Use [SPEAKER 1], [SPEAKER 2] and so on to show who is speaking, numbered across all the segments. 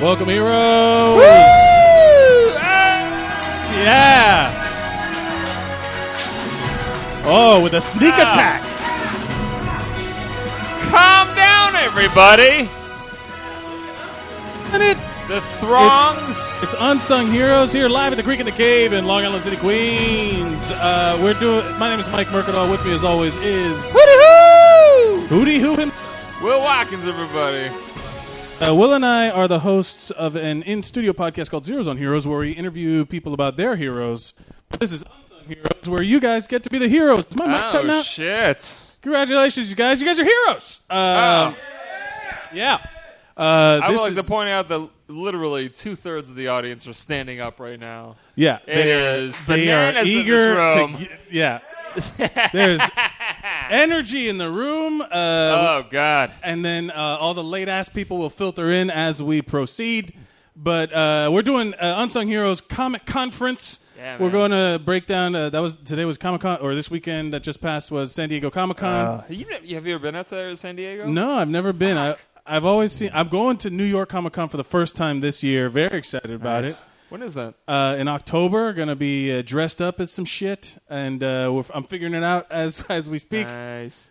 [SPEAKER 1] Welcome, heroes! Yeah! Oh, with a sneak
[SPEAKER 2] Wow.
[SPEAKER 1] attack!
[SPEAKER 2] Calm down, everybody.
[SPEAKER 1] And it,
[SPEAKER 2] The throngs.
[SPEAKER 1] it's Unsung Heroes here live at the Creek in the Cave in Long Island City, Queens. Uh, we're doing. My name is Mike Mercadal. With me, as always, is Hootie Hoo him.
[SPEAKER 2] Will Watkins, everybody.
[SPEAKER 1] Uh, Will and I are the hosts of an in studio podcast called Zeros on Heroes, where we interview people about their heroes. This is Unsung Heroes, where you guys get to be the heroes. Is my mic cutting
[SPEAKER 2] Oh
[SPEAKER 1] out?
[SPEAKER 2] shit! Oh.
[SPEAKER 1] Congratulations, you guys! You guys are heroes. Uh, yeah. Uh,
[SPEAKER 2] I
[SPEAKER 1] this
[SPEAKER 2] would like
[SPEAKER 1] is,
[SPEAKER 2] to point out that literally two thirds of the audience are standing up right now.
[SPEAKER 1] Yeah,
[SPEAKER 2] It
[SPEAKER 1] they
[SPEAKER 2] is
[SPEAKER 1] are, they
[SPEAKER 2] bananas
[SPEAKER 1] are
[SPEAKER 2] in this
[SPEAKER 1] eager
[SPEAKER 2] room.
[SPEAKER 1] to. Get, yeah, there's energy in the room, uh,
[SPEAKER 2] Oh god!
[SPEAKER 1] and then uh, all the late ass people will filter in as we proceed. But uh, we're doing uh, Unsung Heroes Comic Conference.
[SPEAKER 2] Yeah,
[SPEAKER 1] we're going
[SPEAKER 2] man.
[SPEAKER 1] to break down. Uh, that was today was Comic Con, or this weekend that just passed was San Diego Comic Con.
[SPEAKER 2] Uh, You ne- have you ever been out to San Diego?
[SPEAKER 1] No, I've never been. I, I've always seen. I'm going to New York Comic Con for the first time this year. Very excited about it.
[SPEAKER 2] When is that?
[SPEAKER 1] Uh, in October, gonna be uh, dressed up as some shit, and uh, we're, I'm figuring it out as as we speak. Uh,
[SPEAKER 2] Nice.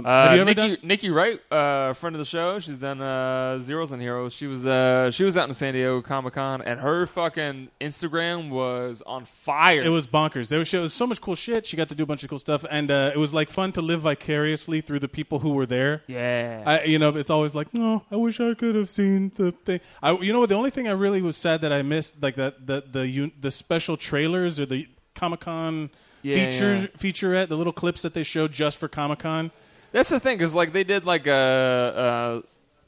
[SPEAKER 1] have
[SPEAKER 2] Uh,
[SPEAKER 1] you ever
[SPEAKER 2] Nikki,
[SPEAKER 1] done?
[SPEAKER 2] Nikki Wright, uh, friend of the show, she's done uh, Zeros and Heroes. She was uh, she was out in San Diego Comic Con, and her fucking Instagram was on fire.
[SPEAKER 1] It was bonkers. There was, it was so much cool shit. She got to do a bunch of cool stuff, and uh, it was like fun to live vicariously through the people who were there.
[SPEAKER 2] yeah.
[SPEAKER 1] I, you know, it's always like, no, I wish I could have seen the thing. I, you know, what? the only thing I really was sad that I missed, like that the the un- the special trailers or the Comic Con
[SPEAKER 2] Yeah,
[SPEAKER 1] features
[SPEAKER 2] yeah.
[SPEAKER 1] featurette, the little clips that they showed just for Comic Con.
[SPEAKER 2] That's the thing, because like they did like a,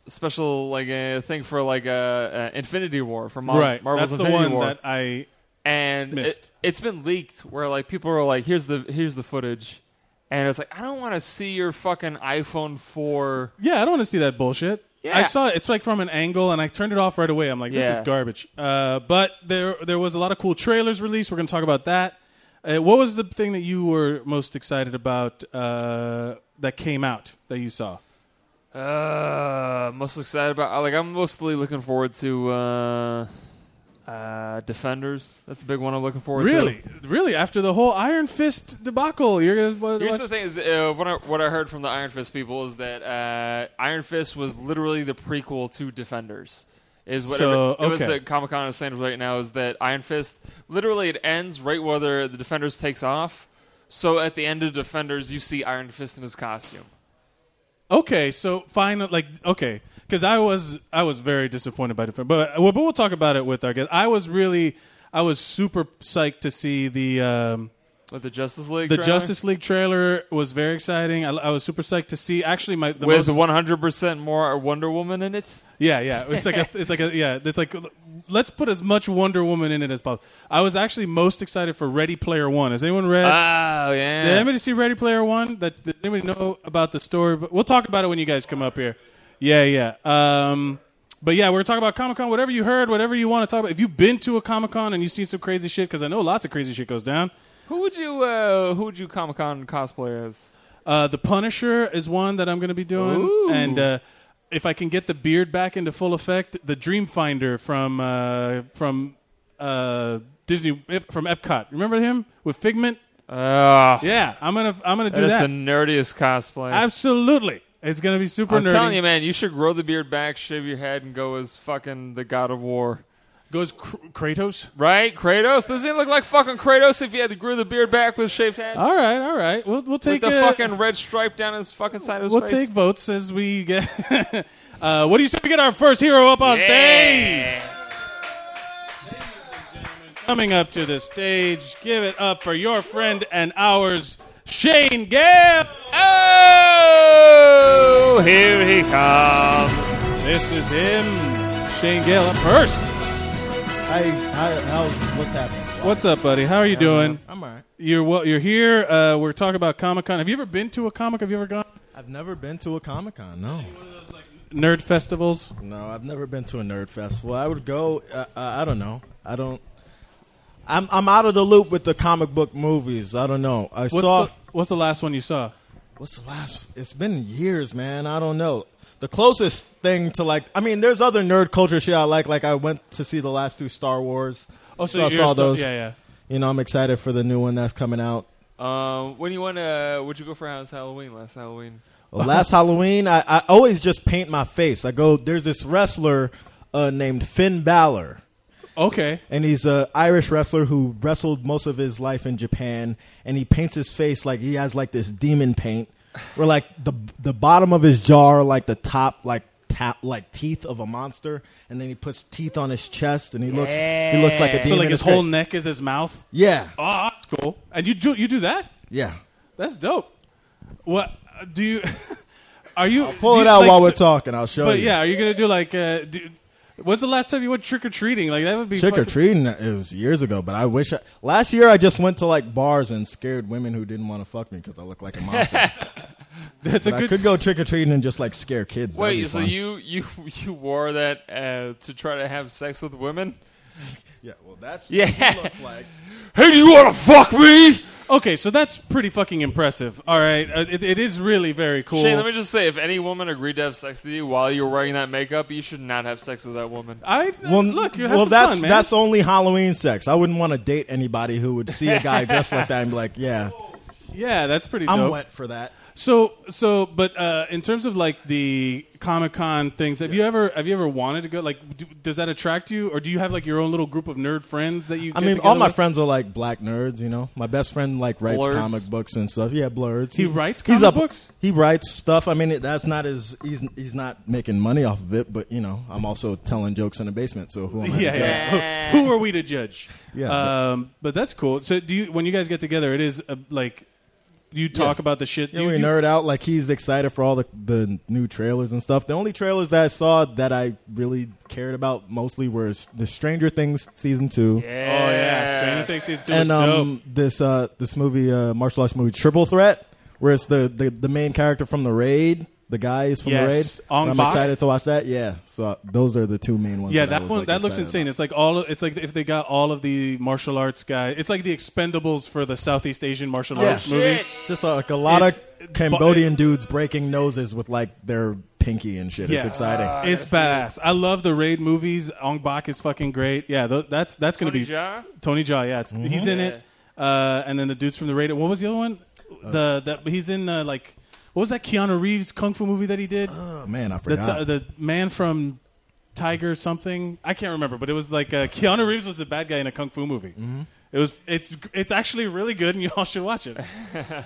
[SPEAKER 2] a special like a thing for like a, a Infinity War for Mar-
[SPEAKER 1] right,
[SPEAKER 2] Marvel's
[SPEAKER 1] that's the
[SPEAKER 2] Infinity
[SPEAKER 1] one
[SPEAKER 2] War,
[SPEAKER 1] that I.
[SPEAKER 2] and
[SPEAKER 1] missed.
[SPEAKER 2] it, it's been leaked where like people are like, here's the here's the footage, and it's like I don't want to see your fucking iPhone four.
[SPEAKER 1] Yeah, I don't want to see that bullshit.
[SPEAKER 2] Yeah.
[SPEAKER 1] I saw it. It's like from an angle, and I turned it off right away. I'm like, this
[SPEAKER 2] Yeah.
[SPEAKER 1] is garbage. Uh, but there, there was a lot of cool trailers released. We're going to talk about that. Uh, what was the thing that you were most excited about uh, that came out that you saw?
[SPEAKER 2] Uh, most excited about like I'm mostly looking forward to uh, uh, Defenders. That's a big one I'm looking forward to.
[SPEAKER 1] Really, really. After the whole Iron Fist debacle, you're gonna wa-
[SPEAKER 2] Here's
[SPEAKER 1] watch-
[SPEAKER 2] the thing: is uh, what, I, what I heard from the Iron Fist people is that uh, Iron Fist was literally the prequel to Defenders. Is whatever
[SPEAKER 1] So,
[SPEAKER 2] it was
[SPEAKER 1] okay.
[SPEAKER 2] at Comic Con is saying right now is that Iron Fist literally it ends right whether the Defenders takes off. So at the end of Defenders, you see Iron Fist in his costume.
[SPEAKER 1] Okay, so fine. Like okay, because I was I was very disappointed by different, but uh, well, but we'll talk about it with our guest. I was really I was super psyched to see the. Um,
[SPEAKER 2] With the Justice League,
[SPEAKER 1] the
[SPEAKER 2] trailer,
[SPEAKER 1] Justice League trailer was very exciting. I, I was super psyched to see. Actually, my the
[SPEAKER 2] with
[SPEAKER 1] most,
[SPEAKER 2] 100 percent more Wonder Woman in it.
[SPEAKER 1] yeah, yeah. It's like a, it's like a, yeah. It's like let's put as much Wonder Woman in it as possible. I was actually most excited for Ready Player One. Has anyone read?
[SPEAKER 2] Oh
[SPEAKER 1] Did
[SPEAKER 2] yeah,
[SPEAKER 1] anybody see Ready Player One? That does anybody know about the story? But we'll talk about it when you guys come up here. Yeah, yeah. Um, but yeah, we're talking about Comic Con. Whatever you heard, whatever you want to talk about. If you've been to a Comic Con and you've seen some crazy shit, because I know lots of crazy shit goes down.
[SPEAKER 2] who would you uh, who would you Comic Con cosplay as?
[SPEAKER 1] Uh, the Punisher is one that I'm going to be doing,
[SPEAKER 2] Ooh.
[SPEAKER 1] and uh, if I can get the beard back into full effect, the Dreamfinder from uh, from uh, Disney from Epcot. Remember him with Figment?
[SPEAKER 2] Uh,
[SPEAKER 1] Yeah, I'm gonna I'm gonna do
[SPEAKER 2] That's
[SPEAKER 1] that.
[SPEAKER 2] the nerdiest cosplay.
[SPEAKER 1] Absolutely, it's gonna be super
[SPEAKER 2] I'm
[SPEAKER 1] nerdy.
[SPEAKER 2] telling you, man, you should grow the beard back, shave your head, and go as fucking the God of War.
[SPEAKER 1] Goes Kr- Kratos.
[SPEAKER 2] Right? Kratos? Doesn't he look like fucking Kratos if he had to grow the beard back with shaved head?
[SPEAKER 1] All right, all right. We'll we'll
[SPEAKER 2] with
[SPEAKER 1] take
[SPEAKER 2] the
[SPEAKER 1] uh,
[SPEAKER 2] fucking red stripe down his fucking side of his
[SPEAKER 1] we'll
[SPEAKER 2] face?
[SPEAKER 1] take votes as we get. uh, what do you say we get our first hero up on stage?
[SPEAKER 2] yeah.
[SPEAKER 1] Coming up to the stage, give it up for your friend and ours, Shane Gale.
[SPEAKER 2] Oh! Here he comes.
[SPEAKER 1] This is him, Shane Gale up first.
[SPEAKER 3] Hey, how, how's what's happening?
[SPEAKER 1] What's up, buddy? How are you doing?
[SPEAKER 3] I'm alright.
[SPEAKER 1] You're well, you're here. Uh, we're talking about Comic Con. Have you ever been to a comic? Have you ever gone
[SPEAKER 3] I've never been to a comic con. No,
[SPEAKER 1] nerd festivals?
[SPEAKER 3] no, I've never been to a nerd fest. Well, I would go. Uh, uh, I don't know. I don't. I'm I'm out of the loop with the comic book movies. I don't know. I
[SPEAKER 1] What's
[SPEAKER 3] saw.
[SPEAKER 1] the, what's the last one you saw?
[SPEAKER 3] what's the last? It's been years, man. I don't know. The closest thing to like, I mean, there's other nerd culture shit I like. Like I went to see the last two Star Wars.
[SPEAKER 1] Oh,
[SPEAKER 3] I
[SPEAKER 1] so you're
[SPEAKER 3] saw
[SPEAKER 1] still,
[SPEAKER 3] those.
[SPEAKER 1] Yeah, yeah.
[SPEAKER 3] You know, I'm excited for the new one that's coming out.
[SPEAKER 2] Um, when you want to, would you go for house Halloween last Halloween?
[SPEAKER 3] Well, last Halloween, I, I always just paint my face. I go, there's this wrestler uh, named Finn Balor.
[SPEAKER 1] Okay.
[SPEAKER 3] and he's a Irish wrestler who wrestled most of his life in Japan, and he paints his face like he has like this demon paint, where like the the bottom of his jaw are like the top like tap like teeth of a monster, and then he puts teeth on his chest, and he looks he looks like a
[SPEAKER 2] Yeah.
[SPEAKER 3] demon.
[SPEAKER 1] So like
[SPEAKER 3] in
[SPEAKER 1] his
[SPEAKER 3] face.
[SPEAKER 1] whole neck is his mouth.
[SPEAKER 3] yeah
[SPEAKER 1] Oh, that's cool. And you do you do that?
[SPEAKER 3] yeah.
[SPEAKER 1] That's dope. What do you? Are you
[SPEAKER 3] Pull
[SPEAKER 1] do
[SPEAKER 3] it
[SPEAKER 1] you,
[SPEAKER 3] out
[SPEAKER 1] like,
[SPEAKER 3] while we're
[SPEAKER 1] t-
[SPEAKER 3] talking. I'll show
[SPEAKER 1] But
[SPEAKER 3] you.
[SPEAKER 1] yeah, are you gonna do like? Uh, do, when's the last time you went trick or treating? Like that would be
[SPEAKER 3] Trick or
[SPEAKER 1] fucking-
[SPEAKER 3] treating, it was years ago, but I wish I, last year I just went to like bars and scared women who didn't want to fuck me because I look like a monster.
[SPEAKER 1] That's a
[SPEAKER 3] but I
[SPEAKER 1] good.
[SPEAKER 3] could go trick or treating and just like scare kids. That'd
[SPEAKER 2] Wait,
[SPEAKER 3] be
[SPEAKER 2] so
[SPEAKER 3] fun.
[SPEAKER 2] you you you wore that uh, to try to have sex with women?
[SPEAKER 3] Yeah, well, that's
[SPEAKER 2] Yeah.
[SPEAKER 3] what he looks like.
[SPEAKER 2] Hey, do you want to fuck me?
[SPEAKER 1] Okay, so that's pretty fucking impressive. All right, uh, it, it is really very cool.
[SPEAKER 2] Shane, let me just say, if any woman agreed to have sex with you while you were wearing that makeup, you should not have sex with that woman.
[SPEAKER 1] I uh,
[SPEAKER 3] Well,
[SPEAKER 1] look. You have
[SPEAKER 3] well,
[SPEAKER 1] some
[SPEAKER 3] that's
[SPEAKER 1] fun, man.
[SPEAKER 3] that's only Halloween sex. I wouldn't want to date anybody who would see a guy dressed like that and be like, "Yeah,
[SPEAKER 1] yeah, that's pretty.
[SPEAKER 3] I'm
[SPEAKER 1] dope.
[SPEAKER 3] wet for that."
[SPEAKER 1] So so, but uh, in terms of like the Comic Con things, have you ever have you ever wanted to go? Like, do, does that attract you, or do you have like your own little group of nerd friends that you?
[SPEAKER 3] I
[SPEAKER 1] get
[SPEAKER 3] mean,
[SPEAKER 1] together
[SPEAKER 3] all my
[SPEAKER 1] with?
[SPEAKER 3] friends are like black nerds. You know, my best friend like writes
[SPEAKER 2] Blurds.
[SPEAKER 3] comic books and stuff. Yeah, blurs.
[SPEAKER 1] He writes
[SPEAKER 3] he's
[SPEAKER 1] comic
[SPEAKER 3] up-
[SPEAKER 1] books?
[SPEAKER 3] He writes stuff. I mean, it, that's not his. He's he's not making money off of it, but you know, I'm also telling jokes in the basement. So who am I? to
[SPEAKER 1] Yeah,
[SPEAKER 3] judge?
[SPEAKER 1] yeah. Who, who are we to judge?
[SPEAKER 3] Yeah, but-
[SPEAKER 1] Um, but that's cool. So do you when you guys get together, it is uh, like you talk about the shit.
[SPEAKER 3] Yeah,
[SPEAKER 1] you,
[SPEAKER 3] we
[SPEAKER 1] you-
[SPEAKER 3] nerd out. Like he's excited for all the the new trailers and stuff. The only trailers that I saw that I really cared about mostly were s- the Stranger Things season two
[SPEAKER 1] Oh yeah, Stranger Things season two is
[SPEAKER 3] and
[SPEAKER 1] dope.
[SPEAKER 3] um this uh this movie uh martial arts movie Triple Threat, where it's the the, the main character from the raid. The guy is from
[SPEAKER 1] Yes,
[SPEAKER 3] the raid.
[SPEAKER 1] Ong
[SPEAKER 3] I'm
[SPEAKER 1] Bak.
[SPEAKER 3] excited to watch that. Yeah, so uh, those are the two main ones.
[SPEAKER 1] Yeah,
[SPEAKER 3] I
[SPEAKER 1] that
[SPEAKER 3] was,
[SPEAKER 1] one
[SPEAKER 3] like,
[SPEAKER 1] that looks
[SPEAKER 3] excited
[SPEAKER 1] insane. It's like all of, it's like if they got all of the martial arts guy. It's like the Expendables for the Southeast Asian martial
[SPEAKER 3] Yeah.
[SPEAKER 1] arts movies.
[SPEAKER 2] Shit.
[SPEAKER 3] about. Just uh, like a lot
[SPEAKER 1] It's-
[SPEAKER 3] of Cambodian dudes breaking noses with like their pinky and shit.
[SPEAKER 1] Yeah.
[SPEAKER 3] It's exciting.
[SPEAKER 1] It's badass. I love the raid movies. Ong Bak is fucking great. Yeah, th- that's that's gonna
[SPEAKER 2] Tony
[SPEAKER 1] be
[SPEAKER 2] Jaa?
[SPEAKER 1] Tony Jaa. Yeah, it's,
[SPEAKER 3] Mm-hmm.
[SPEAKER 1] he's in it. Uh, and then the dudes from the raid. What was the other one?
[SPEAKER 3] Uh,
[SPEAKER 1] the that he's in uh, like what was that Keanu Reeves kung fu movie that he did?
[SPEAKER 3] oh man, I
[SPEAKER 1] the
[SPEAKER 3] forgot.
[SPEAKER 1] t- the man from Tiger something. I can't remember, but it was like uh, Keanu Reeves was the bad guy in a kung fu movie.
[SPEAKER 3] Mm-hmm.
[SPEAKER 1] It was it's it's actually really good, and you all should watch it.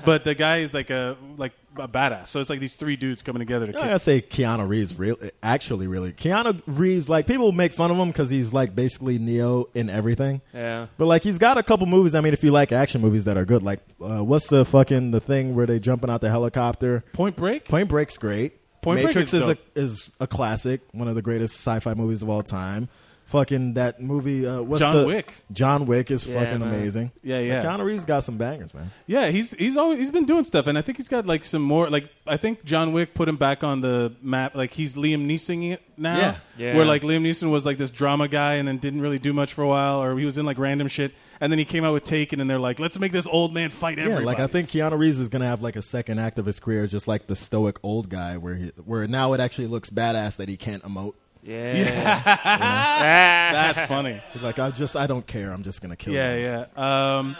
[SPEAKER 1] but the guy is like a like a badass. So it's like these three dudes coming together to
[SPEAKER 3] I
[SPEAKER 1] kick.
[SPEAKER 3] gotta say, Keanu Reeves really, actually, really. Keanu Reeves, like people make fun of him because he's like basically Neo in everything.
[SPEAKER 2] Yeah.
[SPEAKER 3] But like he's got a couple movies. I mean, if you like action movies that are good, like uh, what's the fucking the thing where they jumping out the helicopter?
[SPEAKER 1] Point Break.
[SPEAKER 3] Point Break's great.
[SPEAKER 1] Point Break
[SPEAKER 3] Matrix
[SPEAKER 1] is
[SPEAKER 3] is,
[SPEAKER 1] dope.
[SPEAKER 3] a is a classic, one of the greatest sci-fi movies of all time. Fucking that movie. Uh, what's
[SPEAKER 1] John
[SPEAKER 3] the-
[SPEAKER 1] Wick.
[SPEAKER 3] John Wick is
[SPEAKER 2] Yeah,
[SPEAKER 3] fucking
[SPEAKER 2] man.
[SPEAKER 3] amazing.
[SPEAKER 1] Yeah, yeah.
[SPEAKER 3] Keanu Reeves got some bangers, man.
[SPEAKER 1] Yeah, he's he's always he's been doing stuff, and I think he's got like some more. Like I think John Wick put him back on the map. Like he's Liam Neeson it now.
[SPEAKER 3] Yeah.
[SPEAKER 2] Yeah.
[SPEAKER 1] Where like Liam Neeson was like this drama guy, and then didn't really do much for a while, or he was in like random shit, and then he came out with Taken, and they're like, let's make this old man fight everybody.
[SPEAKER 3] Yeah, like I think Keanu Reeves is gonna have like a second act of his career, just like the stoic old guy, where he, where now it actually looks badass that he can't emote.
[SPEAKER 2] Yeah. Ah.
[SPEAKER 1] that's funny.
[SPEAKER 3] He's like, I just, I don't care. I'm just gonna kill. him.
[SPEAKER 1] Yeah, yeah. Um,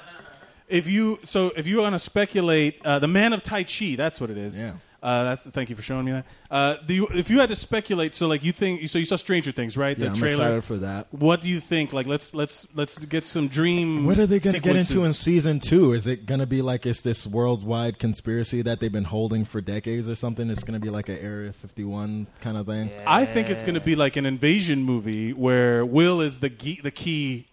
[SPEAKER 1] if you so if you want to speculate, uh, the man of Tai Chi, that's what it is.
[SPEAKER 3] Yeah.
[SPEAKER 1] Uh, that's thank you for showing me that. Uh, the, if you had to speculate, so like you think, so you saw Stranger Things, right?
[SPEAKER 3] yeah.
[SPEAKER 1] the
[SPEAKER 3] I'm
[SPEAKER 1] trailer.
[SPEAKER 3] excited for that.
[SPEAKER 1] What do you think? Like, let's let's let's get some dream.
[SPEAKER 3] Mm. What are they gonna get into in
[SPEAKER 1] sequences.
[SPEAKER 3] season two? Is it gonna be like it's this worldwide conspiracy that they've been holding for decades or something? It's gonna be like an Area 51 kind of thing.
[SPEAKER 1] I think it's going to be like an invasion movie where Will is the ge- the key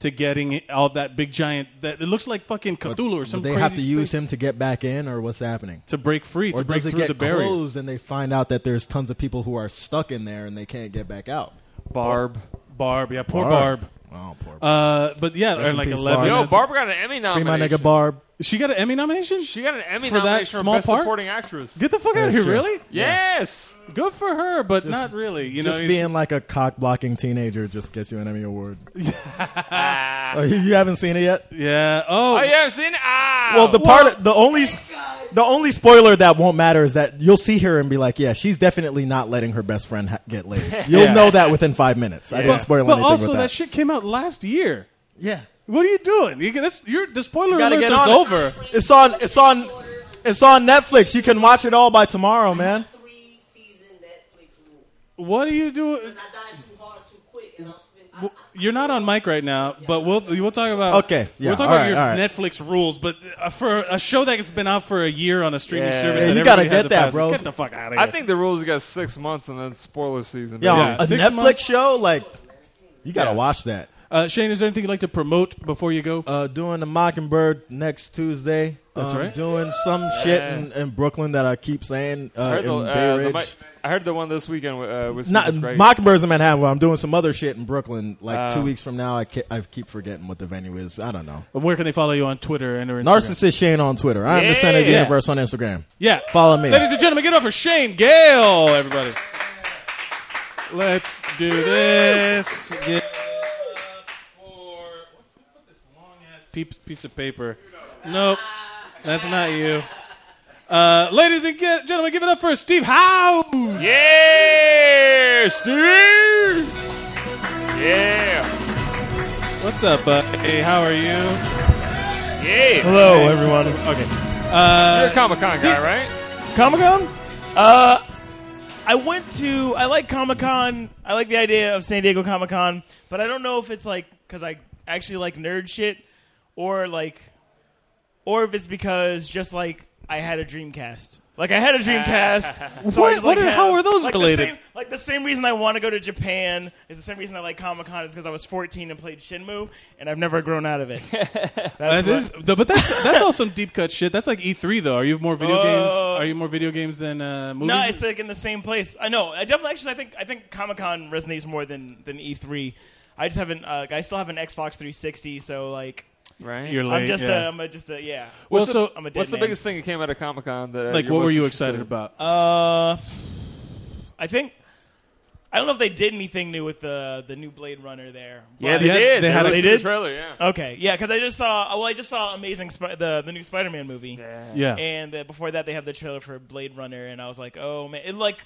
[SPEAKER 1] to getting all that big giant. That it looks like fucking Cthulhu or
[SPEAKER 3] Do
[SPEAKER 1] some.
[SPEAKER 3] they
[SPEAKER 1] crazy
[SPEAKER 3] have to use
[SPEAKER 1] space-
[SPEAKER 3] him to get back in, or what's happening?
[SPEAKER 1] to break free
[SPEAKER 3] Or
[SPEAKER 1] to break
[SPEAKER 3] does it
[SPEAKER 1] through
[SPEAKER 3] get
[SPEAKER 1] the barrier.
[SPEAKER 3] closed and they find out that there's tons of people who are stuck in there and they can't get back out?
[SPEAKER 2] Barb.
[SPEAKER 1] Barb, yeah, poor Barb.
[SPEAKER 3] Oh, poor Barb.
[SPEAKER 1] Uh, but yeah,
[SPEAKER 3] Rest
[SPEAKER 1] or
[SPEAKER 3] in
[SPEAKER 1] like
[SPEAKER 3] peace,
[SPEAKER 1] eleven.
[SPEAKER 3] Barb.
[SPEAKER 2] Yo,
[SPEAKER 1] that's-
[SPEAKER 2] Barb got an Emmy
[SPEAKER 3] Free my
[SPEAKER 2] nomination.
[SPEAKER 3] nigga Barb.
[SPEAKER 1] She got an Emmy nomination.
[SPEAKER 2] She got an Emmy
[SPEAKER 1] For that
[SPEAKER 2] nomination
[SPEAKER 1] small
[SPEAKER 2] for Best
[SPEAKER 1] part?
[SPEAKER 2] Supporting Actress.
[SPEAKER 1] Get the fuck out of
[SPEAKER 3] That's
[SPEAKER 1] here!
[SPEAKER 3] true.
[SPEAKER 1] Really?
[SPEAKER 2] Yes.
[SPEAKER 1] Good for her, but not really. You know,
[SPEAKER 3] just
[SPEAKER 1] it's-
[SPEAKER 3] being like a cock blocking teenager just gets you an Emmy Award. Oh, you haven't seen it yet?
[SPEAKER 1] yeah. Oh,
[SPEAKER 2] Oh, you haven't seen it? Ah.
[SPEAKER 3] Well, the part, the only, the the only spoiler that won't matter is that you'll see her and be like, yeah, she's definitely not letting her best friend ha- get laid. You'll know that within five minutes. I didn't spoil
[SPEAKER 1] But
[SPEAKER 3] anything
[SPEAKER 1] also,
[SPEAKER 3] with
[SPEAKER 1] that.
[SPEAKER 3] that.
[SPEAKER 1] shit came out last year.
[SPEAKER 3] yeah,
[SPEAKER 1] What are you doing? You, that's, you're, the spoiler
[SPEAKER 3] gotta
[SPEAKER 1] alert
[SPEAKER 3] get
[SPEAKER 1] is
[SPEAKER 3] on it.
[SPEAKER 1] over.
[SPEAKER 3] it's on. It's on. It's on Netflix. You can watch it all by tomorrow, man.
[SPEAKER 4] Three season Netflix rule.
[SPEAKER 1] What are you doing?
[SPEAKER 4] 'Cause I died too hard too quick, and I'm. I, I,
[SPEAKER 1] You're not on mic right now, but we'll we'll talk about
[SPEAKER 3] Okay, yeah,
[SPEAKER 1] we'll talk
[SPEAKER 3] all
[SPEAKER 1] about
[SPEAKER 3] right,
[SPEAKER 1] your
[SPEAKER 3] all right.
[SPEAKER 1] Netflix rules, but uh, for a show that's been out for a year on a streaming
[SPEAKER 2] Yeah.
[SPEAKER 1] service,
[SPEAKER 2] Yeah,
[SPEAKER 1] that
[SPEAKER 3] you gotta
[SPEAKER 1] everybody has
[SPEAKER 3] get
[SPEAKER 1] a
[SPEAKER 3] that,
[SPEAKER 1] password,
[SPEAKER 3] bro.
[SPEAKER 1] Get the fuck out of here.
[SPEAKER 2] I think the rules got six months and then spoiler season.
[SPEAKER 3] Yeah,
[SPEAKER 1] Yeah,
[SPEAKER 3] a
[SPEAKER 1] six
[SPEAKER 3] Netflix
[SPEAKER 1] months.
[SPEAKER 3] show like you gotta
[SPEAKER 1] Yeah.
[SPEAKER 3] watch that.
[SPEAKER 1] uh, Shane, is there anything you'd like to promote before you go?
[SPEAKER 3] Uh, doing the Mockingbird next Tuesday.
[SPEAKER 1] That's
[SPEAKER 3] Um,
[SPEAKER 1] right.
[SPEAKER 3] Doing some shit in, in Brooklyn that I keep saying
[SPEAKER 2] I
[SPEAKER 3] uh,
[SPEAKER 2] heard,
[SPEAKER 3] in
[SPEAKER 2] the, uh,
[SPEAKER 3] Bay
[SPEAKER 2] the
[SPEAKER 3] Ridge.
[SPEAKER 2] mi- I heard the one this weekend uh, was
[SPEAKER 3] Not
[SPEAKER 2] was great.
[SPEAKER 3] Mockingbird's in Manhattan, but I'm doing some other shit in Brooklyn. Like
[SPEAKER 2] Oh.
[SPEAKER 3] two weeks from now, I, ke- I keep forgetting what the venue is. I don't know.
[SPEAKER 1] And Where can they follow you on Twitter and or Instagram?
[SPEAKER 3] Narcissist Shane on Twitter. I am the center of the
[SPEAKER 1] Yeah.
[SPEAKER 3] universe on Instagram.
[SPEAKER 1] Yeah.
[SPEAKER 3] Follow me.
[SPEAKER 1] Ladies and gentlemen, get over Shane Gale, everybody. Let's do this. Get up for what this long ass piece, piece of paper. Nope. That's not you. Uh, ladies and ge- gentlemen, give it up for Steve Howe.
[SPEAKER 2] Yeah, Steve. Yeah,
[SPEAKER 1] What's up, bud? Hey, how are you?
[SPEAKER 2] yeah.
[SPEAKER 5] Hello, everyone. Okay.
[SPEAKER 2] You're a Comic Con guy,
[SPEAKER 1] Uh, Steve-
[SPEAKER 2] right?
[SPEAKER 5] Comic Con? Uh, I went to. I like Comic Con. I like the idea of San Diego Comic Con, but I don't know if it's like because I actually like nerd shit, or like, or if it's because just like I had a Dreamcast. Like I had a Dreamcast. so I
[SPEAKER 1] What-
[SPEAKER 5] just,
[SPEAKER 1] what
[SPEAKER 5] like,
[SPEAKER 1] are- how are those
[SPEAKER 5] like, the
[SPEAKER 1] related?
[SPEAKER 5] same- like the same reason I want to go to Japan is the same reason I like Comic Con is because I was 14 and played Shinmu, and I've never grown out of it.
[SPEAKER 1] That
[SPEAKER 5] That's what-
[SPEAKER 1] is, th- but that's that's all some deep cut shit. That's like E3 though. Are you more
[SPEAKER 5] Oh.
[SPEAKER 1] video games?
[SPEAKER 5] Whoa.
[SPEAKER 1] Are you more video games than uh, movies?
[SPEAKER 5] No, it's like in the same place. I know. I definitely actually. I think I think Comic Con resonates more than than E three. I just haven't. Uh, I still have an Xbox 360, so like
[SPEAKER 2] Right.
[SPEAKER 1] You're late.
[SPEAKER 5] I'm just.
[SPEAKER 1] yeah.
[SPEAKER 5] A, I'm a, just a yeah.
[SPEAKER 1] well,
[SPEAKER 2] What's
[SPEAKER 1] so
[SPEAKER 2] the-
[SPEAKER 5] I'm a dead
[SPEAKER 2] What's the
[SPEAKER 5] man.
[SPEAKER 2] biggest thing that came out of Comic Con that uh,
[SPEAKER 1] like,
[SPEAKER 2] you're
[SPEAKER 1] what were
[SPEAKER 2] most
[SPEAKER 1] you
[SPEAKER 2] interested
[SPEAKER 1] excited
[SPEAKER 2] in?
[SPEAKER 1] about?
[SPEAKER 5] Uh, I think. I don't know if they did anything new with the the new Blade Runner there.
[SPEAKER 2] Yeah,
[SPEAKER 5] but-
[SPEAKER 2] they
[SPEAKER 1] Yeah,
[SPEAKER 2] did.
[SPEAKER 1] they had a-
[SPEAKER 2] released
[SPEAKER 5] They
[SPEAKER 2] the
[SPEAKER 5] did?
[SPEAKER 2] trailer. Yeah.
[SPEAKER 5] Okay, yeah, because I just saw. uh, Well, I just saw Amazing Sp- the the new Spider Man movie.
[SPEAKER 1] yeah.
[SPEAKER 5] And uh, before that, they have the trailer for Blade Runner, and I was like, oh man, it like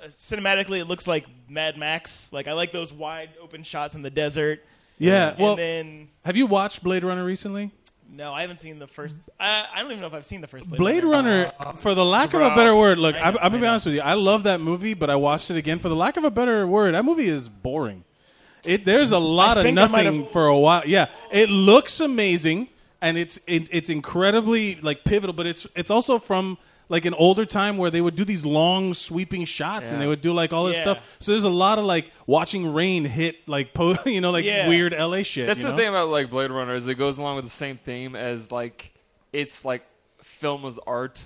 [SPEAKER 5] uh, cinematically, it looks like Mad Max. Like I like those wide open shots in the desert.
[SPEAKER 1] yeah. Well,
[SPEAKER 5] and then
[SPEAKER 1] Have you watched Blade Runner recently?
[SPEAKER 5] no, I haven't seen the first. I, I don't even know if I've seen the first Blade, Uh,
[SPEAKER 1] Blade Runner, for the lack of a
[SPEAKER 2] bro.
[SPEAKER 1] better word, look, I,
[SPEAKER 5] I
[SPEAKER 1] I'm
[SPEAKER 5] know, I
[SPEAKER 1] gonna be
[SPEAKER 5] know.
[SPEAKER 1] honest with you. I love that movie, but I watched it again for the lack of a better word. That movie is boring. It there's a lot of
[SPEAKER 5] think I might
[SPEAKER 1] nothing
[SPEAKER 5] have-
[SPEAKER 1] for a while. Yeah, it looks amazing and it's it, it's incredibly like pivotal, but it's it's also from like an older time where they would do these long sweeping shots and
[SPEAKER 2] Yeah.
[SPEAKER 1] they would do like all this
[SPEAKER 5] Yeah.
[SPEAKER 1] stuff. So there's a lot of like watching rain hit like po- you know like
[SPEAKER 5] Yeah.
[SPEAKER 1] weird LA shit.
[SPEAKER 2] That's
[SPEAKER 1] you
[SPEAKER 2] the
[SPEAKER 1] know?
[SPEAKER 2] thing about like Blade Runner is it goes along with the same theme as like it's like film is art.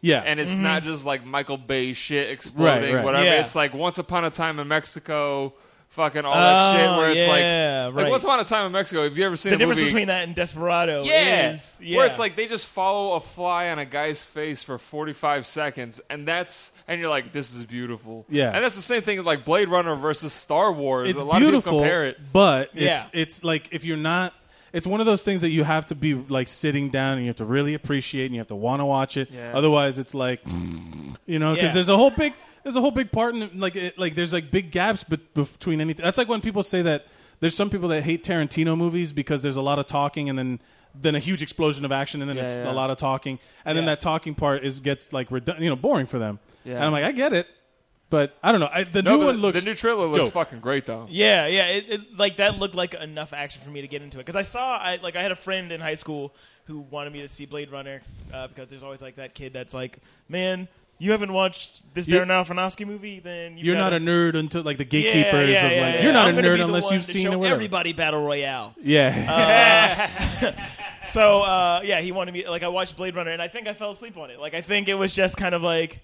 [SPEAKER 1] Yeah,
[SPEAKER 2] and it's not just like Michael Bay shit exploding,
[SPEAKER 1] Right, right.
[SPEAKER 2] whatever.
[SPEAKER 5] Mm-hmm. Yeah.
[SPEAKER 2] It's like Once Upon a Time in Mexico, fucking all that
[SPEAKER 5] Oh,
[SPEAKER 2] shit. Where it's like,
[SPEAKER 5] yeah,
[SPEAKER 2] like
[SPEAKER 5] right.
[SPEAKER 2] Once Upon a Time in Mexico. Have you ever seen
[SPEAKER 5] The
[SPEAKER 2] a
[SPEAKER 5] difference
[SPEAKER 2] movie?
[SPEAKER 5] between that and Desperado
[SPEAKER 2] yeah.
[SPEAKER 5] is yeah.
[SPEAKER 2] where it's like they just follow a fly on a guy's face for forty five seconds, and that's and you're like, this is beautiful.
[SPEAKER 1] Yeah.
[SPEAKER 2] and that's the same thing with, like Blade Runner versus Star Wars.
[SPEAKER 1] it's
[SPEAKER 2] a lot
[SPEAKER 1] beautiful,
[SPEAKER 2] of people compare it.
[SPEAKER 1] but it's
[SPEAKER 5] Yeah.
[SPEAKER 1] it's like if you're not, it's one of those things that you have to be like sitting down and you have to really appreciate and you have to want to watch it.
[SPEAKER 2] Yeah.
[SPEAKER 1] Otherwise, it's like, you know, because
[SPEAKER 5] Yeah.
[SPEAKER 1] there's a whole big there's a whole big part in like it, like there's like big gaps be- between anything. That's like when people say that there's some people that hate Tarantino movies because there's a lot of talking and then. Then a huge explosion of action, and then
[SPEAKER 2] Yeah,
[SPEAKER 1] it's a
[SPEAKER 2] yeah.
[SPEAKER 1] lot of talking, and then
[SPEAKER 5] Yeah.
[SPEAKER 1] that talking part is gets like redu- you know boring for them.
[SPEAKER 2] Yeah.
[SPEAKER 1] And I'm like, I get it, but I don't know. I, the
[SPEAKER 2] No,
[SPEAKER 1] new
[SPEAKER 2] but
[SPEAKER 1] one looks
[SPEAKER 2] the new trailer looks
[SPEAKER 1] dope.
[SPEAKER 2] fucking great though.
[SPEAKER 5] Yeah, yeah, it, it, like that looked like enough action for me to get into it because I saw, I like, I had a friend in high school who wanted me to see Blade Runner uh, because there's always like that kid that's like, man, you haven't watched this
[SPEAKER 1] You're-
[SPEAKER 5] Darren Aronofsky movie, then you've
[SPEAKER 1] you're
[SPEAKER 5] gotta-
[SPEAKER 1] not a nerd until like the
[SPEAKER 5] Yeah,
[SPEAKER 1] gatekeepers
[SPEAKER 5] yeah,
[SPEAKER 1] of
[SPEAKER 5] yeah,
[SPEAKER 1] like
[SPEAKER 5] yeah.
[SPEAKER 1] you're not
[SPEAKER 5] I'm
[SPEAKER 1] a
[SPEAKER 5] gonna be
[SPEAKER 1] nerd
[SPEAKER 5] the
[SPEAKER 1] unless
[SPEAKER 5] one
[SPEAKER 1] you've
[SPEAKER 5] to
[SPEAKER 1] seen
[SPEAKER 5] show
[SPEAKER 1] it. whatever.
[SPEAKER 5] everybody battle royale.
[SPEAKER 1] Yeah,
[SPEAKER 5] So uh, yeah, he wanted me like I watched Blade Runner and I think I fell asleep on it. Like I think it was just kind of like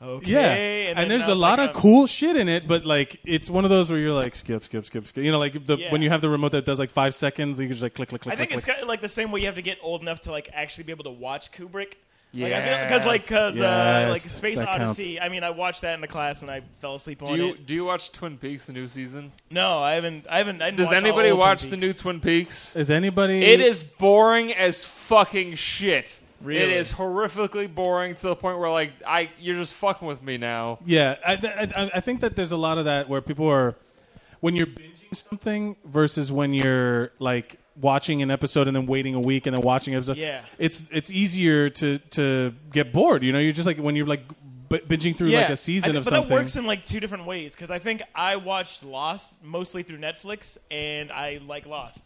[SPEAKER 5] okay,
[SPEAKER 1] yeah.
[SPEAKER 5] and,
[SPEAKER 1] And,
[SPEAKER 5] then I
[SPEAKER 1] there's a
[SPEAKER 5] was
[SPEAKER 1] lot
[SPEAKER 5] like,
[SPEAKER 1] of
[SPEAKER 5] um,
[SPEAKER 1] cool shit in it, but like it's one of those where you're like skip, skip, skip, skip. You know, like the,
[SPEAKER 5] Yeah.
[SPEAKER 1] when you have the remote that does like five seconds, you can just like click, click, click,
[SPEAKER 5] I think
[SPEAKER 1] click.
[SPEAKER 5] it's
[SPEAKER 1] click.
[SPEAKER 5] kind of like the same way you have to get old enough to like actually be able to watch Kubrick. Like, I feel because like
[SPEAKER 2] Yes.
[SPEAKER 5] because uh,
[SPEAKER 1] Yes.
[SPEAKER 5] like Space
[SPEAKER 1] That
[SPEAKER 5] Odyssey.
[SPEAKER 1] counts.
[SPEAKER 5] I mean, I watched that in the class and I fell asleep on
[SPEAKER 2] Do you
[SPEAKER 5] it.
[SPEAKER 2] do you watch Twin Peaks the new season?
[SPEAKER 5] No, I haven't. I haven't. I didn't
[SPEAKER 2] Does
[SPEAKER 5] watch all
[SPEAKER 2] anybody
[SPEAKER 5] of Twin
[SPEAKER 2] watch the
[SPEAKER 5] Peaks.
[SPEAKER 2] new Twin Peaks?
[SPEAKER 1] Is anybody?
[SPEAKER 2] It is boring as fucking shit.
[SPEAKER 5] Really?
[SPEAKER 2] It is horrifically boring to the point where like I you're just fucking with me now.
[SPEAKER 1] Yeah, I, I- I, I think that there's a lot of that where people are when you're binging something versus when you're like watching an episode and then waiting a week and then watching an episode.
[SPEAKER 5] Yeah.
[SPEAKER 1] it's it's easier to to get bored. You know, you're just like when you're like b- binging through like
[SPEAKER 5] I
[SPEAKER 1] a season
[SPEAKER 5] thi-
[SPEAKER 1] of
[SPEAKER 5] but
[SPEAKER 1] something.
[SPEAKER 5] that works in like two different ways because I think I watched Lost mostly through Netflix, and I like Lost.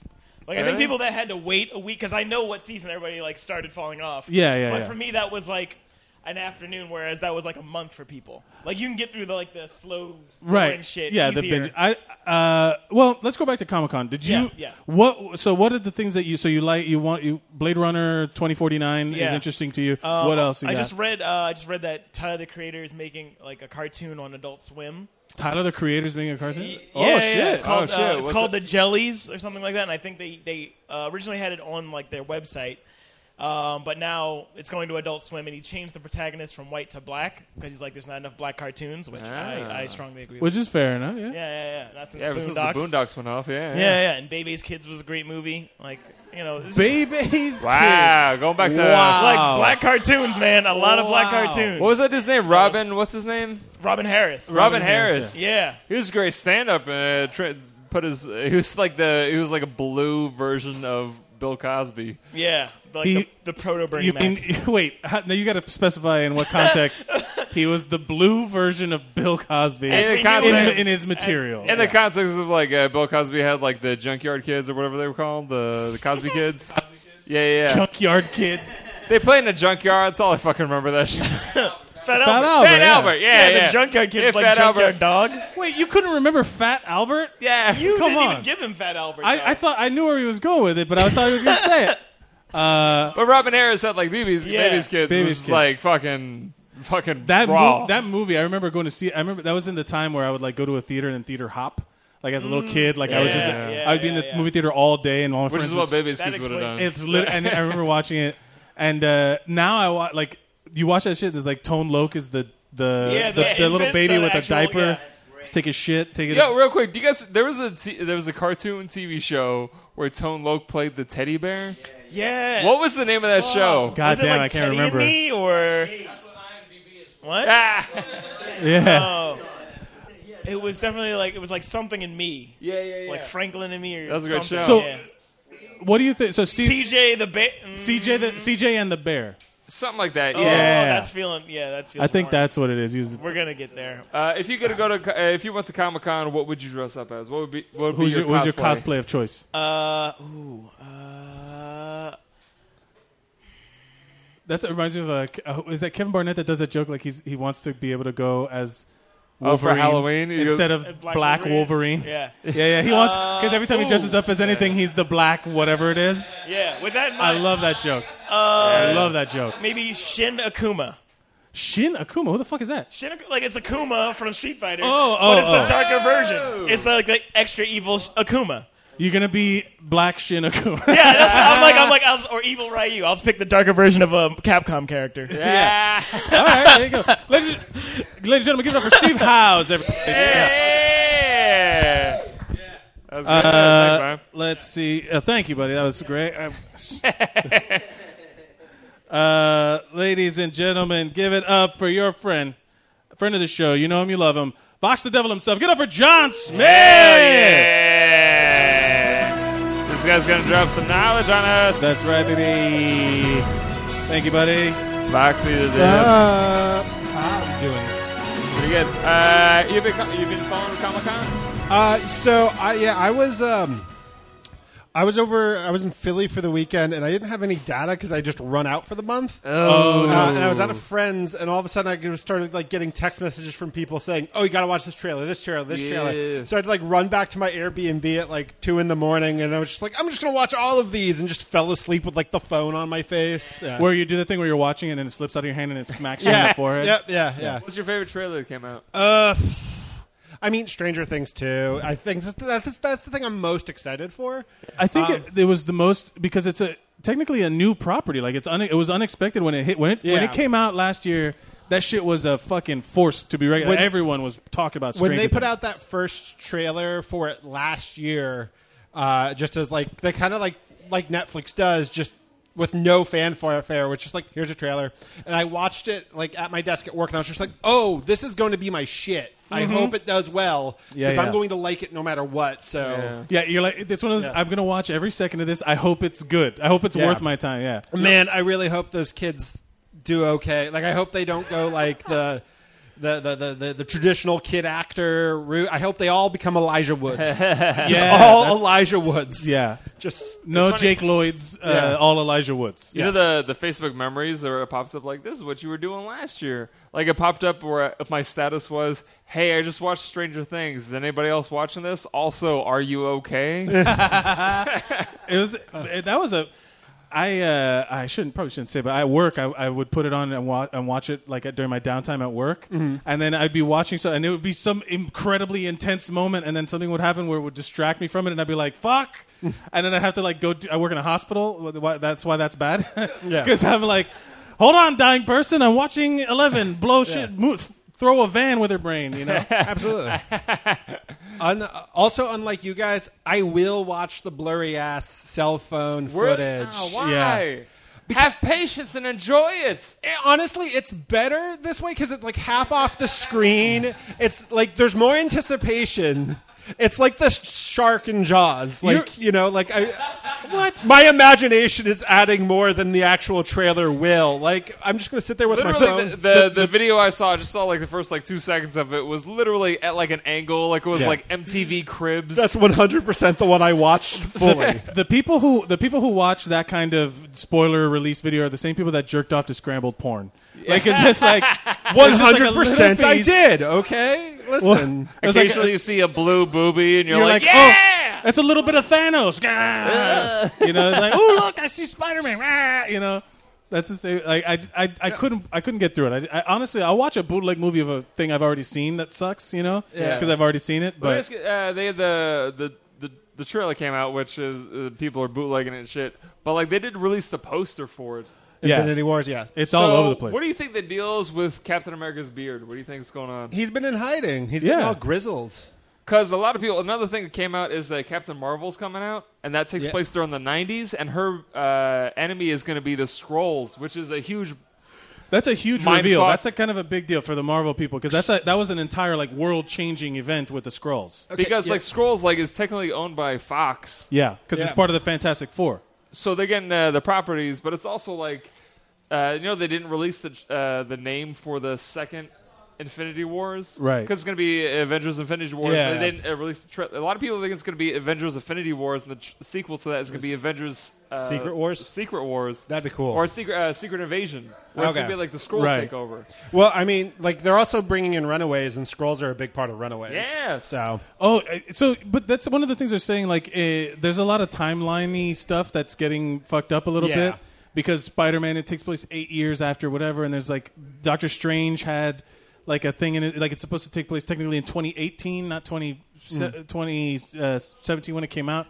[SPEAKER 5] Like I think
[SPEAKER 2] Really?
[SPEAKER 5] people that had to wait a week because I know what season everybody like started falling off.
[SPEAKER 1] Yeah, yeah,
[SPEAKER 5] But
[SPEAKER 1] yeah.
[SPEAKER 5] for me, that was like an afternoon, whereas that was like a month for people. Like you can get through the like the slow boring
[SPEAKER 1] right?
[SPEAKER 5] shit.
[SPEAKER 1] yeah,
[SPEAKER 5] easier.
[SPEAKER 1] the binge. I uh, well, let's go back to Comic Con. Did you?
[SPEAKER 5] Yeah, yeah.
[SPEAKER 1] What? So what are the things that you? So you like you want you Blade Runner 2049 is
[SPEAKER 5] Yeah.
[SPEAKER 1] interesting to you.
[SPEAKER 5] Um,
[SPEAKER 1] what else? You
[SPEAKER 5] I
[SPEAKER 1] got?
[SPEAKER 5] just read. Uh, I just read that Tyler the Creator is making like a cartoon on Adult Swim.
[SPEAKER 1] Tyler the Creator's being a cartoon.
[SPEAKER 5] Y-
[SPEAKER 1] oh
[SPEAKER 5] yeah,
[SPEAKER 1] shit!
[SPEAKER 5] yeah, It's called,
[SPEAKER 2] Oh, shit.
[SPEAKER 5] uh, it's
[SPEAKER 2] What's
[SPEAKER 5] called
[SPEAKER 2] it-
[SPEAKER 5] the Jellies or something like that, and I think they they uh, originally had it on like their website, um, but now it's going to Adult Swim, and he changed the protagonist from white to black because he's like, there's not enough black cartoons, which
[SPEAKER 2] Ah.
[SPEAKER 5] I, I strongly agree with.
[SPEAKER 1] Which is fair enough. Yeah.
[SPEAKER 5] Yeah, yeah, yeah. That's since
[SPEAKER 2] Yeah, ever
[SPEAKER 5] Boondocks.
[SPEAKER 2] since the Boondocks went off, yeah.
[SPEAKER 5] Yeah, yeah, and Baby's Kids was a great movie. Like, you know, it's just-
[SPEAKER 1] Baby's
[SPEAKER 2] Wow, going back to
[SPEAKER 1] Wow.
[SPEAKER 5] like black cartoons, man. A lot of black
[SPEAKER 1] Wow.
[SPEAKER 5] cartoons.
[SPEAKER 2] what was that dude's name? Robin. What's his name?
[SPEAKER 5] Robin Harris.
[SPEAKER 2] Robin,
[SPEAKER 1] Harris,
[SPEAKER 2] Harris.
[SPEAKER 5] Yeah.
[SPEAKER 2] He was a great stand-up. Uh, tri- put his. He was like the. He was like a blue version of Bill Cosby.
[SPEAKER 5] Yeah, like
[SPEAKER 1] He-
[SPEAKER 5] the, the proto Bernie
[SPEAKER 1] You
[SPEAKER 5] Mac.
[SPEAKER 1] mean wait? How, now you got to specify in what context he was the blue version of Bill Cosby
[SPEAKER 2] And
[SPEAKER 1] in,
[SPEAKER 2] the context,
[SPEAKER 1] in his material.
[SPEAKER 2] in the context of like uh, Bill Cosby had like the Junkyard Kids or whatever they were called, the the Cosby Kids. Yeah, yeah. yeah.
[SPEAKER 1] Junkyard Kids.
[SPEAKER 2] They played in a junkyard. That's all I fucking remember that shit.
[SPEAKER 1] Uh,
[SPEAKER 5] Fat
[SPEAKER 1] Fat
[SPEAKER 5] Albert.
[SPEAKER 1] Albert.
[SPEAKER 2] Fat
[SPEAKER 1] yeah.
[SPEAKER 2] Albert. Yeah,
[SPEAKER 5] Yeah,
[SPEAKER 2] yeah.
[SPEAKER 5] the junkyard kid's
[SPEAKER 2] Yeah,
[SPEAKER 5] like
[SPEAKER 2] Fat
[SPEAKER 5] junkyard
[SPEAKER 2] Albert.
[SPEAKER 5] dog.
[SPEAKER 1] Wait, you couldn't remember Fat Albert?
[SPEAKER 2] Yeah.
[SPEAKER 5] You
[SPEAKER 1] Come
[SPEAKER 5] didn't
[SPEAKER 1] on.
[SPEAKER 5] even give him Fat Albert. dog.
[SPEAKER 1] I, I thought I knew where he was going with it, but I thought he was going to say it. Uh,
[SPEAKER 2] But Robin Harris had like BB's
[SPEAKER 5] Yeah.
[SPEAKER 2] baby's
[SPEAKER 1] Baby's
[SPEAKER 2] kids. Baby's was just,
[SPEAKER 1] Kids.
[SPEAKER 2] like fucking fucking
[SPEAKER 1] that
[SPEAKER 2] raw.
[SPEAKER 1] mo- that movie, I remember going to see. I remember that was in the time where I would like go to a theater and then theater hop. Like as a little kid, like I would just
[SPEAKER 5] Mm. yeah, yeah,
[SPEAKER 1] I would be in the
[SPEAKER 5] yeah, yeah.
[SPEAKER 1] movie theater all day and all my
[SPEAKER 2] which
[SPEAKER 1] friends
[SPEAKER 2] is
[SPEAKER 1] would
[SPEAKER 2] what baby's
[SPEAKER 5] that
[SPEAKER 2] kids would have done.
[SPEAKER 5] explains-
[SPEAKER 1] It's lit- and I remember watching it, and uh, now I wa- like you watch that shit. And there's like Tone Loc is the the
[SPEAKER 5] Yeah,
[SPEAKER 1] the,
[SPEAKER 5] the
[SPEAKER 1] the little
[SPEAKER 5] infant,
[SPEAKER 1] baby
[SPEAKER 5] the
[SPEAKER 1] with
[SPEAKER 5] actual-
[SPEAKER 1] a diaper.
[SPEAKER 5] yeah.
[SPEAKER 1] Just take a shit, take it.
[SPEAKER 2] Yo, real quick, do you guys? There was a t- there was a cartoon TV show where Tone Loc played the teddy bear.
[SPEAKER 5] yeah.
[SPEAKER 2] What was the name of that show?
[SPEAKER 1] God
[SPEAKER 5] Was it
[SPEAKER 1] damn,
[SPEAKER 5] like
[SPEAKER 1] I can't
[SPEAKER 5] Teddy
[SPEAKER 1] remember.
[SPEAKER 5] And me or what?
[SPEAKER 2] Ah,
[SPEAKER 1] Yeah,
[SPEAKER 5] Oh. It was definitely like it was like something in me,
[SPEAKER 2] yeah, yeah, yeah.
[SPEAKER 5] like Franklin and me, or
[SPEAKER 2] That was a good
[SPEAKER 5] something.
[SPEAKER 2] show.
[SPEAKER 1] So-
[SPEAKER 5] yeah.
[SPEAKER 1] what do you think? So Steve,
[SPEAKER 5] CJ the ba- mm,
[SPEAKER 1] CJ, the CJ and the bear.
[SPEAKER 2] something like that.
[SPEAKER 5] oh,
[SPEAKER 2] Yeah.
[SPEAKER 5] that's feeling. Yeah, that feels.
[SPEAKER 1] I think
[SPEAKER 5] more.
[SPEAKER 1] that's what it is. He was,
[SPEAKER 5] we're gonna get there.
[SPEAKER 2] Uh, if you could go to, co- uh, if you went to Comic Con, what would you dress up as? What would be, what would be
[SPEAKER 1] who's
[SPEAKER 2] your,
[SPEAKER 1] your, who's your
[SPEAKER 2] cosplay?
[SPEAKER 1] cosplay of choice?
[SPEAKER 5] Uh, ooh, uh,
[SPEAKER 1] That's it reminds me of a. Uh, is that Kevin Barnett that does that joke? Like he's he wants to be able to go as.
[SPEAKER 2] Oh, for
[SPEAKER 1] Wolverine
[SPEAKER 2] Halloween? He goes-
[SPEAKER 1] instead of Black, Wolverine.
[SPEAKER 5] Yeah,
[SPEAKER 1] yeah, yeah, He wants because every time he
[SPEAKER 5] ooh.
[SPEAKER 1] dresses up as anything, he's the Black whatever it is.
[SPEAKER 5] yeah. With that, in
[SPEAKER 1] I
[SPEAKER 5] mind, uh,
[SPEAKER 1] love that joke. I love that joke.
[SPEAKER 5] maybe Shin Akuma.
[SPEAKER 1] Shin Akuma, who the fuck is that?
[SPEAKER 5] Shin, like it's Akuma from Street Fighter.
[SPEAKER 1] Oh, oh,
[SPEAKER 5] but it's
[SPEAKER 1] oh.
[SPEAKER 5] the darker version. It's the, like the extra evil sh- Akuma.
[SPEAKER 1] You're gonna be Black Shin Akuma.
[SPEAKER 5] Yeah, that's, I'm like, I'm like, I was, or evil Ryu. I'll just pick the darker version of a Capcom character.
[SPEAKER 1] Yeah. All right, there you go. Ladies, ladies and gentlemen, give it up for Steve Howes. Everybody.
[SPEAKER 2] Yeah. That was good.
[SPEAKER 1] Uh,
[SPEAKER 2] Thanks, man.
[SPEAKER 1] let's see. Uh, thank you, buddy. That was great. I- uh, ladies and gentlemen, give it up for your friend, friend of the show. You know him, you love him. Vox the Devil himself. Get up for John Smith.
[SPEAKER 2] yeah. This guy's gonna drop some knowledge on us.
[SPEAKER 1] That's right, baby. Thank you, buddy. Ah.
[SPEAKER 2] Boxy the Dibs.
[SPEAKER 3] Uh, I'm doing it.
[SPEAKER 2] Pretty good. Uh, you've been co- you've been following Comic Con.
[SPEAKER 6] Uh, so I yeah, I was um, I was over. I was in Philly for the weekend, and I didn't have any data because I just run out for the month.
[SPEAKER 2] Oh,
[SPEAKER 6] Uh, and I was out of friends, and all of a sudden I g- started like getting text messages from people saying, "Oh, you got to watch this trailer, this trailer, this
[SPEAKER 2] Yeah.
[SPEAKER 6] trailer." So I'd like run back to my Airbnb at like two in the morning, and I was just like, "I'm just gonna watch all of these," and just fell asleep with like the phone on my face. Yeah,
[SPEAKER 1] Where you do the thing where you're watching it and it slips out of your hand and it smacks you in
[SPEAKER 6] yeah,
[SPEAKER 1] the forehead.
[SPEAKER 6] Yep, yeah, yeah.
[SPEAKER 2] What's your favorite trailer that came out?
[SPEAKER 6] Uh, I mean, Stranger Things too. I think that's, that's that's the thing I'm most excited for.
[SPEAKER 1] I think
[SPEAKER 6] Um,
[SPEAKER 1] it, it was the most because it's a technically a new property. Like it's un, it was unexpected when it hit when it when
[SPEAKER 6] Yeah.
[SPEAKER 1] it came out last year. That shit was a fucking force to be regular.
[SPEAKER 6] When-
[SPEAKER 1] Everyone was talking about
[SPEAKER 6] when
[SPEAKER 1] Stranger
[SPEAKER 6] they put
[SPEAKER 1] Things.
[SPEAKER 6] out that first trailer for it last year, uh, just as like they kind of like like Netflix does, just with no fanfare, which is like, here's a trailer. And I watched it like at my desk at work, and I was just like, oh, this is going to be my shit. I hope it does well because
[SPEAKER 1] Mm-hmm. Yeah, yeah.
[SPEAKER 6] I'm going to like it no matter what. So
[SPEAKER 2] Yeah.
[SPEAKER 1] Yeah, you're like it's one of those. I'm gonna watch every second of this. I hope it's good. I hope it's
[SPEAKER 6] Yeah.
[SPEAKER 1] worth my time. Yeah,
[SPEAKER 6] man, I really hope those kids do okay. Like, I hope they don't go like the. The, the, the, the, the traditional kid actor route. I hope they all become Elijah Woods.
[SPEAKER 1] yeah,
[SPEAKER 6] all
[SPEAKER 1] that's-
[SPEAKER 6] Elijah Woods.
[SPEAKER 1] yeah.
[SPEAKER 6] Just
[SPEAKER 1] No
[SPEAKER 2] funny.
[SPEAKER 1] Jake Lloyd's. Uh,
[SPEAKER 6] Yeah.
[SPEAKER 1] All Elijah Woods.
[SPEAKER 2] You know the the Facebook memories where it pops up like this is what you were doing last year. Like it popped up where if my status was, "Hey, I just watched Stranger Things. Is anybody else watching this? Also, are you okay?"
[SPEAKER 1] It was it- that was a. I uh, I shouldn't probably shouldn't say, but I work. I, I would put it on and, wa- and watch it like at, during my downtime at work, and then I'd be watching so, and it would be some incredibly intense moment, and then something would happen where it would distract me from it, and I'd be like, "Fuck!" and then I'd have to like go. Do, I work in a hospital. Why, that's why that's bad.
[SPEAKER 6] Yeah.
[SPEAKER 1] because I'm like, hold on, dying person. I'm watching Eleven blow shit, move, throw a van with her brain. You know.
[SPEAKER 6] Absolutely. Un- also, unlike you guys, I will watch the blurry ass cell phone
[SPEAKER 2] We're-
[SPEAKER 6] footage.
[SPEAKER 2] Ah, why?
[SPEAKER 1] Yeah.
[SPEAKER 2] Have patience and enjoy it.
[SPEAKER 6] Eh, honestly, it's better this way because it's like half off the screen. It's like there's more anticipation. It's like the sh- shark in Jaws. Like you know, like I. What? My imagination is adding more than the actual trailer will. Like I'm just gonna sit there with my phone.
[SPEAKER 2] Literally, the, the, the video I saw, I just saw like the first like two seconds of it was literally at like an angle, like it was
[SPEAKER 6] Yeah.
[SPEAKER 2] like MTV Cribs.
[SPEAKER 6] That's 100 percent the one I watched fully.
[SPEAKER 1] the people who the people who watch that kind of spoiler release video are the same people that jerked off to scrambled porn. Like it's just like
[SPEAKER 6] One
[SPEAKER 1] just like a
[SPEAKER 6] hundred percent,
[SPEAKER 1] little
[SPEAKER 6] I
[SPEAKER 1] piece-
[SPEAKER 6] did. Okay, listen.
[SPEAKER 1] there's like
[SPEAKER 2] Occasionally, you see a blue booby, and you're,
[SPEAKER 1] you're
[SPEAKER 2] like,
[SPEAKER 1] like,
[SPEAKER 2] "Yeah!"
[SPEAKER 1] oh, that's a little bit of Thanos. Gah! you know, it's like oh look, I see Spider Man. You know, that's the same. Like I, I, I couldn't I couldn't get through it. I, I honestly I watch a bootleg movie of a thing I've already seen that sucks. You know,
[SPEAKER 6] Yeah.
[SPEAKER 1] because I've already seen it.
[SPEAKER 2] Let me
[SPEAKER 1] But
[SPEAKER 2] ask you, uh, they had the the the the trailer came out, which is uh, people are bootlegging it and shit. But like they did release the poster for it.
[SPEAKER 1] yeah,
[SPEAKER 6] Infinity Wars, yeah.
[SPEAKER 1] it's all
[SPEAKER 2] So,
[SPEAKER 1] over the place.
[SPEAKER 2] What do you think the deal is with Captain America's beard? What do you think is going on?
[SPEAKER 6] He's been in hiding. He's
[SPEAKER 1] Yeah.
[SPEAKER 6] getting all grizzled.
[SPEAKER 2] Because a lot of people, another thing that came out is that Captain Marvel's coming out, and that takes
[SPEAKER 6] Yeah.
[SPEAKER 2] place during the '90s, and her uh, enemy is going to be the Scrolls, which is a huge
[SPEAKER 1] That's a huge
[SPEAKER 2] Mind
[SPEAKER 1] reveal.
[SPEAKER 2] fuck.
[SPEAKER 1] That's a kind of a big deal for the Marvel people because that's a, that was an entire like world changing event with the Skrulls.
[SPEAKER 2] because
[SPEAKER 6] yeah.
[SPEAKER 2] like Scrolls like is technically owned by Fox,
[SPEAKER 1] Yeah, because it's
[SPEAKER 6] Yeah.
[SPEAKER 1] part of the Fantastic Four.
[SPEAKER 2] so they're getting uh, the properties, but it's also like uh, you know they didn't release the uh, the name for the second Infinity Wars,
[SPEAKER 1] Right.
[SPEAKER 2] Because it's gonna be Avengers Infinity Wars.
[SPEAKER 6] Yeah.
[SPEAKER 2] but They didn't uh, release the tra- a lot of people think it's gonna be Avengers Infinity Wars, and the tr- sequel to that is gonna be Avengers uh,
[SPEAKER 6] Secret Wars?
[SPEAKER 2] Secret Wars.
[SPEAKER 6] That'd be cool.
[SPEAKER 2] or Secret uh, Secret Invasion, where it's
[SPEAKER 6] Okay.
[SPEAKER 2] gonna be like the Skrulls
[SPEAKER 1] Right.
[SPEAKER 2] take over.
[SPEAKER 6] Well, I mean, like they're also bringing in Runaways, and Scrolls are a big part of Runaways.
[SPEAKER 2] Yeah.
[SPEAKER 6] So
[SPEAKER 1] Oh, uh, so but that's one of the things they're saying. Like, uh, there's a lot of timeliney stuff that's getting fucked up a little
[SPEAKER 6] Yeah.
[SPEAKER 1] bit because Spider-Man it takes place eight years after whatever, and there's like Doctor Strange had like a thing in it, like it's supposed to take place technically in 2018, not 20, se- uh, 2017 when it came out.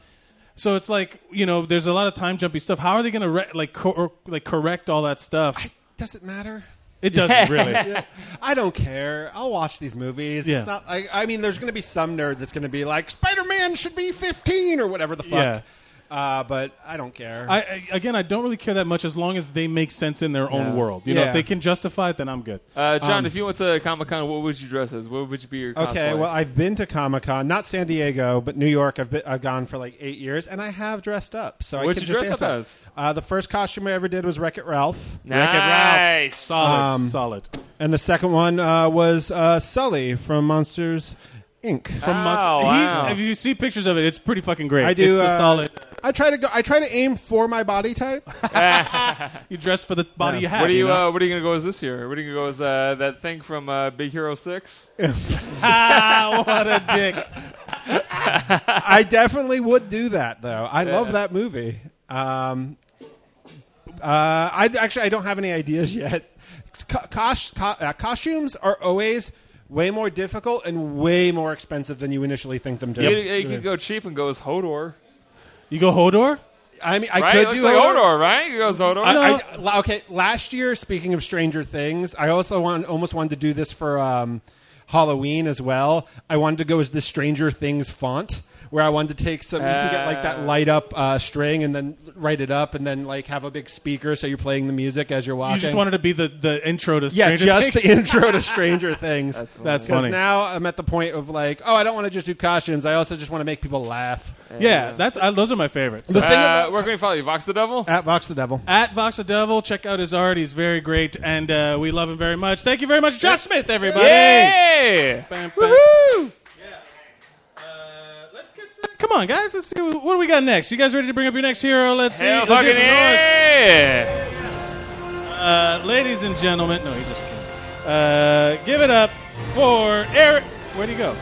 [SPEAKER 1] So it's like you know, there's a lot of time jumpy stuff. How are they going to re- like co- or, like correct all that stuff?
[SPEAKER 6] does it matter?
[SPEAKER 1] it doesn't really.
[SPEAKER 6] I don't care. I'll watch these movies.
[SPEAKER 1] Yeah.
[SPEAKER 6] It's not, I, I mean, there's going to be some nerd that's going to be like, Spider Man should be 15 or whatever the fuck. Uh, but I don't care.
[SPEAKER 1] I, I again, I don't really care that much as long as they make sense in their own
[SPEAKER 2] Yeah.
[SPEAKER 1] world. You know, Um, if
[SPEAKER 6] Yeah.
[SPEAKER 1] they can justify it, then I'm good.
[SPEAKER 2] Uh, John, if you went to Comic Con, what would you dress as? What would you be your cosplay?
[SPEAKER 6] Okay, well, I've been to Comic Con, not San Diego, but New York. I've been, I've gone for like eight years, and I have dressed up. So
[SPEAKER 2] What'd
[SPEAKER 6] I can
[SPEAKER 2] you
[SPEAKER 6] just
[SPEAKER 2] dress up
[SPEAKER 6] answer.
[SPEAKER 2] as?
[SPEAKER 6] Uh, the first costume I ever did was Wreck It Ralph, Um,
[SPEAKER 1] Wreck-It Ralph.
[SPEAKER 2] nice.
[SPEAKER 1] Solid, solid.
[SPEAKER 6] and the second one uh, was uh, Sully from Monsters Inc.
[SPEAKER 1] From months,
[SPEAKER 2] Oh,
[SPEAKER 1] he-
[SPEAKER 2] wow.
[SPEAKER 1] if you see pictures of it, it's pretty fucking great.
[SPEAKER 6] I do
[SPEAKER 1] It's a
[SPEAKER 6] uh,
[SPEAKER 1] solid.
[SPEAKER 6] I try to go. I try to aim for my body type.
[SPEAKER 1] You dress for the body you have.
[SPEAKER 2] What are you?
[SPEAKER 1] know?
[SPEAKER 2] Uh, what are you gonna go as this year? What are you gonna go as uh, that thing from uh, Big Hero Six?
[SPEAKER 1] ah, what a dick.
[SPEAKER 6] I definitely would do that, though. I love that movie. Um, uh, I actually I don't have any ideas yet. Co- cos- co- uh, costumes are always way more difficult and way more expensive than you initially think them to.
[SPEAKER 2] You,
[SPEAKER 6] be.
[SPEAKER 2] you could go cheap and go as Hodor,
[SPEAKER 1] You go Hodor?
[SPEAKER 6] I mean, I
[SPEAKER 2] right?
[SPEAKER 6] could
[SPEAKER 2] Looks
[SPEAKER 6] do
[SPEAKER 2] like
[SPEAKER 6] Hodor.
[SPEAKER 2] Hodor, right? You go as Hodor.
[SPEAKER 1] I-
[SPEAKER 6] I- la- okay, last year, speaking of Stranger Things, I also want, almost wanted to do this for um, Halloween as well. I wanted to go as the Stranger Things font, where I wanted to take some. you can get like that
[SPEAKER 2] Ah.
[SPEAKER 6] light up uh, string and then write it up and then like have a big speaker so you're playing the music as you're walking.
[SPEAKER 1] You just wanted to be the, the intro to
[SPEAKER 6] yeah,
[SPEAKER 1] Stranger
[SPEAKER 6] just
[SPEAKER 1] Things.
[SPEAKER 6] the intro to Stranger Things. That's
[SPEAKER 1] That's
[SPEAKER 6] Because
[SPEAKER 1] funny.
[SPEAKER 6] now I'm at the point of like, oh, I don't want to just do costumes. I also just want to make people laugh.
[SPEAKER 1] yeah, that's I, those are my favorites.
[SPEAKER 6] The
[SPEAKER 2] Uh,
[SPEAKER 6] thing about-
[SPEAKER 2] where can we follow you? Vox the Devil?
[SPEAKER 6] at Vox the Devil.
[SPEAKER 1] At Vox the Devil, check out his art. He's very great, and uh, we love him very much. Thank you very much, Josh Smith, everybody.
[SPEAKER 2] Yay!
[SPEAKER 1] Bam, bam.
[SPEAKER 2] Woohoo!
[SPEAKER 1] Uh, let's get some- Come on, guys. Let's see what, what do we got next. You guys ready to bring up your next hero? Let's see.
[SPEAKER 2] Hell
[SPEAKER 1] Let's hear
[SPEAKER 2] fucking
[SPEAKER 1] some noise.
[SPEAKER 2] yeah!
[SPEAKER 1] Uh, ladies and gentlemen, no, he just kidding. Uh, give it up for Eric. Where'd he go?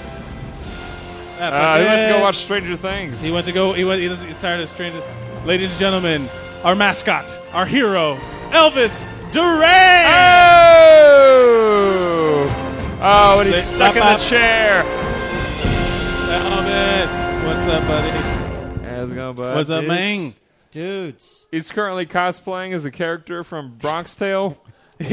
[SPEAKER 1] Ah,
[SPEAKER 2] Uh, who wants to
[SPEAKER 1] forget.
[SPEAKER 2] go watch Stranger Things?
[SPEAKER 1] He went to go. He went, he doesn't, he's tired of strangers. Ladies and gentlemen, our mascot, our hero, Elvis Duran.
[SPEAKER 2] Oh! Oh, and
[SPEAKER 1] They
[SPEAKER 2] he's
[SPEAKER 1] stop
[SPEAKER 2] stuck in the
[SPEAKER 1] up.
[SPEAKER 2] chair.
[SPEAKER 1] Elvis, what's up, buddy?
[SPEAKER 2] How's it going, bud?
[SPEAKER 1] What's up,
[SPEAKER 3] dudes?
[SPEAKER 1] man?
[SPEAKER 3] dudes.
[SPEAKER 2] He's currently cosplaying as a character from Bronx Tale.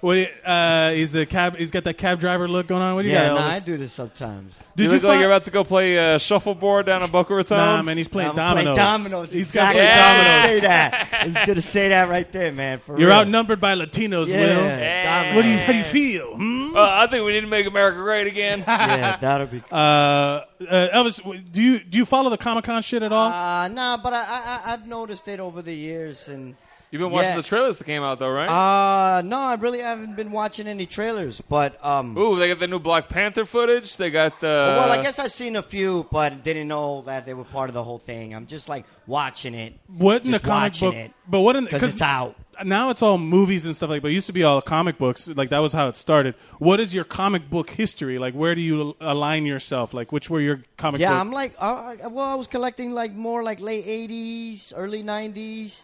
[SPEAKER 1] What? do you- Uh, he's a cab. He's got that cab driver look going on. What do you
[SPEAKER 7] Yeah,
[SPEAKER 1] got,
[SPEAKER 7] no,
[SPEAKER 1] Elvis?
[SPEAKER 7] I do this sometimes.
[SPEAKER 1] Did
[SPEAKER 2] you look like
[SPEAKER 1] find-
[SPEAKER 2] you're about to go play uh, shuffleboard down in Boca Raton?
[SPEAKER 1] Nah, man, he's playing
[SPEAKER 7] I'm gonna play
[SPEAKER 1] dominoes.
[SPEAKER 7] dominoes.
[SPEAKER 1] He's got to
[SPEAKER 7] exactly.
[SPEAKER 1] play
[SPEAKER 7] I'm gonna Say
[SPEAKER 1] dominoes.
[SPEAKER 7] that. He's gonna say that right there, man. For
[SPEAKER 1] You're
[SPEAKER 7] real.
[SPEAKER 1] outnumbered by Latinos,
[SPEAKER 7] Yeah,
[SPEAKER 1] Will.
[SPEAKER 7] dominoes.
[SPEAKER 1] What do you? How do you feel? Hmm?
[SPEAKER 2] Uh, I think we need to make America great again.
[SPEAKER 7] Yeah, that'll be.
[SPEAKER 1] Uh, uh, Elvis, w- do you do you follow the Comic Con shit at all?
[SPEAKER 7] Uh, nah, but I, I, I- I've noticed it over the years, and
[SPEAKER 2] You've been watching
[SPEAKER 7] Yeah.
[SPEAKER 2] the trailers that came out, though, right?
[SPEAKER 7] uh, no, I really haven't been watching any trailers. But um,
[SPEAKER 2] Ooh, uh, they got the new Black Panther footage. They got the.
[SPEAKER 7] well, I guess I've seen a few, but didn't know that they were part of the whole thing. I'm just like watching it.
[SPEAKER 1] what in the
[SPEAKER 7] just
[SPEAKER 1] comic
[SPEAKER 7] watching
[SPEAKER 1] book?
[SPEAKER 7] it,
[SPEAKER 1] But what in
[SPEAKER 7] because it's out.
[SPEAKER 1] now it's all movies and stuff like. But it used to be all comic books. Like that was how it started. What is your comic book history? Like where do you al- align yourself? Like which were your comic?
[SPEAKER 7] Yeah,
[SPEAKER 1] book?
[SPEAKER 7] I'm like, uh, well, I was collecting like more like late '80s, early '90s,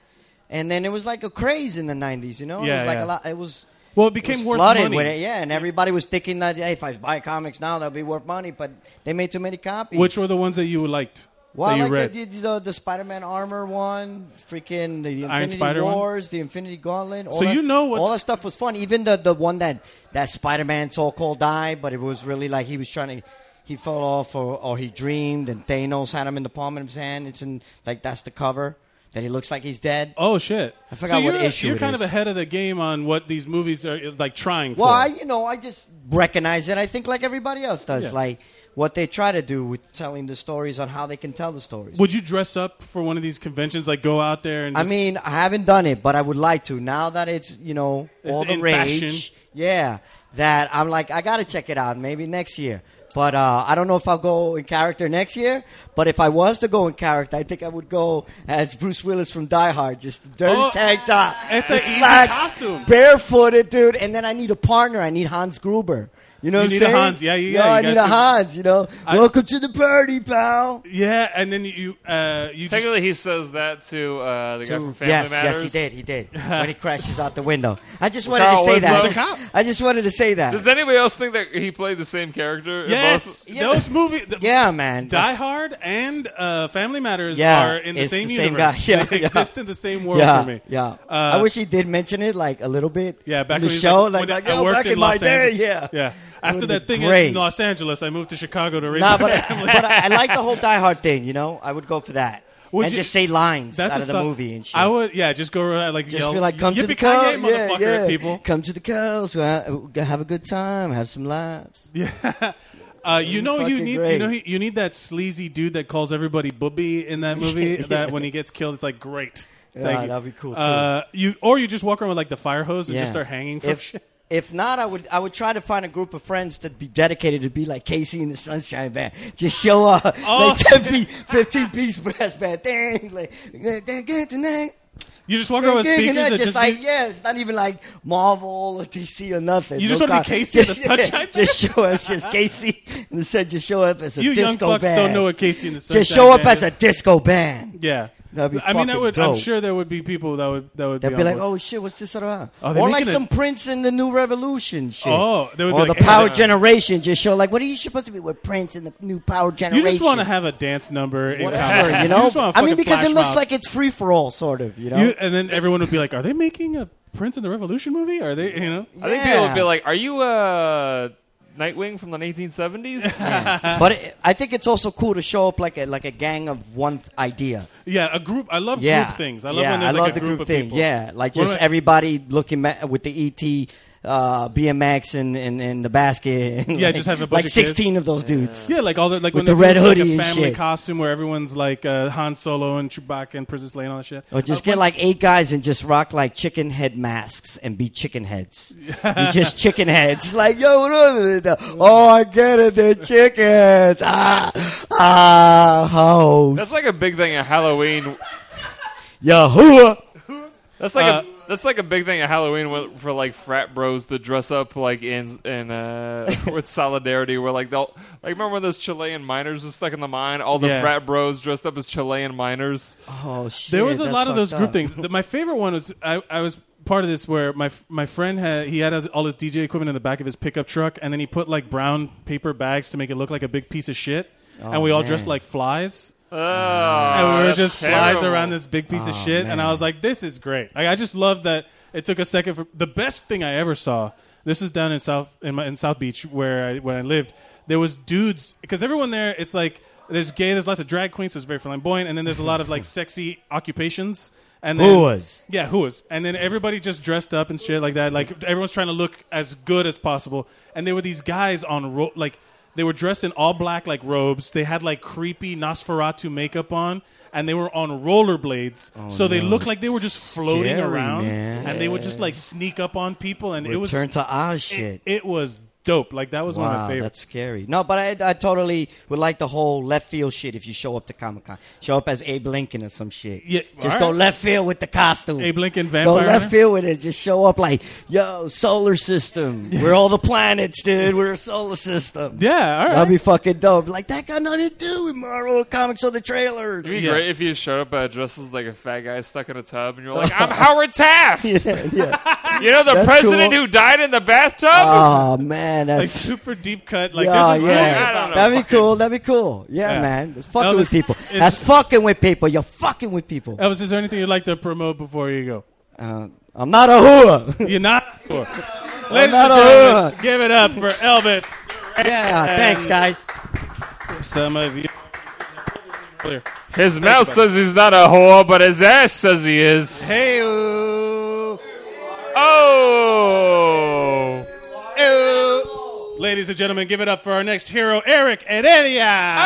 [SPEAKER 7] and then it was like a craze in the '90s. You know,
[SPEAKER 1] Yeah,
[SPEAKER 7] it was like
[SPEAKER 1] yeah.
[SPEAKER 7] a lot. It was
[SPEAKER 1] Well, it became
[SPEAKER 7] was
[SPEAKER 1] worth
[SPEAKER 7] flooded
[SPEAKER 1] money.
[SPEAKER 7] with it, yeah, and everybody was thinking that hey, if I buy comics now, that'll be worth money. But they made too many copies.
[SPEAKER 1] Which were the ones that you liked?
[SPEAKER 7] well,
[SPEAKER 1] that you
[SPEAKER 7] like
[SPEAKER 1] read?
[SPEAKER 7] The, the, the Spider-Man armor one, freaking the
[SPEAKER 1] Iron
[SPEAKER 7] Infinity
[SPEAKER 1] Spider one?
[SPEAKER 7] Wars, the Infinity Gauntlet. All
[SPEAKER 1] So
[SPEAKER 7] that,
[SPEAKER 1] you know what's-
[SPEAKER 7] all that stuff was fun. Even the the one that that Spider-Man so-called died, but it was really like he was trying to. He fell off, or, or he dreamed, and Thanos had him in the palm of his hand. It's in like that's the cover that he looks like he's dead.
[SPEAKER 1] Oh shit!
[SPEAKER 7] I forgot
[SPEAKER 1] so
[SPEAKER 7] what
[SPEAKER 1] you're,
[SPEAKER 7] issue
[SPEAKER 1] You're
[SPEAKER 7] it
[SPEAKER 1] kind
[SPEAKER 7] is.
[SPEAKER 1] of ahead of the game on what these movies are like trying
[SPEAKER 7] Well,
[SPEAKER 1] for.
[SPEAKER 7] I, you know, I just recognize it. I think like everybody else does,
[SPEAKER 1] Yeah.
[SPEAKER 7] like what they try to do with telling the stories on how they can tell the stories.
[SPEAKER 1] Would you dress up for one of these conventions? Like go out there and
[SPEAKER 7] I
[SPEAKER 1] just,
[SPEAKER 7] mean, I haven't done it, but I would like to now that it's you know
[SPEAKER 1] It's
[SPEAKER 7] all the
[SPEAKER 1] in
[SPEAKER 7] rage.
[SPEAKER 1] fashion.
[SPEAKER 7] Yeah, that I'm like I gotta check it out. Maybe next year. But uh, I don't know if I'll go in character next year. But if I was to go in character, I think I would go as Bruce Willis from Die Hard, just the dirty
[SPEAKER 1] Oh,
[SPEAKER 7] tank top,
[SPEAKER 1] it's
[SPEAKER 7] the
[SPEAKER 1] an easy costume.
[SPEAKER 7] barefooted, dude. And then I need a partner. I need Hans Gruber. You know,
[SPEAKER 1] You
[SPEAKER 7] what
[SPEAKER 1] need
[SPEAKER 7] I'm
[SPEAKER 1] a
[SPEAKER 7] saying?
[SPEAKER 1] Hans. Yeah, yeah,
[SPEAKER 7] Yo,
[SPEAKER 1] yeah, you
[SPEAKER 7] I
[SPEAKER 1] guys
[SPEAKER 7] need a
[SPEAKER 1] could-
[SPEAKER 7] Hans. You know,
[SPEAKER 1] I-
[SPEAKER 7] welcome to the party, pal.
[SPEAKER 1] yeah, and then you uh, you just
[SPEAKER 2] Technically, he says that to uh, the guy from
[SPEAKER 7] Ooh,
[SPEAKER 2] Family
[SPEAKER 7] yes,
[SPEAKER 2] Matters.
[SPEAKER 7] yes, he did. He did when he crashes out the window. I just wanted
[SPEAKER 2] Carl
[SPEAKER 7] to say
[SPEAKER 2] Winslow.
[SPEAKER 7] that. I
[SPEAKER 2] The
[SPEAKER 7] just, I just wanted to say that.
[SPEAKER 2] Does anybody else think that he played the same character? in
[SPEAKER 1] Yes,
[SPEAKER 2] both?
[SPEAKER 7] Yeah.
[SPEAKER 1] those movies. The,
[SPEAKER 7] yeah, man.
[SPEAKER 1] Die Hard and uh, Family Matters
[SPEAKER 7] Yeah,
[SPEAKER 1] are in the
[SPEAKER 7] it's
[SPEAKER 1] same
[SPEAKER 7] the same
[SPEAKER 1] universe.
[SPEAKER 7] guy. Yeah,
[SPEAKER 1] they
[SPEAKER 7] yeah.
[SPEAKER 1] exist in the same world
[SPEAKER 7] yeah,
[SPEAKER 1] for me.
[SPEAKER 7] yeah. I
[SPEAKER 1] Uh,
[SPEAKER 7] wish he did mention it like a little bit.
[SPEAKER 1] Yeah, back
[SPEAKER 7] in
[SPEAKER 1] when
[SPEAKER 7] the
[SPEAKER 1] he was,
[SPEAKER 7] show,
[SPEAKER 1] like,
[SPEAKER 7] like,
[SPEAKER 1] when
[SPEAKER 7] like,
[SPEAKER 1] I
[SPEAKER 7] yo,
[SPEAKER 1] worked
[SPEAKER 7] back
[SPEAKER 1] in
[SPEAKER 7] in, my
[SPEAKER 1] Los
[SPEAKER 7] day,
[SPEAKER 1] Angeles.
[SPEAKER 7] yeah,
[SPEAKER 1] yeah. After
[SPEAKER 7] would've
[SPEAKER 1] that
[SPEAKER 7] been
[SPEAKER 1] thing
[SPEAKER 7] great.
[SPEAKER 1] in Los Angeles, I moved to Chicago to raise
[SPEAKER 7] Nah,
[SPEAKER 1] my
[SPEAKER 7] but, I,
[SPEAKER 1] family.
[SPEAKER 7] but I, I like the whole Die Hard thing. You know, I would go for that
[SPEAKER 1] Would
[SPEAKER 7] and
[SPEAKER 1] you-
[SPEAKER 7] just say lines
[SPEAKER 1] That's
[SPEAKER 7] out
[SPEAKER 1] a
[SPEAKER 7] of the
[SPEAKER 1] sub-
[SPEAKER 7] movie and shit.
[SPEAKER 1] I would, yeah, just go around like
[SPEAKER 7] just
[SPEAKER 1] yell,
[SPEAKER 7] be like, come to the
[SPEAKER 1] "Yippee-ki-yay,
[SPEAKER 7] girls,
[SPEAKER 1] motherfucker!"
[SPEAKER 7] yeah, yeah.
[SPEAKER 1] at people.
[SPEAKER 7] Come to the girls, uh, have a good time, have some laughs.
[SPEAKER 1] Uh, you know you
[SPEAKER 7] fucking
[SPEAKER 1] need you
[SPEAKER 7] great.
[SPEAKER 1] know you need that sleazy dude that calls everybody booby in that movie. That when he gets killed, it's like great.
[SPEAKER 7] Yeah,
[SPEAKER 1] Thank you.
[SPEAKER 7] that'd be cool, too.
[SPEAKER 1] Uh, you or you just walk around with like the fire hose and
[SPEAKER 7] Yeah.
[SPEAKER 1] just start hanging from
[SPEAKER 7] if,
[SPEAKER 1] shit.
[SPEAKER 7] If not, I would I would try to find a group of friends that'd be dedicated to be like Casey and the Sunshine Band. Just show up,
[SPEAKER 1] Oh.
[SPEAKER 7] like 10 pe- 15 piece brass band. Dang, like, yeah, they're good tonight.
[SPEAKER 1] You just walk
[SPEAKER 7] They're
[SPEAKER 1] around with
[SPEAKER 7] good
[SPEAKER 1] speakers
[SPEAKER 7] tonight.
[SPEAKER 1] that
[SPEAKER 7] Just,
[SPEAKER 1] just
[SPEAKER 7] like,
[SPEAKER 1] be-
[SPEAKER 7] yeah, it's not even like Marvel or DC or nothing.
[SPEAKER 1] You just
[SPEAKER 7] No
[SPEAKER 1] wanna be
[SPEAKER 7] con-
[SPEAKER 1] Casey and the Sunshine Band?
[SPEAKER 7] Just show up, just Casey and the Sun. Just show up as a
[SPEAKER 1] you
[SPEAKER 7] disco
[SPEAKER 1] young fucks
[SPEAKER 7] band.
[SPEAKER 1] don't know what Casey and the Sunshine
[SPEAKER 7] Just show up
[SPEAKER 1] Band
[SPEAKER 7] as
[SPEAKER 1] is.
[SPEAKER 7] a disco band.
[SPEAKER 1] yeah.
[SPEAKER 7] That'd be
[SPEAKER 1] I mean, that
[SPEAKER 7] fucking
[SPEAKER 1] would. I'm
[SPEAKER 7] dope.
[SPEAKER 1] sure there would be people that would that would
[SPEAKER 7] They'd
[SPEAKER 1] be,
[SPEAKER 7] be
[SPEAKER 1] on
[SPEAKER 7] like,
[SPEAKER 1] board.
[SPEAKER 7] "Oh shit, what's this around?"
[SPEAKER 1] Oh, they're
[SPEAKER 7] or like
[SPEAKER 1] making a-
[SPEAKER 7] some Prince in the New Revolution shit.
[SPEAKER 1] Oh, they would be
[SPEAKER 7] or
[SPEAKER 1] like,
[SPEAKER 7] the Power
[SPEAKER 1] "Yeah."
[SPEAKER 7] Generation just show like, "What are you supposed to be with Prince in the New Power
[SPEAKER 1] You
[SPEAKER 7] "Oh, Generation?"
[SPEAKER 1] just want to have a dance number, in
[SPEAKER 7] whatever,
[SPEAKER 1] comedy.
[SPEAKER 7] you know.
[SPEAKER 1] just want a
[SPEAKER 7] I mean,
[SPEAKER 1] fucking
[SPEAKER 7] because it
[SPEAKER 1] flash
[SPEAKER 7] looks
[SPEAKER 1] mob.
[SPEAKER 7] like it's free for all, sort of. You know,
[SPEAKER 1] You, and then everyone would be like, "Are they making a Prince and the Revolution movie? Are they? You know?
[SPEAKER 2] I think people would be like, "Are you uh, Nightwing from the 1970s.
[SPEAKER 7] but it, I think it's also cool to show up like a like a gang of one th- idea.
[SPEAKER 1] Yeah, a group. I love
[SPEAKER 7] Yeah,
[SPEAKER 1] group things. I love
[SPEAKER 7] yeah,
[SPEAKER 1] when there's
[SPEAKER 7] I
[SPEAKER 1] like
[SPEAKER 7] love
[SPEAKER 1] a
[SPEAKER 7] the
[SPEAKER 1] group,
[SPEAKER 7] group
[SPEAKER 1] of
[SPEAKER 7] thing.
[SPEAKER 1] people.
[SPEAKER 7] Yeah, like
[SPEAKER 1] What
[SPEAKER 7] just
[SPEAKER 1] am I-
[SPEAKER 7] everybody looking ma- with the ET. Uh, BMX and, and, and the basket. And
[SPEAKER 1] Yeah,
[SPEAKER 7] like,
[SPEAKER 1] just have a bunch
[SPEAKER 7] like
[SPEAKER 1] of kids.
[SPEAKER 7] sixteen of those dudes.
[SPEAKER 1] Yeah, like all the like when
[SPEAKER 7] the
[SPEAKER 1] they
[SPEAKER 7] red
[SPEAKER 1] do, like,
[SPEAKER 7] hoodie
[SPEAKER 1] a
[SPEAKER 7] and
[SPEAKER 1] family
[SPEAKER 7] shit.
[SPEAKER 1] costume where everyone's like uh, Han Solo and Chewbacca and Princess Leia and all that shit.
[SPEAKER 7] Or just get like eight guys and just rock like chicken head masks and be chicken heads. be just chicken heads. Like yo, what up? oh, I get it. They're chickens. Ah, ah, hoes.
[SPEAKER 2] That's like a big thing at Halloween.
[SPEAKER 7] Yahoo!
[SPEAKER 2] That's like
[SPEAKER 1] Uh,
[SPEAKER 2] a that's like a big thing at Halloween when- for like frat bros to dress up like in in uh, with solidarity. Where like they'll like remember when those Chilean miners were stuck in the mine? All the
[SPEAKER 1] Yeah.
[SPEAKER 2] frat bros dressed up as Chilean miners.
[SPEAKER 7] Oh shit!
[SPEAKER 1] There was a
[SPEAKER 7] that's
[SPEAKER 1] lot of those
[SPEAKER 7] fucked
[SPEAKER 1] group
[SPEAKER 7] up.
[SPEAKER 1] things. The, my favorite one was I, I was part of this where my my friend had he had his- all his DJ equipment in the back of his pickup truck, and then he put like brown paper bags to make it look like a big piece of shit, and we all
[SPEAKER 7] Oh, man.
[SPEAKER 1] dressed like flies.
[SPEAKER 2] Oh,
[SPEAKER 1] and we were
[SPEAKER 2] that's
[SPEAKER 1] just flies
[SPEAKER 2] terrible.
[SPEAKER 1] around this big piece
[SPEAKER 7] Oh,
[SPEAKER 1] of shit. And I was like, this is great. Like, I just love that it took a second for the best thing I ever saw. This is down in South in, my, in South Beach where I, where I lived. There was dudes because everyone there. It's like there's gay. There's lots of drag queens. So it's very flamboyant. And then there's a lot of like sexy occupations. And then,
[SPEAKER 7] Whoas.
[SPEAKER 1] Yeah, who was? And then everybody just dressed up and shit like that. Like everyone's trying to look as good as possible. And there were these guys on ro- like they were dressed in all black like robes. They had like creepy Nosferatu makeup on, and they were on rollerblades. so they looked like they were just floating
[SPEAKER 7] Scary,
[SPEAKER 1] around,
[SPEAKER 7] man.
[SPEAKER 1] and they would just like sneak up on people. And it was
[SPEAKER 7] Return to Oz shit.
[SPEAKER 1] it, it was dope. Like that was one of
[SPEAKER 7] Wow,
[SPEAKER 1] my favorites.
[SPEAKER 7] that's scary. No, but I, I totally would like the whole left field shit if you show up to Comic Con. Show up as Abe Lincoln or some shit.
[SPEAKER 1] Yeah,
[SPEAKER 7] Just
[SPEAKER 1] all
[SPEAKER 7] go
[SPEAKER 1] right.
[SPEAKER 7] left field with the costume.
[SPEAKER 1] Abe Lincoln
[SPEAKER 7] Go
[SPEAKER 1] vampire.
[SPEAKER 7] left field with it. Just show up like, yo, solar system. We're all the planets, dude. We're a solar system.
[SPEAKER 1] yeah, all right.
[SPEAKER 7] That'd be fucking dope. Like, that got nothing to do with Marvel Comics or the trailers.
[SPEAKER 2] It'd be
[SPEAKER 1] Yeah.
[SPEAKER 2] great if you showed up uh, dressed as like a fat guy stuck in a tub, and you're like, "I'm Howard Taft,
[SPEAKER 7] yeah, yeah.
[SPEAKER 2] you know the
[SPEAKER 7] That's
[SPEAKER 2] president
[SPEAKER 7] cool.
[SPEAKER 2] who died in the bathtub."
[SPEAKER 7] Oh, man.
[SPEAKER 1] like
[SPEAKER 7] That's.
[SPEAKER 1] super deep cut. Like
[SPEAKER 7] yeah,
[SPEAKER 1] there's a
[SPEAKER 2] I
[SPEAKER 7] yeah.
[SPEAKER 2] don't know,
[SPEAKER 7] That'd be
[SPEAKER 2] fucking-
[SPEAKER 7] cool. That'd be cool. Yeah,
[SPEAKER 1] Yeah.
[SPEAKER 7] man. It's fucking
[SPEAKER 1] Elvis,
[SPEAKER 7] with people.
[SPEAKER 1] it's-
[SPEAKER 7] That's fucking with people. You're fucking with people.
[SPEAKER 1] Elvis, is there anything you'd like to promote before you go?
[SPEAKER 7] Uh, I'm not a whore.
[SPEAKER 1] You're not. Ladies and
[SPEAKER 7] not a
[SPEAKER 1] gentlemen,
[SPEAKER 7] hood.
[SPEAKER 1] give it up for Elvis.
[SPEAKER 7] yeah, thanks, guys.
[SPEAKER 1] Some of you.
[SPEAKER 2] His mouth says he's not a whore, but his ass says he is.
[SPEAKER 1] Hey,
[SPEAKER 2] Oh.
[SPEAKER 1] ladies and gentlemen, give it up for our next hero, Eric Heredia.
[SPEAKER 2] Oh!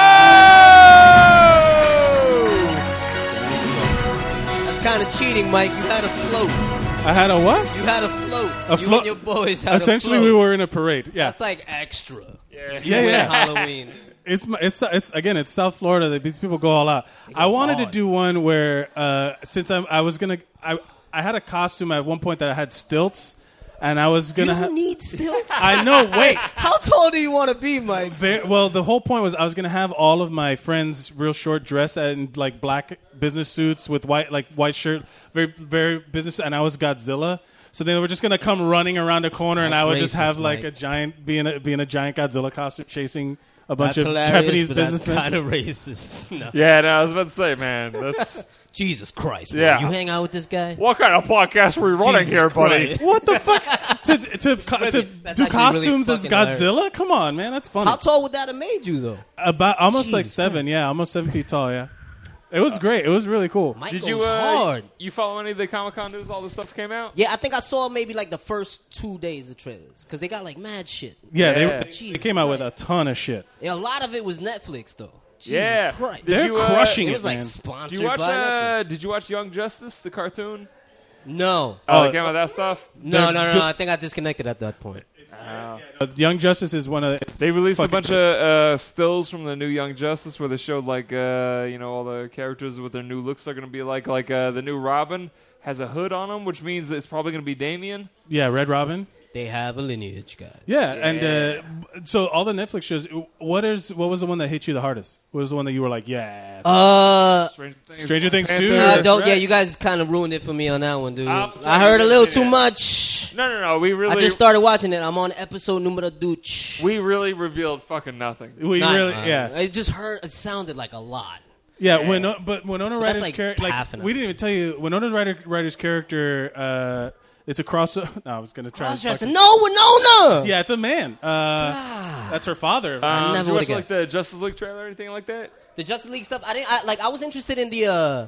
[SPEAKER 8] That's kind of cheating, Mike. You had a float.
[SPEAKER 1] I had a what?
[SPEAKER 8] You had a float.
[SPEAKER 1] A
[SPEAKER 8] you
[SPEAKER 1] float-
[SPEAKER 8] and your boys had
[SPEAKER 1] Essentially,
[SPEAKER 8] a float.
[SPEAKER 1] we were in a parade. Yeah,
[SPEAKER 8] That's like extra. Yeah,
[SPEAKER 1] yeah, yeah.
[SPEAKER 8] Halloween.
[SPEAKER 1] It's my- it's it's again, it's South Florida. that These people go all out. I wanted to do one where uh, since I'm, I was gonna, I I had a costume at one point that I had stilts, and I was
[SPEAKER 8] You
[SPEAKER 1] gonna. ha-
[SPEAKER 8] don't need stilts.
[SPEAKER 1] I know. Wait.
[SPEAKER 8] How tall do you want to be, Mike?
[SPEAKER 1] Very, well, the whole point was I was gonna have all of my friends real short dress and like black business suits with white like white shirt, very very business, and I was Godzilla. So they were just gonna come running around a corner, and
[SPEAKER 8] That's
[SPEAKER 1] I would just
[SPEAKER 8] racist,
[SPEAKER 1] have like
[SPEAKER 8] Mike.
[SPEAKER 1] a giant being a being a giant Godzilla costume chasing a bunch
[SPEAKER 8] That's
[SPEAKER 1] of
[SPEAKER 8] hilarious,
[SPEAKER 1] Japanese
[SPEAKER 8] but
[SPEAKER 1] businessmen.
[SPEAKER 8] That's kind of racist. No.
[SPEAKER 2] Yeah, no, I was about to say, man, that's
[SPEAKER 8] Jesus Christ.
[SPEAKER 2] Yeah.
[SPEAKER 8] Man. You hang out with this guy?
[SPEAKER 2] what kind of podcast are we running
[SPEAKER 8] Jesus
[SPEAKER 2] here, buddy?
[SPEAKER 8] Christ.
[SPEAKER 1] what the fuck to to, co- to
[SPEAKER 8] That's
[SPEAKER 1] do
[SPEAKER 8] actually really
[SPEAKER 1] costumes as
[SPEAKER 8] fucking
[SPEAKER 1] Godzilla?
[SPEAKER 8] hilarious.
[SPEAKER 1] Come on, man, that's funny.
[SPEAKER 8] How tall would that have made you, though?
[SPEAKER 1] About almost like
[SPEAKER 8] Jesus
[SPEAKER 1] seven, yeah, almost seven feet tall, yeah. It was great. It was really cool.
[SPEAKER 8] Mike
[SPEAKER 2] Did
[SPEAKER 8] goes
[SPEAKER 2] you uh,
[SPEAKER 8] hard.
[SPEAKER 2] you follow any of the Comic Con news? All this stuff came out.
[SPEAKER 8] Yeah, I think I saw maybe like the first two days of trailers because they got like mad shit.
[SPEAKER 1] Yeah, they-
[SPEAKER 2] Yeah.
[SPEAKER 1] They, they
[SPEAKER 8] Jesus
[SPEAKER 1] came out with a
[SPEAKER 8] Christ.
[SPEAKER 1] ton of shit.
[SPEAKER 8] And a lot of it was Netflix, though. Jesus
[SPEAKER 2] Yeah.
[SPEAKER 8] Christ.
[SPEAKER 2] Did
[SPEAKER 1] They're
[SPEAKER 2] you, uh,
[SPEAKER 1] crushing
[SPEAKER 8] it
[SPEAKER 1] it,
[SPEAKER 8] was like
[SPEAKER 1] man.
[SPEAKER 2] Do
[SPEAKER 8] sponsored
[SPEAKER 2] you watch?
[SPEAKER 8] by Netflix.
[SPEAKER 2] Uh, did you watch Young Justice, the cartoon?
[SPEAKER 8] No.
[SPEAKER 2] Oh,
[SPEAKER 1] Uh,
[SPEAKER 2] they came out with that stuff.
[SPEAKER 8] No,
[SPEAKER 1] They're
[SPEAKER 8] no, no,
[SPEAKER 1] ju-
[SPEAKER 8] I think I disconnected at that point.
[SPEAKER 1] Uh, Young Justice is one of the, it's
[SPEAKER 2] They released a
[SPEAKER 1] fucking-
[SPEAKER 2] bunch of uh, stills from the new Young Justice where they showed like uh, you know all the characters with their new looks are going to be like like uh, the new Robin has a hood on him, which means it's probably going to be Damien.
[SPEAKER 1] yeah Red Robin
[SPEAKER 8] They have a lineage, guys.
[SPEAKER 1] yeah, and uh, so all the Netflix shows what is what was the one that hit you the hardest what was the one that you were like yeah
[SPEAKER 8] Uh,
[SPEAKER 2] Stranger Things,
[SPEAKER 1] Stranger
[SPEAKER 2] Black
[SPEAKER 1] Things
[SPEAKER 2] Panther.
[SPEAKER 1] too.
[SPEAKER 8] I
[SPEAKER 1] That's
[SPEAKER 8] don't, yeah,
[SPEAKER 1] right.
[SPEAKER 8] you guys kind of ruined it for me on that one, dude.
[SPEAKER 2] I'm
[SPEAKER 8] I
[SPEAKER 2] sorry
[SPEAKER 8] heard
[SPEAKER 2] you
[SPEAKER 8] a little
[SPEAKER 2] didn't
[SPEAKER 8] too
[SPEAKER 2] see that.
[SPEAKER 8] much.
[SPEAKER 2] No, no, no. We really,
[SPEAKER 8] I just started watching it. I'm on episode numero duch.
[SPEAKER 2] we really revealed fucking nothing.
[SPEAKER 1] we
[SPEAKER 8] Nah,
[SPEAKER 1] really
[SPEAKER 8] nah.
[SPEAKER 1] yeah
[SPEAKER 8] It just heard. It sounded like a lot.
[SPEAKER 1] yeah Winona, but Winona
[SPEAKER 8] But that's
[SPEAKER 1] Ryder's
[SPEAKER 8] like
[SPEAKER 1] character like
[SPEAKER 8] half an
[SPEAKER 1] we didn't even tell you Winona Ryder, Ryder's character uh, It's a cross. No, I was gonna try.
[SPEAKER 8] I
[SPEAKER 1] and
[SPEAKER 8] was dressed
[SPEAKER 1] fucking-
[SPEAKER 8] no Winona.
[SPEAKER 1] Yeah, it's a man. Uh, that's her father.
[SPEAKER 2] Um,
[SPEAKER 8] never
[SPEAKER 2] did you
[SPEAKER 8] would've
[SPEAKER 2] watch like the Justice League trailer or anything like that?
[SPEAKER 8] The Justice League stuff. I didn't I, like. I was interested in the uh,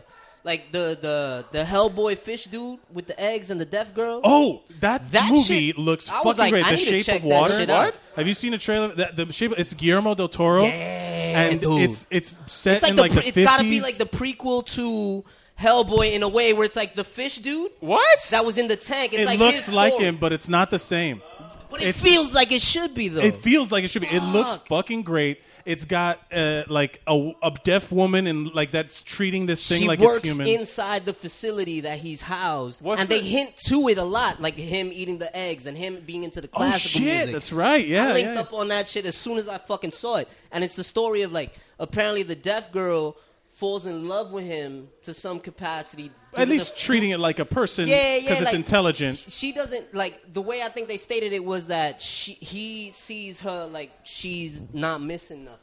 [SPEAKER 8] like the the the Hellboy fish dude with the eggs and the deaf girl.
[SPEAKER 1] oh, that,
[SPEAKER 8] That
[SPEAKER 1] movie
[SPEAKER 8] shit-
[SPEAKER 1] looks
[SPEAKER 8] I was
[SPEAKER 1] fucking
[SPEAKER 8] like,
[SPEAKER 1] great.
[SPEAKER 8] I
[SPEAKER 1] the
[SPEAKER 8] need to
[SPEAKER 1] Shape
[SPEAKER 8] check
[SPEAKER 1] of
[SPEAKER 8] that
[SPEAKER 1] Water.
[SPEAKER 8] shit out. What?
[SPEAKER 1] Have you seen a trailer? That, the shape. It's Guillermo del Toro, and
[SPEAKER 8] dude.
[SPEAKER 1] it's it's set
[SPEAKER 8] it's like
[SPEAKER 1] in
[SPEAKER 8] the,
[SPEAKER 1] like the
[SPEAKER 8] pre- it's
[SPEAKER 1] 50s.
[SPEAKER 8] gotta be like the prequel to Hellboy in a way where it's like the fish dude
[SPEAKER 2] What?
[SPEAKER 8] that was in the tank. It's
[SPEAKER 1] it
[SPEAKER 8] like
[SPEAKER 1] looks
[SPEAKER 8] his
[SPEAKER 1] like
[SPEAKER 8] story.
[SPEAKER 1] him, but it's not the same.
[SPEAKER 8] But it
[SPEAKER 1] it's-
[SPEAKER 8] feels like it should be though.
[SPEAKER 1] It feels like it should be. It looks
[SPEAKER 8] Fuck.
[SPEAKER 1] fucking great. It's got uh, like a, a deaf woman and like that's treating this thing
[SPEAKER 8] she
[SPEAKER 1] like
[SPEAKER 8] works
[SPEAKER 1] it's human. Oh,
[SPEAKER 8] inside the facility that he's housed,
[SPEAKER 2] What's
[SPEAKER 8] and
[SPEAKER 2] the-
[SPEAKER 8] they hint to it a lot, like him eating the eggs and him being into the
[SPEAKER 1] oh
[SPEAKER 8] classical
[SPEAKER 1] shit!
[SPEAKER 8] music.
[SPEAKER 1] That's right. Yeah.
[SPEAKER 8] I linked
[SPEAKER 1] yeah, yeah.
[SPEAKER 8] up on that shit as soon as I fucking saw it, and it's the story of like apparently the deaf girl falls in love with him to some capacity. due
[SPEAKER 1] At
[SPEAKER 8] to
[SPEAKER 1] least
[SPEAKER 8] the-
[SPEAKER 1] treating it like a person
[SPEAKER 8] yeah, yeah,
[SPEAKER 1] because it's
[SPEAKER 8] like,
[SPEAKER 1] intelligent.
[SPEAKER 8] sh- She doesn't like the way I think they stated it was that she he sees her like she's not missing nothing.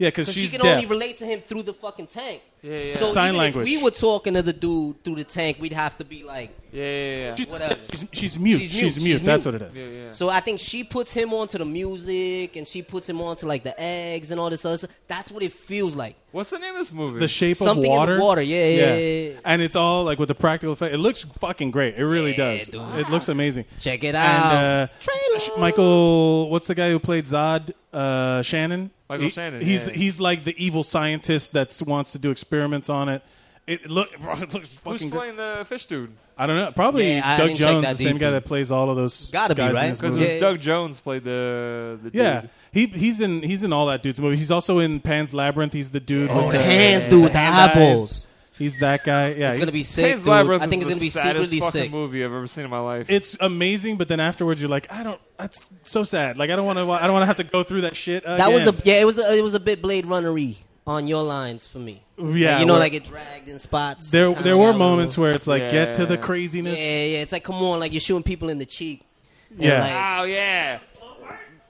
[SPEAKER 1] Yeah, because
[SPEAKER 8] So
[SPEAKER 1] she's
[SPEAKER 8] she can
[SPEAKER 1] deaf.
[SPEAKER 8] only relate to him through the fucking tank.
[SPEAKER 2] Yeah, yeah.
[SPEAKER 8] So
[SPEAKER 1] Sign
[SPEAKER 8] even
[SPEAKER 1] language.
[SPEAKER 8] If we were talking to the dude through the tank, we'd have to be like.
[SPEAKER 2] Yeah, yeah, yeah.
[SPEAKER 1] She's,
[SPEAKER 8] Whatever.
[SPEAKER 1] she's, she's mute. She's,
[SPEAKER 8] She's
[SPEAKER 1] mute.
[SPEAKER 8] mute. She's
[SPEAKER 1] That's
[SPEAKER 8] mute.
[SPEAKER 1] what it is.
[SPEAKER 2] yeah, yeah.
[SPEAKER 8] So I think she puts him onto the music, and she puts him onto like the eggs and all this other stuff. That's what it feels like.
[SPEAKER 2] What's the name of this movie?
[SPEAKER 1] The shape
[SPEAKER 8] Something
[SPEAKER 1] of
[SPEAKER 8] in the
[SPEAKER 1] water.
[SPEAKER 8] water. Yeah, yeah, yeah, yeah.
[SPEAKER 1] And it's all like with the practical effect. It looks fucking great. It really
[SPEAKER 8] Yeah,
[SPEAKER 1] does.
[SPEAKER 8] dude.
[SPEAKER 1] It looks amazing.
[SPEAKER 8] Check it
[SPEAKER 1] And
[SPEAKER 8] out.
[SPEAKER 1] uh,
[SPEAKER 8] Trailer.
[SPEAKER 1] Sh- Michael, what's the guy who played Zod? Uh, Shannon.
[SPEAKER 2] Michael Shannon,
[SPEAKER 1] He's
[SPEAKER 2] yeah.
[SPEAKER 1] he's like the evil scientist that wants to do experiments on it. It look it looks
[SPEAKER 2] Who's
[SPEAKER 1] fucking. Great.
[SPEAKER 2] playing the fish dude?
[SPEAKER 1] I don't know. Probably
[SPEAKER 8] Yeah, I
[SPEAKER 1] Doug
[SPEAKER 8] didn't check
[SPEAKER 1] Jones,
[SPEAKER 8] that
[SPEAKER 1] the same
[SPEAKER 8] deep,
[SPEAKER 1] guy
[SPEAKER 8] dude.
[SPEAKER 1] that plays all of those.
[SPEAKER 8] Gotta be,
[SPEAKER 1] guys in
[SPEAKER 8] right?
[SPEAKER 1] this
[SPEAKER 2] Because
[SPEAKER 1] movie.
[SPEAKER 2] it was
[SPEAKER 8] Yeah.
[SPEAKER 2] Doug Jones played the the
[SPEAKER 1] Yeah,
[SPEAKER 2] dude.
[SPEAKER 1] he he's in he's in all that dude's movie. He's also in Pan's Labyrinth. He's the dude
[SPEAKER 8] Oh,
[SPEAKER 1] with
[SPEAKER 8] the hands, dude, with the
[SPEAKER 1] hand eyes.
[SPEAKER 8] eyeballs.
[SPEAKER 1] He's that guy. Yeah,
[SPEAKER 8] It's
[SPEAKER 1] he's-
[SPEAKER 8] gonna be sick.
[SPEAKER 2] Pan's
[SPEAKER 8] Dude.
[SPEAKER 2] Labyrinth
[SPEAKER 8] I think
[SPEAKER 2] is
[SPEAKER 8] it's gonna be
[SPEAKER 2] the saddest
[SPEAKER 8] secretly
[SPEAKER 2] fucking
[SPEAKER 8] sick.
[SPEAKER 2] movie I've ever seen in my life.
[SPEAKER 1] It's amazing, but then afterwards you're like, I don't. That's so sad. Like I don't want to. I don't want to have to go through that shit. Again.
[SPEAKER 8] That was a yeah. It was a, it was a bit Blade Runnery on your lines for me.
[SPEAKER 1] Yeah,
[SPEAKER 8] you know,
[SPEAKER 1] where-
[SPEAKER 8] like it dragged in spots.
[SPEAKER 1] There
[SPEAKER 8] kinda
[SPEAKER 1] there
[SPEAKER 8] got
[SPEAKER 1] were
[SPEAKER 8] a little-
[SPEAKER 1] moments where it's like, get to the
[SPEAKER 2] Yeah.
[SPEAKER 8] yeah,
[SPEAKER 1] craziness. Yeah,
[SPEAKER 8] yeah. It's like come on, like you're shooting people in the cheek. And, like,
[SPEAKER 2] oh yeah.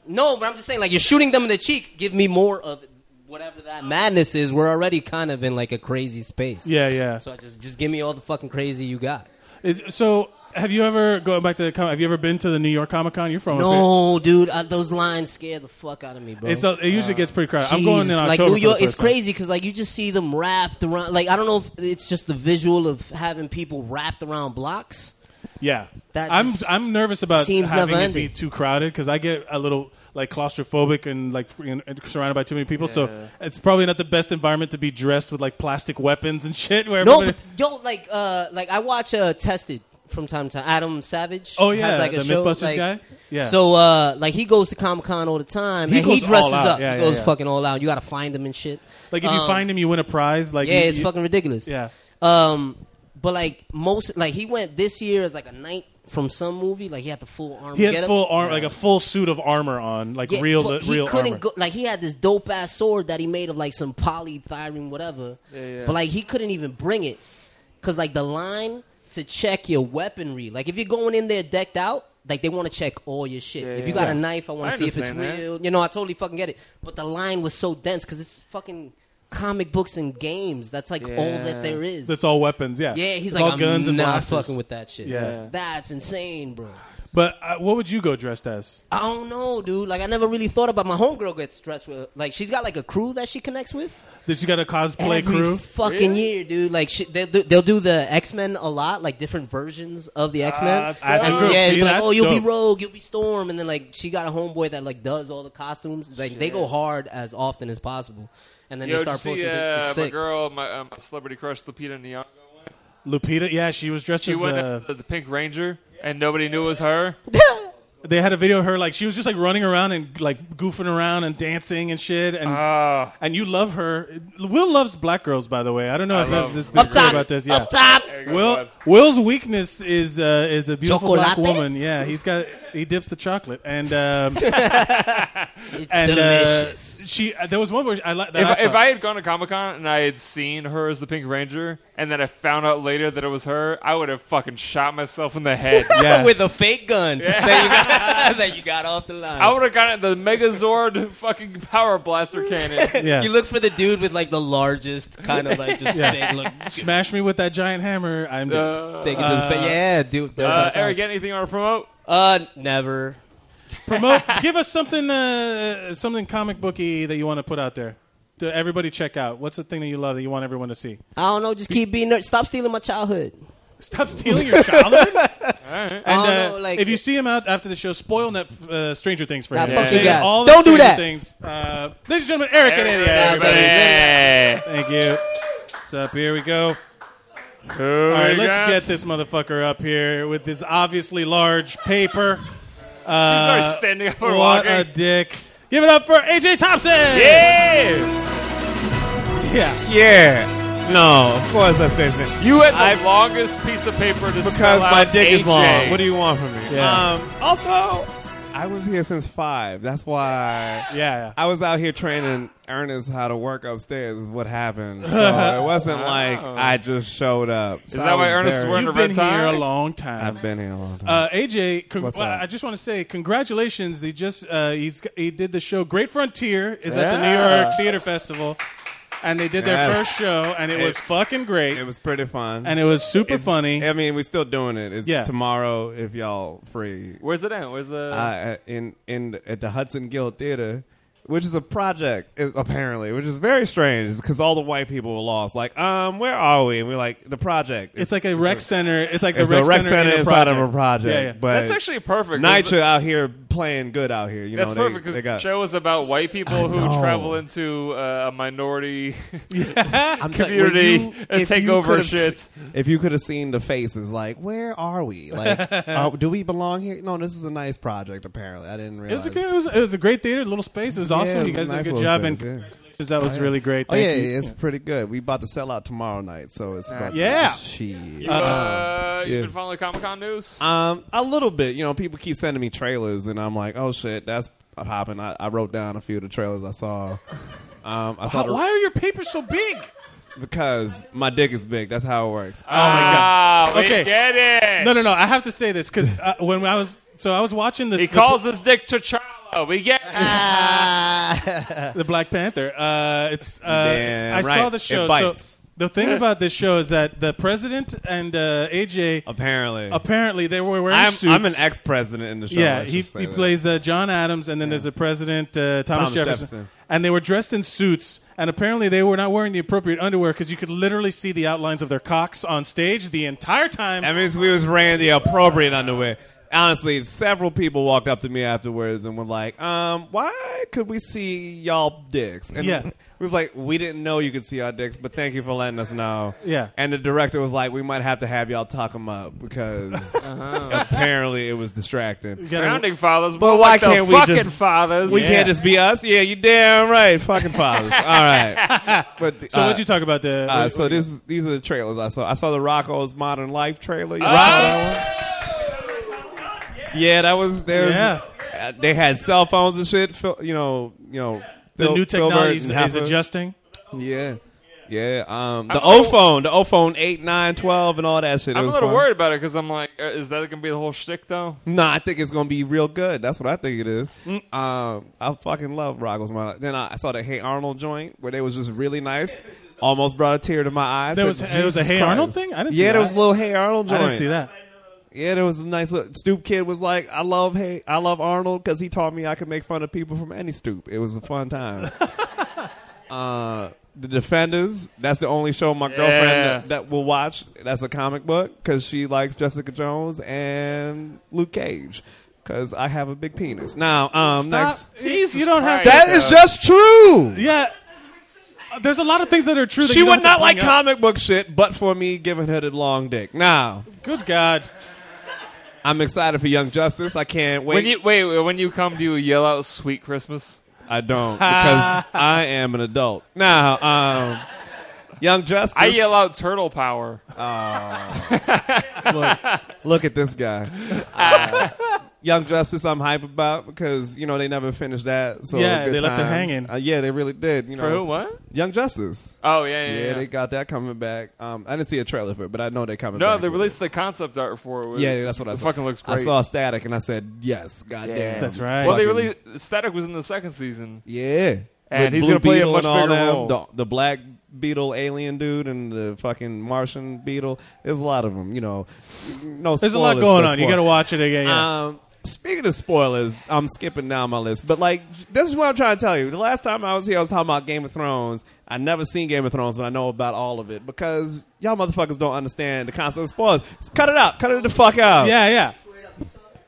[SPEAKER 8] No, but I'm just saying, like you're shooting them in the cheek. Give me more of whatever that madness is. We're already kind of in like a crazy space.
[SPEAKER 1] yeah, yeah.
[SPEAKER 8] So I just just give me all the fucking crazy you got.
[SPEAKER 1] Is, so have you ever going back to the com- have you ever been to the New York Comic Con? You're from It.
[SPEAKER 8] No, dude, uh, those lines scare the fuck out of me, bro.
[SPEAKER 1] It's a, it usually gets pretty crowded. I'm going in
[SPEAKER 8] Jesus,
[SPEAKER 1] October.
[SPEAKER 8] Like New
[SPEAKER 1] for the
[SPEAKER 8] York,
[SPEAKER 1] first
[SPEAKER 8] it's
[SPEAKER 1] time.
[SPEAKER 8] crazy because like you just see them wrapped around. Like I don't know if it's just the visual of having people wrapped around blocks.
[SPEAKER 1] Yeah,
[SPEAKER 8] That
[SPEAKER 1] I'm
[SPEAKER 8] just
[SPEAKER 1] I'm nervous about
[SPEAKER 8] seems
[SPEAKER 1] having it
[SPEAKER 8] never-ending.
[SPEAKER 1] be too crowded because I get a little like claustrophobic and like you know, surrounded by too many people. So it's probably not the best environment to be dressed with like plastic weapons and shit. Where
[SPEAKER 8] No, but
[SPEAKER 1] everybody-
[SPEAKER 8] yo, like, uh, like I watch uh, Tested from time to time. Adam Savage.
[SPEAKER 1] Oh, yeah,
[SPEAKER 8] has, like, a
[SPEAKER 1] the
[SPEAKER 8] show,
[SPEAKER 1] Mythbusters
[SPEAKER 8] like-
[SPEAKER 1] guy? Yeah.
[SPEAKER 8] So uh, like he goes to Comic Con all the time.
[SPEAKER 1] He
[SPEAKER 8] and
[SPEAKER 1] goes
[SPEAKER 8] he dresses
[SPEAKER 1] all out.
[SPEAKER 8] up.
[SPEAKER 1] Yeah,
[SPEAKER 8] he
[SPEAKER 1] yeah,
[SPEAKER 8] goes
[SPEAKER 1] yeah.
[SPEAKER 8] fucking all out. You got to find him and shit.
[SPEAKER 1] like if you
[SPEAKER 8] Um,
[SPEAKER 1] find him, you win a prize. Like
[SPEAKER 8] yeah,
[SPEAKER 1] you-
[SPEAKER 8] it's
[SPEAKER 1] you-
[SPEAKER 8] fucking ridiculous.
[SPEAKER 1] Yeah.
[SPEAKER 8] Um, but like most, like he went this year as like a knight from some movie. Like he had the full armor.
[SPEAKER 1] He had
[SPEAKER 8] getup.
[SPEAKER 1] full arm, like a full suit of armor on, like
[SPEAKER 8] Yeah,
[SPEAKER 1] real
[SPEAKER 8] but he
[SPEAKER 1] real
[SPEAKER 8] couldn't
[SPEAKER 1] armor.
[SPEAKER 8] Go, like he had this dope ass sword that he made of like some polythyrene whatever.
[SPEAKER 2] yeah.
[SPEAKER 8] But like he couldn't even bring it because like the line to check your weaponry. Like if you're going in there decked out, like they want to check all your shit. if you
[SPEAKER 2] yeah.
[SPEAKER 8] got a knife, I want
[SPEAKER 2] I
[SPEAKER 8] to see if it's
[SPEAKER 2] understand that.
[SPEAKER 8] real. You know, I totally fucking get it. But the line was so dense because it's fucking comic books and games. That's like all
[SPEAKER 2] Yeah.
[SPEAKER 8] that there is.
[SPEAKER 1] That's all weapons. Yeah,
[SPEAKER 8] yeah, he's
[SPEAKER 1] It's
[SPEAKER 8] like
[SPEAKER 1] all
[SPEAKER 8] I'm
[SPEAKER 1] guns and
[SPEAKER 8] not
[SPEAKER 1] blasters.
[SPEAKER 8] fucking with that shit.
[SPEAKER 1] Yeah.
[SPEAKER 8] that's insane, bro.
[SPEAKER 1] But uh, what would you go dressed as?
[SPEAKER 8] I don't know, dude. Like I never really thought about my homegirl gets dressed with. Like she's got like a crew that she connects with
[SPEAKER 1] Did you got a cosplay
[SPEAKER 8] every
[SPEAKER 1] crew?
[SPEAKER 8] fucking
[SPEAKER 2] Really?
[SPEAKER 8] year, dude. Like she, they'll do, they'll do the X Men a lot, like different versions of the X Men.
[SPEAKER 2] Ah, that's
[SPEAKER 1] dope.
[SPEAKER 8] and
[SPEAKER 1] Girl,
[SPEAKER 8] yeah,
[SPEAKER 1] see,
[SPEAKER 8] it's like
[SPEAKER 1] that's
[SPEAKER 8] oh, you'll
[SPEAKER 1] dope.
[SPEAKER 8] be Rogue, you'll be Storm, and then like she got a homeboy that like does all the costumes. Like they go hard as often as possible, and then
[SPEAKER 2] Yo,
[SPEAKER 8] they
[SPEAKER 2] did you
[SPEAKER 8] start posting.
[SPEAKER 2] see
[SPEAKER 8] it.
[SPEAKER 2] uh,
[SPEAKER 8] It's
[SPEAKER 2] my
[SPEAKER 8] sick.
[SPEAKER 2] girl, my, um, celebrity crush, Lupita Nyong'o?
[SPEAKER 1] Lupita, yeah, she was dressed
[SPEAKER 2] She
[SPEAKER 1] as.
[SPEAKER 2] went
[SPEAKER 1] Uh,
[SPEAKER 2] as the, the Pink Ranger, and nobody knew it was her.
[SPEAKER 1] they had a video of her like she was just like running around and like goofing around and dancing and shit. And
[SPEAKER 2] Ah,
[SPEAKER 1] and you love her. Will loves black girls, by the way. I don't know if
[SPEAKER 2] love
[SPEAKER 1] I've just been
[SPEAKER 8] Up
[SPEAKER 1] clear
[SPEAKER 8] top,
[SPEAKER 1] about this. Yeah.
[SPEAKER 8] up top.
[SPEAKER 2] there you go,
[SPEAKER 1] Will
[SPEAKER 2] bud.
[SPEAKER 1] Will's weakness is uh, is a beautiful black
[SPEAKER 8] Chocolate?
[SPEAKER 1] woman. Yeah, he's got he dips the chocolate and. Um,
[SPEAKER 8] It's
[SPEAKER 1] and uh,
[SPEAKER 8] delicious.
[SPEAKER 1] she uh, there was one where I like that.
[SPEAKER 2] If,
[SPEAKER 1] I
[SPEAKER 2] if
[SPEAKER 1] thought-
[SPEAKER 2] I had gone to Comic Con and I had seen her as the Pink Ranger, and then I found out later that it was her, I would have fucking shot myself in the head.
[SPEAKER 1] yeah.
[SPEAKER 8] with a fake gun that, you got, that you got off the line.
[SPEAKER 2] I would have gotten the Megazord fucking power blaster cannon.
[SPEAKER 1] yeah.
[SPEAKER 8] You look for the dude with like the largest kind of like just fake look.
[SPEAKER 1] smash me with that giant hammer. I'm dead.
[SPEAKER 2] Uh,
[SPEAKER 8] Take it to the face. Yeah, dude. that
[SPEAKER 2] uh,
[SPEAKER 8] was awesome.
[SPEAKER 2] Eric, anything you want to promote?
[SPEAKER 8] Uh, never.
[SPEAKER 1] promote. give us something, uh, something comic booky that you want to put out there. To everybody, check out. What's the thing that you love that you want everyone to see?
[SPEAKER 8] I don't know. Just keep being. Ner- Stop stealing my childhood.
[SPEAKER 1] Stop stealing your childhood. And
[SPEAKER 8] I don't
[SPEAKER 1] uh,
[SPEAKER 8] know, like-
[SPEAKER 1] if you see him out after the show, spoil net uh, Stranger Things for
[SPEAKER 8] Nah,
[SPEAKER 1] him.
[SPEAKER 8] fuck
[SPEAKER 1] Say
[SPEAKER 8] you guys.
[SPEAKER 1] all the
[SPEAKER 8] Don't do
[SPEAKER 1] Stranger
[SPEAKER 8] that.
[SPEAKER 1] Things. Uh, ladies and gentlemen, Eric and Eddie.
[SPEAKER 8] everybody.
[SPEAKER 1] Thank you. What's up? Here we go.
[SPEAKER 2] All
[SPEAKER 1] All right, let's get this motherfucker up here with this obviously large paper. Uh,
[SPEAKER 2] He's already standing up and
[SPEAKER 1] what
[SPEAKER 2] walking.
[SPEAKER 1] a dick! Give it up for AJ Thompson.
[SPEAKER 2] Yeah!
[SPEAKER 1] yeah.
[SPEAKER 9] Yeah. No, of course that's basic.
[SPEAKER 2] You had the
[SPEAKER 9] I've-
[SPEAKER 2] longest piece of paper to
[SPEAKER 9] Because
[SPEAKER 2] spell
[SPEAKER 9] my
[SPEAKER 2] out
[SPEAKER 9] dick is
[SPEAKER 2] AJ.
[SPEAKER 9] long. What do you want from me?
[SPEAKER 1] Yeah.
[SPEAKER 9] Um, also, I was here since five. That's why
[SPEAKER 1] yeah.
[SPEAKER 9] I was out here training Ernest how to work upstairs. Is what happened. So it wasn't like I just showed up. So
[SPEAKER 2] that
[SPEAKER 9] I
[SPEAKER 2] why
[SPEAKER 9] was
[SPEAKER 2] Ernest is
[SPEAKER 9] very-
[SPEAKER 2] wearing
[SPEAKER 1] You've
[SPEAKER 2] a red
[SPEAKER 1] been
[SPEAKER 2] tie?
[SPEAKER 1] here a long time.
[SPEAKER 9] I've been here a long time.
[SPEAKER 1] Uh, AJ, con-
[SPEAKER 9] What's
[SPEAKER 1] well,
[SPEAKER 9] that?
[SPEAKER 1] I just want to say congratulations. He just uh, he's he did the show Great Frontier is at the New
[SPEAKER 9] Yeah.
[SPEAKER 1] York Theater Festival, and they did their
[SPEAKER 9] Yes.
[SPEAKER 1] first show, and it,
[SPEAKER 9] It-
[SPEAKER 1] was fucking great,
[SPEAKER 9] it was pretty fun.
[SPEAKER 1] and it was super
[SPEAKER 9] It's-
[SPEAKER 1] funny.
[SPEAKER 9] I mean, we're still doing it. It's
[SPEAKER 1] Yeah.
[SPEAKER 9] tomorrow if y'all free.
[SPEAKER 2] Where's it at? Where's the.
[SPEAKER 9] uh, in in at the Hudson Guild Theater, which is a project i- apparently, which is very strange because all the white people were lost. Like, um, where are we? And we're like, the project.
[SPEAKER 1] it's like a rec center. It's like the
[SPEAKER 9] it's
[SPEAKER 1] rec,
[SPEAKER 9] a rec center,
[SPEAKER 1] in
[SPEAKER 9] inside of a
[SPEAKER 1] project.
[SPEAKER 9] project.
[SPEAKER 1] Yeah, yeah.
[SPEAKER 9] But
[SPEAKER 2] That's actually perfect.
[SPEAKER 9] NYCHA out here playing good out here. You
[SPEAKER 2] That's
[SPEAKER 9] know, they-
[SPEAKER 2] perfect
[SPEAKER 9] they
[SPEAKER 2] because
[SPEAKER 9] got-
[SPEAKER 2] the show is about white people who
[SPEAKER 9] know.
[SPEAKER 2] travel into uh, a minority.
[SPEAKER 9] I'm
[SPEAKER 2] community and take over
[SPEAKER 9] could've
[SPEAKER 2] shit.
[SPEAKER 9] se- if you could have seen the faces, like, where are we? Like, uh, do we belong here? No, this is a nice project. Apparently, I didn't
[SPEAKER 1] It
[SPEAKER 9] realize.
[SPEAKER 1] was a good, it was, it was a great theater, little space. It was awesome.
[SPEAKER 9] it
[SPEAKER 1] you guys
[SPEAKER 9] was a nice
[SPEAKER 1] did a good
[SPEAKER 9] little
[SPEAKER 1] job,
[SPEAKER 9] space,
[SPEAKER 1] and
[SPEAKER 9] yeah.
[SPEAKER 1] congratulations. that was really great.
[SPEAKER 9] Oh
[SPEAKER 1] Thank
[SPEAKER 9] yeah,
[SPEAKER 1] you.
[SPEAKER 9] yeah, it's pretty good. We about to sell out tomorrow night, so it's about to-
[SPEAKER 1] Yeah.
[SPEAKER 9] Shit. Um,
[SPEAKER 2] Uh,
[SPEAKER 9] Oh, yeah.
[SPEAKER 2] You've been following Comic Con news?
[SPEAKER 9] Um, a little bit. You know, people keep sending me trailers, and I'm like, oh shit, that's popping. I, I wrote down a few of the trailers I saw. Um, I saw
[SPEAKER 1] How-
[SPEAKER 9] the,
[SPEAKER 1] why are your papers so big?
[SPEAKER 9] because my dick is big. That's how it works.
[SPEAKER 1] Oh my god.
[SPEAKER 2] Ah, we
[SPEAKER 1] Okay.
[SPEAKER 2] get it.
[SPEAKER 1] No, no, no. I have to say this because uh, when I was so I was watching the
[SPEAKER 2] He
[SPEAKER 1] the-
[SPEAKER 2] calls his dick T'Challa. We get it.
[SPEAKER 1] the Black Panther. Uh, it's uh,
[SPEAKER 9] Ah. Damn
[SPEAKER 1] I saw
[SPEAKER 9] right.
[SPEAKER 1] the
[SPEAKER 9] It
[SPEAKER 1] show. So
[SPEAKER 9] bites.
[SPEAKER 1] the thing about this show is that the president and uh, AJ
[SPEAKER 9] Apparently,
[SPEAKER 1] apparently they were wearing
[SPEAKER 9] I'm,
[SPEAKER 1] suits.
[SPEAKER 9] I'm an ex president in the show.
[SPEAKER 1] Yeah,
[SPEAKER 9] let's
[SPEAKER 1] he,
[SPEAKER 9] just say
[SPEAKER 1] he
[SPEAKER 9] that.
[SPEAKER 1] plays uh, John Adams, and then there's a president uh, Thomas,
[SPEAKER 9] Thomas
[SPEAKER 1] Jefferson.
[SPEAKER 9] Jefferson.
[SPEAKER 1] and they were dressed in suits. And apparently they were not wearing the appropriate underwear because you could literally see the outlines of their cocks on stage the entire time.
[SPEAKER 9] That means we was wearing the appropriate underwear. Honestly, several people walked up to me afterwards and were like, um, why could we see y'all dicks? And
[SPEAKER 1] Yeah.
[SPEAKER 9] it was like, we didn't know you could see our dicks, but thank you for letting us know.
[SPEAKER 1] Yeah.
[SPEAKER 9] And the director was like, we might have to have y'all talk them up because apparently it was distracting.
[SPEAKER 1] You gotta-
[SPEAKER 2] Founding Uh-huh. fathers,
[SPEAKER 9] But
[SPEAKER 2] more
[SPEAKER 9] why
[SPEAKER 2] like the
[SPEAKER 9] can't we
[SPEAKER 2] fucking
[SPEAKER 9] just-
[SPEAKER 2] fathers?
[SPEAKER 9] We can't just be us? Yeah, you damn right. Fucking fathers. All right. But,
[SPEAKER 1] so
[SPEAKER 9] uh,
[SPEAKER 1] what'd you talk about the?
[SPEAKER 9] uh, so this, these are the trailers I saw. I saw the Rocco's Modern Life trailer. You saw that one? Yeah, that was there. Was,
[SPEAKER 1] Yeah.
[SPEAKER 9] uh, they had cell phones and shit. Phil, you know, you know,
[SPEAKER 1] the
[SPEAKER 9] Phil-
[SPEAKER 1] new
[SPEAKER 9] Philbert
[SPEAKER 1] technology is,
[SPEAKER 9] and
[SPEAKER 1] is
[SPEAKER 9] Heffa.
[SPEAKER 1] adjusting.
[SPEAKER 9] Yeah, yeah. Um, the
[SPEAKER 2] I'm a
[SPEAKER 9] O
[SPEAKER 2] little-
[SPEAKER 9] phone, the O phone eight, nine, twelve, and all that shit. It
[SPEAKER 2] I'm a
[SPEAKER 9] was
[SPEAKER 2] little
[SPEAKER 9] fun.
[SPEAKER 2] worried about it because I'm like, uh, is that going to be the whole shtick, though?
[SPEAKER 9] No, I think it's gonna be real good. That's what I think it is.
[SPEAKER 1] Mm.
[SPEAKER 9] Um, I fucking love Rocko's Modern. Life. Then I, I saw the Hey Arnold joint where they was just really nice. Almost brought a tear to my eyes.
[SPEAKER 1] There was-
[SPEAKER 9] Said,
[SPEAKER 1] it was a
[SPEAKER 9] "Jesus
[SPEAKER 1] Hey Arnold
[SPEAKER 9] Christ."
[SPEAKER 1] thing? I didn't
[SPEAKER 9] Yeah,
[SPEAKER 1] see
[SPEAKER 9] there
[SPEAKER 1] that.
[SPEAKER 9] was a little Hey Arnold
[SPEAKER 1] I
[SPEAKER 9] joint.
[SPEAKER 1] didn't see that.
[SPEAKER 9] Yeah, there was a nice little stoop kid was like, I love hey, I love Arnold because he taught me I could make fun of people from any stoop. It was a fun time. uh, the Defenders. That's the only show my girlfriend
[SPEAKER 2] Yeah.
[SPEAKER 9] that, that will watch. That's a comic book because she likes Jessica Jones and Luke Cage because I have a big penis. Now, um, next.
[SPEAKER 1] Stop. you don't have
[SPEAKER 2] Christ.
[SPEAKER 9] That is just true.
[SPEAKER 1] Yeah. Uh, There's a lot of things that are true. That
[SPEAKER 9] She
[SPEAKER 1] you don't
[SPEAKER 9] would
[SPEAKER 1] have
[SPEAKER 9] not
[SPEAKER 1] to
[SPEAKER 9] like
[SPEAKER 1] bring up.
[SPEAKER 9] comic book shit, but for me giving her the long dick. Now,
[SPEAKER 1] Good God!
[SPEAKER 9] I'm excited for Young Justice. I can't wait.
[SPEAKER 2] When you wait, wait, when you come, do you yell out "Sweet Christmas"?
[SPEAKER 9] I don't because I am an adult now. Um, Young Justice.
[SPEAKER 2] I yell out "Turtle Power."
[SPEAKER 9] Oh.
[SPEAKER 2] Ah.
[SPEAKER 9] Look, look at this guy. Uh, Young Justice, I'm hype about because you know they never finished that. So
[SPEAKER 1] Yeah,
[SPEAKER 9] good
[SPEAKER 1] they left it
[SPEAKER 9] times.
[SPEAKER 1] hanging.
[SPEAKER 9] Uh, yeah, they really did. You know,
[SPEAKER 2] For who? What?
[SPEAKER 9] Young Justice.
[SPEAKER 2] Oh yeah, yeah,
[SPEAKER 9] yeah,
[SPEAKER 2] yeah.
[SPEAKER 9] they got that coming back. Um, I didn't see a trailer for it, but I know they're coming.
[SPEAKER 2] no,
[SPEAKER 9] back
[SPEAKER 2] they
[SPEAKER 9] with it.
[SPEAKER 2] released the concept art for it.
[SPEAKER 9] Yeah, that's what I
[SPEAKER 2] It
[SPEAKER 9] saw.
[SPEAKER 2] fucking looks great.
[SPEAKER 9] I saw static and I said, yes, goddamn.
[SPEAKER 1] That's right.
[SPEAKER 2] Well, they
[SPEAKER 9] Fucking-
[SPEAKER 2] released Static was in the second season.
[SPEAKER 9] Yeah.
[SPEAKER 2] And
[SPEAKER 9] With
[SPEAKER 2] he's
[SPEAKER 9] Blue
[SPEAKER 2] gonna play a
[SPEAKER 9] Beetle
[SPEAKER 2] much
[SPEAKER 9] and all
[SPEAKER 2] bigger
[SPEAKER 9] them,
[SPEAKER 2] role.
[SPEAKER 9] The, the black beetle alien dude and the fucking Martian beetle. There's a lot of them, you know. No
[SPEAKER 1] There's a lot
[SPEAKER 9] spoilers,
[SPEAKER 1] going
[SPEAKER 9] no
[SPEAKER 1] on. You
[SPEAKER 9] spoil-
[SPEAKER 1] got to watch it again. Yeah.
[SPEAKER 9] Um, speaking of spoilers, I'm skipping down my list, but like this is what I'm trying to tell you. The last time I was here, I was talking about Game of Thrones. I never seen Game of Thrones, but I know about all of it because y'all motherfuckers don't understand the concept of spoilers. Just cut it out. Cut it the fuck out.
[SPEAKER 1] yeah, yeah.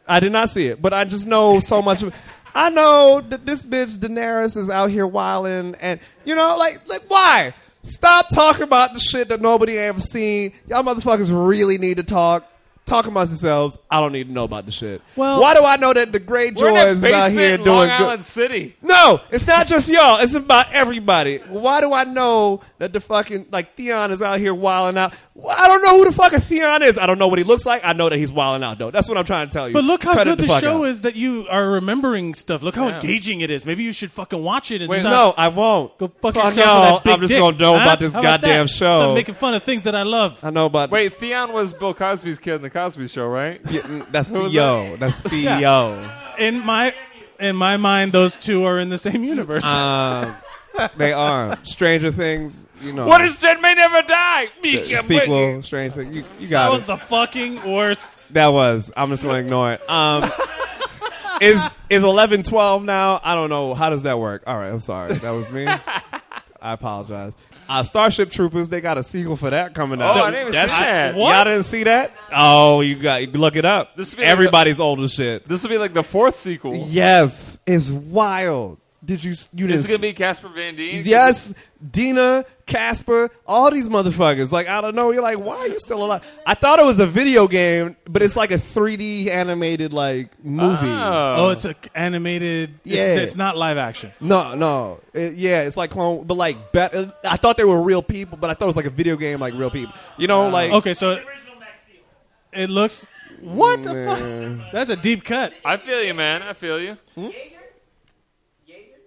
[SPEAKER 9] I did not see it, but I just know so much. of- I know that this bitch Daenerys is out here wilding, and you know, like, like why? Stop talking about the shit that nobody ever seen. Y'all motherfuckers really need to talk. Talk amongst yourselves. I don't need to know about the shit.
[SPEAKER 1] Well-
[SPEAKER 9] why do I know that the Great
[SPEAKER 2] We're in
[SPEAKER 9] Joy
[SPEAKER 2] a
[SPEAKER 9] is out
[SPEAKER 2] basement
[SPEAKER 9] here
[SPEAKER 2] in Long
[SPEAKER 9] doing good?
[SPEAKER 2] Island City.
[SPEAKER 9] No, it's not just y'all. It's about everybody. Why do I know that the fucking like Theon is out here wilding out? Well, I don't know who the fucking Theon is. I don't know what he looks like. I know that he's wilding out though. That's what I'm trying to tell you.
[SPEAKER 1] But look how
[SPEAKER 9] Cut it
[SPEAKER 1] good the,
[SPEAKER 9] fuck
[SPEAKER 1] show
[SPEAKER 9] out.
[SPEAKER 1] is that you are remembering stuff. Look how engaging it is. Maybe you should fucking watch it and
[SPEAKER 9] Wait,
[SPEAKER 1] stop.
[SPEAKER 9] no, I won't.
[SPEAKER 1] Go fuck,
[SPEAKER 9] Fuck
[SPEAKER 1] yourself with that
[SPEAKER 9] y'all.
[SPEAKER 1] big
[SPEAKER 9] I'm just
[SPEAKER 1] dick,
[SPEAKER 9] gonna know
[SPEAKER 1] huh?
[SPEAKER 9] about this
[SPEAKER 1] How
[SPEAKER 9] goddamn
[SPEAKER 1] that?
[SPEAKER 9] show.
[SPEAKER 1] Stop making fun of things that I love.
[SPEAKER 9] I know about
[SPEAKER 2] Wait, Theon was Bill Cosby's kid in the Cosby Show, right?
[SPEAKER 9] Yeah, mm, that's
[SPEAKER 2] was
[SPEAKER 9] Theo. That's Theo.
[SPEAKER 1] In my in my mind, those two are in the same universe.
[SPEAKER 9] um, they are Stranger Things. You know
[SPEAKER 2] What is Dead May Never Die?
[SPEAKER 9] the sequel? Strange Things. You, you got
[SPEAKER 1] that
[SPEAKER 9] it.
[SPEAKER 1] was the fucking worst.
[SPEAKER 9] That was. I'm just going to ignore it. Um, is is 11 12 now? I don't know. How does that work? All right, I'm sorry. That was me. I apologize. Uh, Starship Troopers, they got a sequel for that coming out.
[SPEAKER 2] Oh, I didn't even see that.
[SPEAKER 1] What?
[SPEAKER 9] Y'all didn't see that? Oh, you got look it up.
[SPEAKER 2] This would be like
[SPEAKER 9] Everybody's old as shit.
[SPEAKER 2] This will be like the fourth sequel.
[SPEAKER 9] Yes, it's wild. Did you you
[SPEAKER 2] This
[SPEAKER 9] didn't
[SPEAKER 2] is gonna be Casper Van Dien.
[SPEAKER 9] Yes, Dina, Casper, all these motherfuckers. Like, I don't know. You're like, why are you still alive? I thought it was a video game, but it's like a 3D animated like movie.
[SPEAKER 1] Oh,
[SPEAKER 2] Oh,
[SPEAKER 1] it's a animated. it's-
[SPEAKER 9] Yeah.
[SPEAKER 1] it's, not live action.
[SPEAKER 9] No, no, It- yeah, it's like clone, but like bet. I thought they were real people, but I thought it was like a video game, like real people. You know, like
[SPEAKER 1] Uh, Okay, so it looks. What the fuck? That's a deep cut.
[SPEAKER 2] I feel you, man. I feel you.
[SPEAKER 9] Hmm?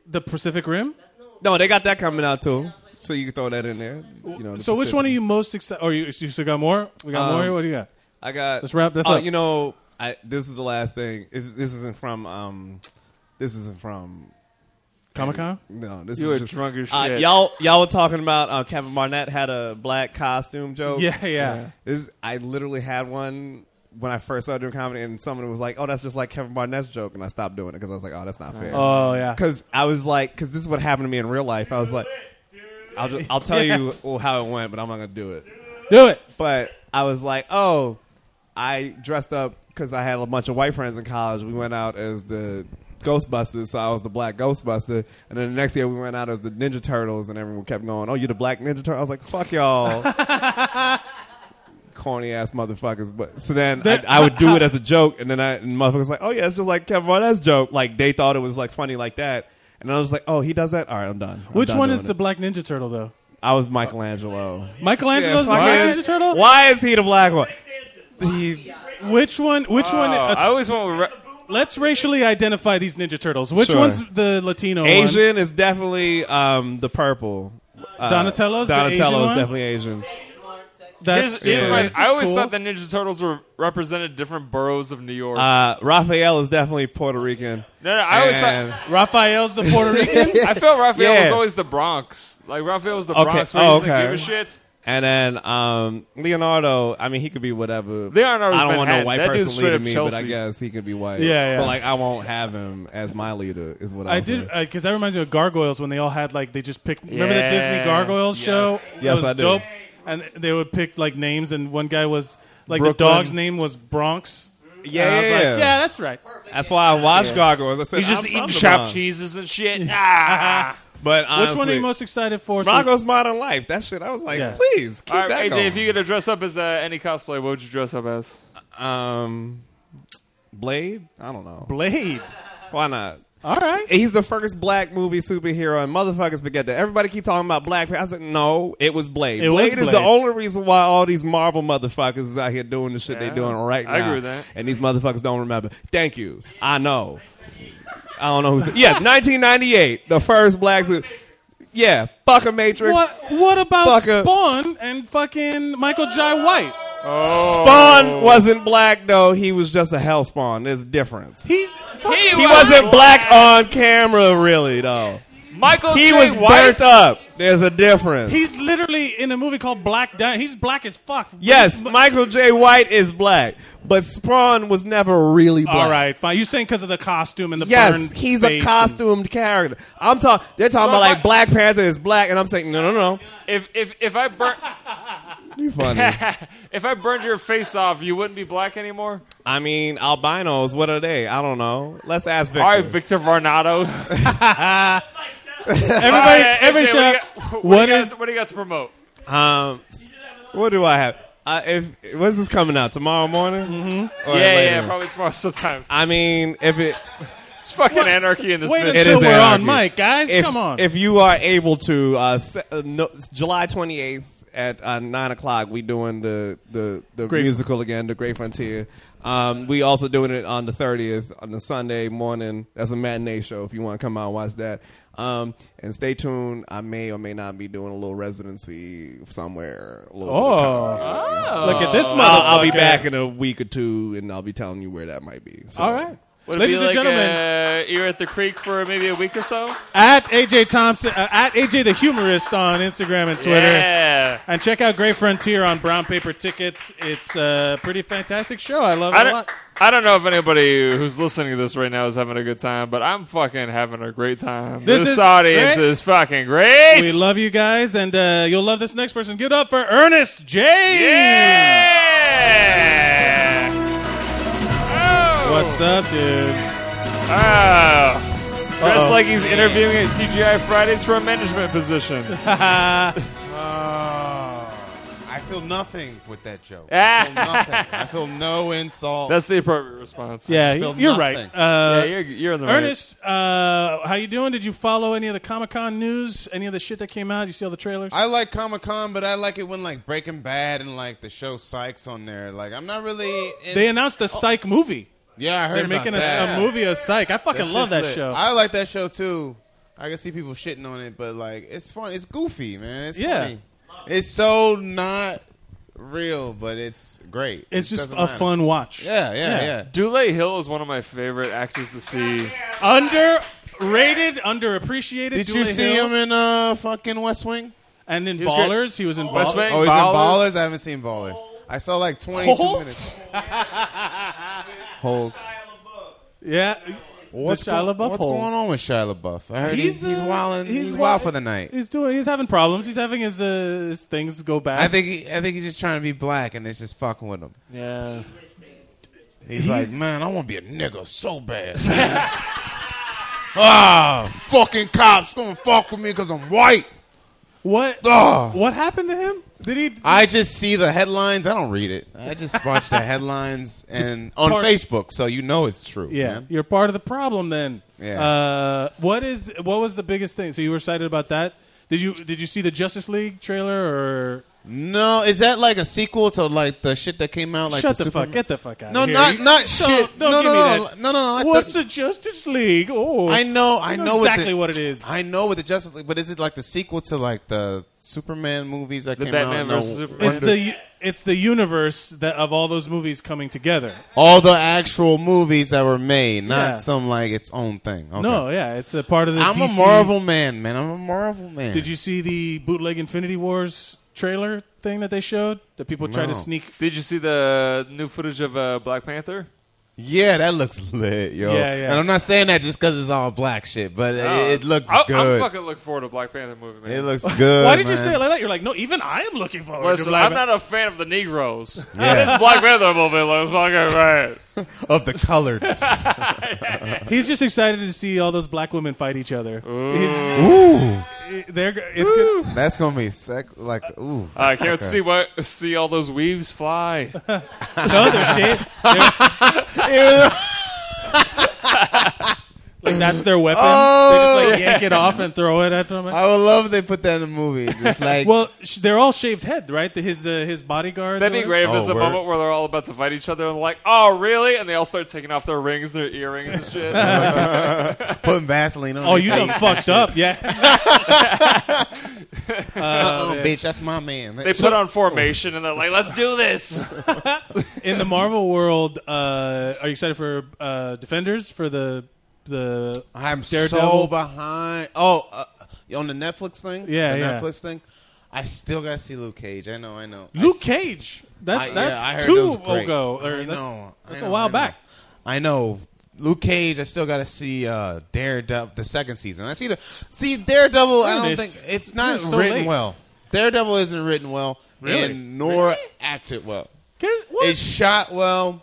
[SPEAKER 1] The Pacific Rim.
[SPEAKER 9] no, they got that coming out too. So you can throw that in there. You know, the
[SPEAKER 1] So which
[SPEAKER 9] Pacific.
[SPEAKER 1] one are you most excited? Or you, you still got more? We got
[SPEAKER 9] Um,
[SPEAKER 1] more. What do you got?
[SPEAKER 9] I got.
[SPEAKER 1] Let's wrap this
[SPEAKER 9] oh,
[SPEAKER 1] up.
[SPEAKER 9] You know, I, this is the last thing. This, this isn't from. Um, this isn't from
[SPEAKER 1] Comic Con.
[SPEAKER 9] No, this
[SPEAKER 2] You
[SPEAKER 9] is
[SPEAKER 2] a
[SPEAKER 9] just,
[SPEAKER 2] drunk as
[SPEAKER 9] Uh,
[SPEAKER 2] shit.
[SPEAKER 9] y'all, y'all were talking about uh, Kevin Barnett had a black costume joke.
[SPEAKER 1] Yeah, yeah.
[SPEAKER 9] This I literally had one when I first started doing comedy, and someone was like, "Oh, that's just like Kevin Barnett's joke," and I stopped doing it because I was like, "Oh, that's not fair."
[SPEAKER 1] Oh yeah.
[SPEAKER 9] Because I was like, because this is what happened to me in real life. I was like, I'll just, I'll tell you well, how it went, but I'm not gonna do it.
[SPEAKER 1] Do it.
[SPEAKER 9] But I was like, oh, I dressed up because I had a bunch of white friends in college. We went out as the Ghostbusters, so I was the black Ghostbuster. And then the next year we went out as the Ninja Turtles, and everyone kept going, oh, you're the black Ninja Turtle. I was like, fuck y'all. Corny ass motherfuckers, but so then I, I would do it as a joke, and then I and motherfuckers like, oh yeah, it's just like Kevin Barnett's joke. Like they thought it was like funny like that, and I was like, oh, he does that. All right, I'm done. I'm
[SPEAKER 1] Which
[SPEAKER 9] done
[SPEAKER 1] one
[SPEAKER 9] doing
[SPEAKER 1] is
[SPEAKER 9] it."
[SPEAKER 1] the Black Ninja Turtle though?
[SPEAKER 9] I was Michelangelo.
[SPEAKER 1] Michelangelo's the
[SPEAKER 9] fuck
[SPEAKER 1] Black
[SPEAKER 9] it.
[SPEAKER 1] Ninja Turtle.
[SPEAKER 9] Why is he the black one? He,
[SPEAKER 1] Which one? Which one?
[SPEAKER 2] Oh,
[SPEAKER 1] uh,
[SPEAKER 2] I always went with. Ra-
[SPEAKER 1] let's racially identify these Ninja Turtles. Which
[SPEAKER 9] Sure.
[SPEAKER 1] one's the Latino one?
[SPEAKER 9] Asian is definitely um, the purple. Uh,
[SPEAKER 1] Donatello's the Asian
[SPEAKER 9] Donatello's
[SPEAKER 1] one?
[SPEAKER 9] definitely Asian.
[SPEAKER 1] That's
[SPEAKER 2] Here's, here's
[SPEAKER 9] yeah.
[SPEAKER 2] my,
[SPEAKER 1] this is
[SPEAKER 2] I always
[SPEAKER 1] cool.
[SPEAKER 2] thought the Ninja Turtles were represented different boroughs of New York.
[SPEAKER 9] Uh, Raphael is definitely Puerto Rican.
[SPEAKER 2] no, no, I always
[SPEAKER 9] and-
[SPEAKER 2] thought.
[SPEAKER 1] Raphael's the Puerto Rican.
[SPEAKER 2] I felt Raphael was
[SPEAKER 9] Yeah.
[SPEAKER 2] always the Bronx. Like Raphael was the
[SPEAKER 9] Okay.
[SPEAKER 2] Bronx. Where
[SPEAKER 9] Oh,
[SPEAKER 2] he doesn't
[SPEAKER 9] okay.
[SPEAKER 2] give a shit.
[SPEAKER 9] And then um, Leonardo, I mean, he could be whatever.
[SPEAKER 2] Leonardo's
[SPEAKER 9] I don't want no
[SPEAKER 2] Manhattan.
[SPEAKER 9] white
[SPEAKER 2] That dude's
[SPEAKER 9] person
[SPEAKER 2] straight
[SPEAKER 9] leading
[SPEAKER 2] up
[SPEAKER 9] me, but I
[SPEAKER 2] Chelsea.
[SPEAKER 9] guess he could be white.
[SPEAKER 1] Yeah, yeah.
[SPEAKER 9] But like, I won't have him as my leader. Is what I,
[SPEAKER 1] I
[SPEAKER 9] was
[SPEAKER 1] did
[SPEAKER 9] saying.
[SPEAKER 1] because that reminds me of Gargoyles when they all had like they just picked. Remember the Disney
[SPEAKER 2] Yeah.
[SPEAKER 1] Gargoyles
[SPEAKER 2] Yes.
[SPEAKER 1] show? It
[SPEAKER 9] Yes,
[SPEAKER 1] was
[SPEAKER 9] I do.
[SPEAKER 1] dope. And they would pick like names, and one guy was like
[SPEAKER 2] Brooklyn.
[SPEAKER 1] the dog's name was Bronx.
[SPEAKER 9] Yeah,
[SPEAKER 1] And I was
[SPEAKER 9] yeah,
[SPEAKER 1] like,
[SPEAKER 9] yeah.
[SPEAKER 1] yeah, that's right.
[SPEAKER 9] That's why I watched Gargoyles. I said,
[SPEAKER 2] He's just
[SPEAKER 9] I'm
[SPEAKER 2] eating
[SPEAKER 9] from the
[SPEAKER 2] chopped
[SPEAKER 9] Bronx.
[SPEAKER 2] cheeses and shit. ah.
[SPEAKER 9] But
[SPEAKER 1] Which one are
[SPEAKER 9] honestly,
[SPEAKER 1] you most excited for? So-
[SPEAKER 9] Rocco's Modern Life. That shit. I was like,
[SPEAKER 1] Yeah.
[SPEAKER 9] please keep
[SPEAKER 2] All right,
[SPEAKER 9] that
[SPEAKER 2] AJ,
[SPEAKER 9] going.
[SPEAKER 2] if you could dress up as uh, any cosplay, what would you dress up as?
[SPEAKER 9] um, Blade. I don't know.
[SPEAKER 1] Blade.
[SPEAKER 9] Why not?
[SPEAKER 1] All right.
[SPEAKER 9] He's the first black movie superhero, and motherfuckers forget that. Everybody keep talking about Black Panther. I said, no, it was Blade.
[SPEAKER 1] It was
[SPEAKER 9] Blade is the
[SPEAKER 1] Blade.
[SPEAKER 9] only reason why all these Marvel motherfuckers is out here doing the shit
[SPEAKER 2] Yeah,
[SPEAKER 9] they're doing right now.
[SPEAKER 2] I agree with that.
[SPEAKER 9] And these motherfuckers don't remember. Thank you. I know. I don't know who's. Yeah, 1998, the first black super. Yeah, fuck a Matrix.
[SPEAKER 1] What What about
[SPEAKER 9] Fuck up.
[SPEAKER 1] Spawn and fucking Michael Jai White?
[SPEAKER 9] Spawn
[SPEAKER 1] Oh.
[SPEAKER 9] wasn't black though. He was just a hell spawn. There's a difference. He,
[SPEAKER 1] He's fuck-
[SPEAKER 9] wasn't black on camera really though.
[SPEAKER 2] Michael
[SPEAKER 9] He
[SPEAKER 2] J.
[SPEAKER 9] was
[SPEAKER 2] White.
[SPEAKER 9] burnt up. There's a difference.
[SPEAKER 1] He's literally in a movie called Black Diamond. He's black as fuck.
[SPEAKER 9] yes, Michael J. White is black, but Spawn was never really black.
[SPEAKER 1] All right, fine. You're saying because of the costume and the
[SPEAKER 9] Yes,
[SPEAKER 1] burned
[SPEAKER 9] he's
[SPEAKER 1] face
[SPEAKER 9] a
[SPEAKER 1] and-
[SPEAKER 9] costumed character. I'm talking. They're talking
[SPEAKER 2] So
[SPEAKER 9] about
[SPEAKER 2] if
[SPEAKER 9] like
[SPEAKER 2] I-
[SPEAKER 9] Black Panther is black, and I'm saying no, no, no.
[SPEAKER 2] If if if I burn
[SPEAKER 9] You funny.
[SPEAKER 2] if I burned your face off, you wouldn't be black anymore.
[SPEAKER 9] I mean, albinos. What are they? I don't know. Let's ask Victor.
[SPEAKER 2] All right, Victor Varnados.
[SPEAKER 1] Everybody,
[SPEAKER 2] All right,
[SPEAKER 1] every
[SPEAKER 2] AJ,
[SPEAKER 1] shot.
[SPEAKER 2] What, do you got- what
[SPEAKER 1] What
[SPEAKER 2] do you
[SPEAKER 1] is?
[SPEAKER 2] got- what do you got to promote?
[SPEAKER 9] Um, what do I have? Uh, if when's this coming out tomorrow morning? Mm-hmm. Or
[SPEAKER 2] Yeah, yeah,
[SPEAKER 9] later?
[SPEAKER 2] yeah, probably tomorrow sometimes.
[SPEAKER 9] I mean, if it
[SPEAKER 2] It's fucking anarchy in this
[SPEAKER 1] Wait
[SPEAKER 2] bitch.
[SPEAKER 9] It
[SPEAKER 1] until
[SPEAKER 9] is
[SPEAKER 1] we're
[SPEAKER 9] anarchy.
[SPEAKER 1] on mic, guys.
[SPEAKER 9] if,
[SPEAKER 1] Come on.
[SPEAKER 9] if you are able to, uh, se- uh, no, it's July twenty eighth at uh, nine o'clock, we doing the the, the
[SPEAKER 1] Great.
[SPEAKER 9] musical again, the Great Frontier. Um, we also doing it on the thirtieth on the Sunday morning. That's a matinee show. If you want to come out and watch that. Um, and stay tuned. I may or may not be doing a little residency somewhere. A little bit of
[SPEAKER 1] oh, look at this motherfucker.
[SPEAKER 9] I'll, I'll be back in a week or two, and I'll be telling you where that might be. So.
[SPEAKER 1] All right.
[SPEAKER 2] Would it
[SPEAKER 1] Ladies
[SPEAKER 2] be
[SPEAKER 1] and
[SPEAKER 2] like,
[SPEAKER 1] gentlemen,
[SPEAKER 2] uh, you're at the creek for maybe a week or so.
[SPEAKER 1] at AJ Thompson, uh, at AJ the humorist on Instagram and Twitter,
[SPEAKER 2] Yeah.
[SPEAKER 1] and check out Great Frontier on Brown Paper Tickets. It's a pretty fantastic show. I love
[SPEAKER 2] I
[SPEAKER 1] it a
[SPEAKER 2] don't,
[SPEAKER 1] lot.
[SPEAKER 2] I don't know if anybody who's listening to this right now is having a good time, but I'm fucking having a great time. This,
[SPEAKER 1] This is
[SPEAKER 2] audience
[SPEAKER 1] great.
[SPEAKER 2] is fucking great.
[SPEAKER 1] We love you guys, and uh, you'll love this next person. Give it up for Ernest J.
[SPEAKER 2] Yeah. Oh.
[SPEAKER 1] What's up, dude?
[SPEAKER 2] Ah. Dressed
[SPEAKER 1] Uh-oh.
[SPEAKER 2] like he's interviewing at TGI Fridays for a management position.
[SPEAKER 10] Oh, I feel nothing with that joke. I feel
[SPEAKER 2] Ah,
[SPEAKER 10] nothing. I feel no insult.
[SPEAKER 2] that's the appropriate response.
[SPEAKER 1] Yeah,
[SPEAKER 10] spilled
[SPEAKER 1] you're right.
[SPEAKER 10] nothing.
[SPEAKER 1] Uh,
[SPEAKER 2] Yeah, you're, you're in the
[SPEAKER 1] Ernest, uh, how you doing? Did you follow any of the Comic Con news? Any of the shit that came out? You see all the trailers?
[SPEAKER 10] I like Comic Con, but I like it when like Breaking Bad and like the show Sykes on there. Like I'm not really. In,
[SPEAKER 1] they announced a Psych movie.
[SPEAKER 10] yeah, I heard
[SPEAKER 1] They're
[SPEAKER 10] about
[SPEAKER 1] making a,
[SPEAKER 10] that.
[SPEAKER 1] a movie of Psych. I fucking love that
[SPEAKER 10] That's just
[SPEAKER 1] show.
[SPEAKER 10] lit. I like that show too. I can see people shitting on it, but like it's fun. It's goofy, man. It's
[SPEAKER 1] Yeah.
[SPEAKER 10] funny. It's so not real, but it's great.
[SPEAKER 1] it's
[SPEAKER 10] It
[SPEAKER 1] just
[SPEAKER 10] doesn't
[SPEAKER 1] a
[SPEAKER 10] matter.
[SPEAKER 1] fun watch.
[SPEAKER 10] Yeah, yeah, yeah.
[SPEAKER 2] Dule Hill is one of my favorite actors to see.
[SPEAKER 1] Underrated, underappreciated.
[SPEAKER 10] Did
[SPEAKER 1] Dule
[SPEAKER 10] you see
[SPEAKER 1] Hill.
[SPEAKER 10] him in uh fucking West Wing?
[SPEAKER 1] And in
[SPEAKER 2] was great.
[SPEAKER 1] Ballers, he was in
[SPEAKER 2] West
[SPEAKER 1] Ballers.
[SPEAKER 2] Wing
[SPEAKER 10] Oh, he's
[SPEAKER 2] Ballers.
[SPEAKER 10] in Ballers. I haven't seen Ballers. I saw like 22
[SPEAKER 1] Holes?
[SPEAKER 10] minutes. Holes.
[SPEAKER 1] Yeah.
[SPEAKER 10] What's,
[SPEAKER 1] the Shia
[SPEAKER 10] go-
[SPEAKER 1] LaBeouf
[SPEAKER 10] what's
[SPEAKER 1] holes.
[SPEAKER 10] going on with Shia LaBeouf? I heard he's, he's,
[SPEAKER 1] uh,
[SPEAKER 10] wilding. He's,
[SPEAKER 1] wi-
[SPEAKER 10] wild for the night.
[SPEAKER 1] He's doing. He's having problems. He's having his, uh, his things go back.
[SPEAKER 10] I think he, I think he's just trying to be black, and it's just fucking with him.
[SPEAKER 2] Yeah.
[SPEAKER 10] He's, like, man, I want to be a nigga so bad. ah, fucking cops gonna fuck with me because I'm white.
[SPEAKER 1] what
[SPEAKER 10] Ah.
[SPEAKER 1] what happened to him? Did he?
[SPEAKER 10] I just see the headlines. I don't read it. I just watch the headlines and on
[SPEAKER 1] Part-
[SPEAKER 10] Facebook, so you know it's true.
[SPEAKER 1] yeah,
[SPEAKER 10] man.
[SPEAKER 1] you're part of the problem then.
[SPEAKER 10] Yeah.
[SPEAKER 1] Uh, what is what was the biggest thing? So you were excited about that? Did you did you see the Justice League trailer or
[SPEAKER 10] No, is that like a sequel to like the shit that came out? Like
[SPEAKER 1] shut the,
[SPEAKER 10] the
[SPEAKER 1] fuck
[SPEAKER 10] Superman-
[SPEAKER 1] get the fuck out?
[SPEAKER 10] No,
[SPEAKER 1] of here.
[SPEAKER 10] not
[SPEAKER 1] You-
[SPEAKER 10] not shit.
[SPEAKER 1] Don't, don't
[SPEAKER 10] no,
[SPEAKER 1] give
[SPEAKER 10] no,
[SPEAKER 1] me
[SPEAKER 10] no,
[SPEAKER 1] that.
[SPEAKER 10] no, no, no.
[SPEAKER 1] What's
[SPEAKER 10] it?
[SPEAKER 1] a Justice League? Oh,
[SPEAKER 10] I know, I know, what
[SPEAKER 1] exactly
[SPEAKER 10] the,
[SPEAKER 1] what it is.
[SPEAKER 10] I know what the Justice League, but is it like the sequel to like the Superman movies that
[SPEAKER 2] The
[SPEAKER 10] came
[SPEAKER 2] Batman
[SPEAKER 10] out? No,
[SPEAKER 2] versus Superman.
[SPEAKER 1] It's the it's the universe that of all those movies coming together.
[SPEAKER 10] all the actual movies that were made, not
[SPEAKER 1] Yeah.
[SPEAKER 10] some like its own thing. Okay.
[SPEAKER 1] No, yeah, it's a part of the.
[SPEAKER 10] I'm a
[SPEAKER 1] DC.
[SPEAKER 10] Marvel man, man. I'm a Marvel man.
[SPEAKER 1] Did you see the bootleg Infinity Wars trailer thing that they showed? That people try
[SPEAKER 10] No.
[SPEAKER 1] to sneak.
[SPEAKER 2] Did you see the new footage of uh, Black Panther?
[SPEAKER 10] Yeah, that looks lit, yo.
[SPEAKER 1] Yeah, yeah.
[SPEAKER 10] And I'm not saying that just because it's all black shit, but
[SPEAKER 2] Oh,
[SPEAKER 10] it, it looks
[SPEAKER 2] I, I'm
[SPEAKER 10] good.
[SPEAKER 2] fucking looking forward to Black Panther movie, man.
[SPEAKER 10] it looks good.
[SPEAKER 1] Why did you
[SPEAKER 10] man.
[SPEAKER 1] say it like that? You're like, no, even I am looking forward to
[SPEAKER 2] Listen,
[SPEAKER 1] Oh, Black
[SPEAKER 2] I'm
[SPEAKER 1] Panther.
[SPEAKER 2] not a fan of the Negroes.
[SPEAKER 10] Yeah.
[SPEAKER 2] This Black Panther movie looks fucking right.
[SPEAKER 10] of the colors?
[SPEAKER 1] He's just excited to see all those black women fight each other. He's-
[SPEAKER 10] Ooh,
[SPEAKER 1] they're go- it's gonna,
[SPEAKER 10] that's gonna be sex. Like, ooh.
[SPEAKER 2] I can't wait to see what see all those weaves fly.
[SPEAKER 1] no, they're shaved.
[SPEAKER 10] Ew.
[SPEAKER 1] like that's their weapon. They just like yank it off and throw it at them.
[SPEAKER 10] Oh. I would love if they put that in a movie. Just like
[SPEAKER 1] Well, sh- they're all shaved head, right? The, his uh, his bodyguards.
[SPEAKER 2] That'd
[SPEAKER 1] or
[SPEAKER 2] be
[SPEAKER 1] whatever?
[SPEAKER 2] great if
[SPEAKER 10] Oh,
[SPEAKER 2] there's a
[SPEAKER 10] word.
[SPEAKER 2] moment where they're all about to fight each other and like, oh, really? And they all start taking off their rings, their earrings and shit.
[SPEAKER 10] putting Vaseline on.
[SPEAKER 1] Oh,
[SPEAKER 10] their
[SPEAKER 1] you done
[SPEAKER 10] face.
[SPEAKER 1] fucked up, yeah. Uh,
[SPEAKER 10] Uh-uh, bitch, that's my man.
[SPEAKER 2] they put on formation and they're like, let's do this.
[SPEAKER 1] In the Marvel world, uh, are you excited for uh, Defenders for the the?
[SPEAKER 10] I'm
[SPEAKER 1] Daredevil.
[SPEAKER 10] so behind. Oh, uh, on the Netflix thing.
[SPEAKER 1] Yeah,
[SPEAKER 10] the
[SPEAKER 1] yeah.
[SPEAKER 10] Netflix thing. I still got to see Luke Cage. I know, I know. I
[SPEAKER 1] Luke
[SPEAKER 10] s-
[SPEAKER 1] Cage. That's
[SPEAKER 10] I-
[SPEAKER 1] that's
[SPEAKER 10] yeah, I heard it
[SPEAKER 1] two
[SPEAKER 10] was great.
[SPEAKER 1] ago. Or
[SPEAKER 10] I
[SPEAKER 1] that's,
[SPEAKER 10] know, I
[SPEAKER 1] that's
[SPEAKER 10] know,
[SPEAKER 1] a
[SPEAKER 10] I
[SPEAKER 1] while
[SPEAKER 10] know.
[SPEAKER 1] back.
[SPEAKER 10] I know. Luke Cage. I still got to see uh, Daredevil the second season. I see the see Daredevil. I
[SPEAKER 1] Dude,
[SPEAKER 10] don't
[SPEAKER 1] it's-
[SPEAKER 10] think it's not
[SPEAKER 1] you're so
[SPEAKER 10] written
[SPEAKER 1] late.
[SPEAKER 10] well. Daredevil isn't written well,
[SPEAKER 1] Really?
[SPEAKER 10] and nor acted well.
[SPEAKER 1] Guess- what?
[SPEAKER 10] It's shot well.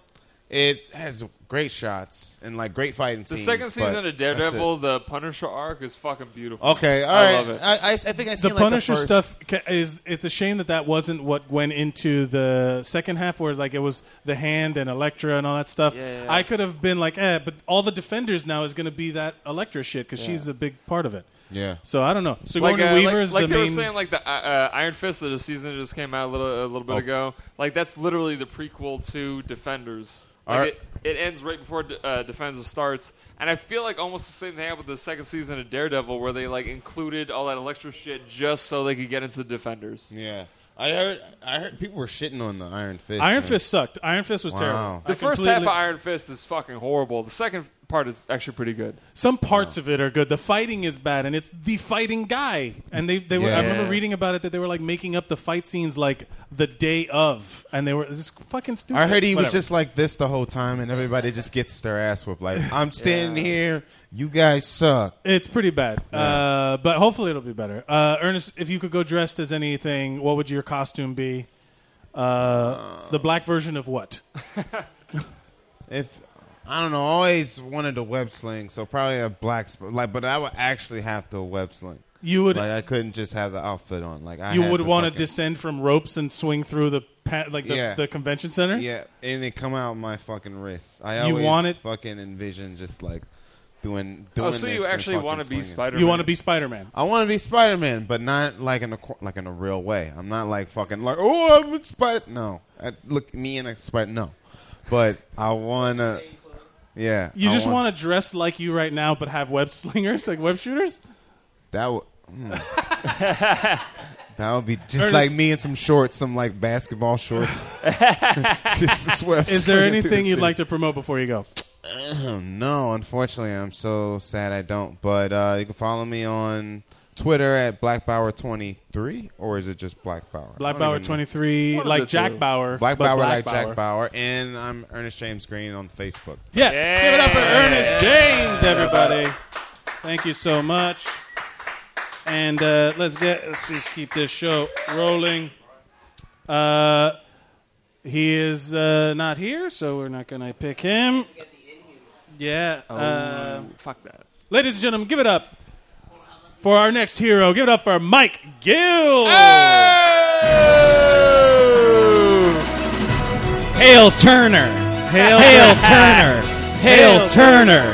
[SPEAKER 10] It has great shots and like great fighting
[SPEAKER 2] The
[SPEAKER 10] scenes,
[SPEAKER 2] second
[SPEAKER 10] but
[SPEAKER 2] season of
[SPEAKER 10] that's
[SPEAKER 2] Daredevil, the Punisher arc is fucking beautiful.
[SPEAKER 10] it. Okay, all
[SPEAKER 2] I
[SPEAKER 10] right.
[SPEAKER 2] love it.
[SPEAKER 10] I, I, I think I
[SPEAKER 1] the
[SPEAKER 10] seen like,
[SPEAKER 1] Punisher
[SPEAKER 10] first-
[SPEAKER 1] stuff ca- is it's a shame that that wasn't what went into the second half where like it was the hand and Elektra and all that stuff.
[SPEAKER 2] Yeah, yeah.
[SPEAKER 1] I could have been like, eh, but all the Defenders now is going to be that Elektra shit because she's a big part of it.
[SPEAKER 10] Yeah.
[SPEAKER 1] So I don't know.
[SPEAKER 2] like,
[SPEAKER 1] Sigourney
[SPEAKER 2] uh,
[SPEAKER 1] Weaver
[SPEAKER 2] like,
[SPEAKER 1] is
[SPEAKER 2] like
[SPEAKER 1] the
[SPEAKER 2] they
[SPEAKER 1] main.
[SPEAKER 2] were saying, like the uh, uh, Iron Fist that the season just came out a little a little
[SPEAKER 1] Oh.
[SPEAKER 2] bit ago. Like that's literally the prequel to Defenders. Like
[SPEAKER 10] Alright.
[SPEAKER 2] it, it ends right before De- uh, Defenders starts, and I feel like almost the same thing happened with the second season of Daredevil, where they like included all that Electro shit just so they could get into Defenders.
[SPEAKER 10] Yeah, I heard. I heard people were shitting on the Iron Fist.
[SPEAKER 1] Iron
[SPEAKER 10] man.
[SPEAKER 1] Fist sucked. Iron Fist was
[SPEAKER 10] Wow.
[SPEAKER 1] terrible.
[SPEAKER 2] The
[SPEAKER 1] I
[SPEAKER 2] first half
[SPEAKER 1] completely-
[SPEAKER 2] of Iron Fist is fucking horrible. The second part is actually pretty good.
[SPEAKER 1] Some parts of it are good. The fighting is bad, and it's the fighting guy. And they, they were. I
[SPEAKER 10] Yeah.
[SPEAKER 1] remember reading about it that they were like making up the fight scenes like the day of, and they were this is fucking stupid.
[SPEAKER 10] I heard he was
[SPEAKER 1] Whatever.
[SPEAKER 10] just like this the whole time, and everybody just gets their ass whooped. Like I'm standing here, you guys suck.
[SPEAKER 1] It's pretty bad, uh, but hopefully it'll be better. Uh, Ernest, if you could go dressed as anything, what would your costume be? Uh, the black version of what?
[SPEAKER 10] If I don't know, I always wanted a web sling, so probably a black sp- like, but I would actually have to web sling.
[SPEAKER 1] You would
[SPEAKER 10] Like I couldn't just have the outfit on. Like I
[SPEAKER 1] you
[SPEAKER 10] had
[SPEAKER 1] would
[SPEAKER 10] to
[SPEAKER 1] want to
[SPEAKER 10] fucking-
[SPEAKER 1] descend from ropes and swing through the pa- like the,
[SPEAKER 10] Yeah.
[SPEAKER 1] the convention center.
[SPEAKER 10] Yeah, and it come out my fucking wrist. I
[SPEAKER 1] You
[SPEAKER 10] always
[SPEAKER 1] want it-
[SPEAKER 10] fucking envision just like doing doing.
[SPEAKER 2] Oh, so
[SPEAKER 10] this
[SPEAKER 2] you
[SPEAKER 10] and
[SPEAKER 2] actually
[SPEAKER 10] fucking
[SPEAKER 2] want to be
[SPEAKER 10] swinging.
[SPEAKER 2] Spider?
[SPEAKER 1] You want to be Spider Man?
[SPEAKER 10] I want to be Spider Man, but not like in a qu- like in a real way. I'm not like fucking like oh I'm Spider. No, I, look me in a Spider. No, but I wanna. Yeah,
[SPEAKER 1] You
[SPEAKER 10] I
[SPEAKER 1] just want to dress like you right now, but have web slingers like web shooters.
[SPEAKER 10] that. W- hmm. that would be just
[SPEAKER 1] Ernest-
[SPEAKER 10] like me in some shorts, some like basketball shorts. just sweat.
[SPEAKER 1] Is there anything you'd like to promote before you go?
[SPEAKER 10] no, unfortunately, I'm so sad I don't. But uh, you can follow me on Twitter at BlackBauer23, or is it just Black Bauer? I
[SPEAKER 1] Black
[SPEAKER 10] don't
[SPEAKER 1] Bauer
[SPEAKER 10] even know.
[SPEAKER 1] twenty three,
[SPEAKER 2] One of
[SPEAKER 1] like
[SPEAKER 2] the
[SPEAKER 1] Jack
[SPEAKER 2] two.
[SPEAKER 1] Bauer.
[SPEAKER 10] Black
[SPEAKER 1] but
[SPEAKER 10] Bauer like Jack Bauer, and I'm Ernest James Green on Facebook.
[SPEAKER 1] Yeah.
[SPEAKER 2] Yeah.
[SPEAKER 1] Give it up for Ernest James, everybody. Thank you so much. And uh, let's get let's just keep this show rolling. Uh, he is uh, not here, so we're not gonna pick him. Yeah. Uh,
[SPEAKER 2] Oh, Fuck that.
[SPEAKER 1] ladies and gentlemen, give it up for our next hero. Give it up for Mike Gill.
[SPEAKER 11] Hail Turner. Hail, Turner. Hail Turner.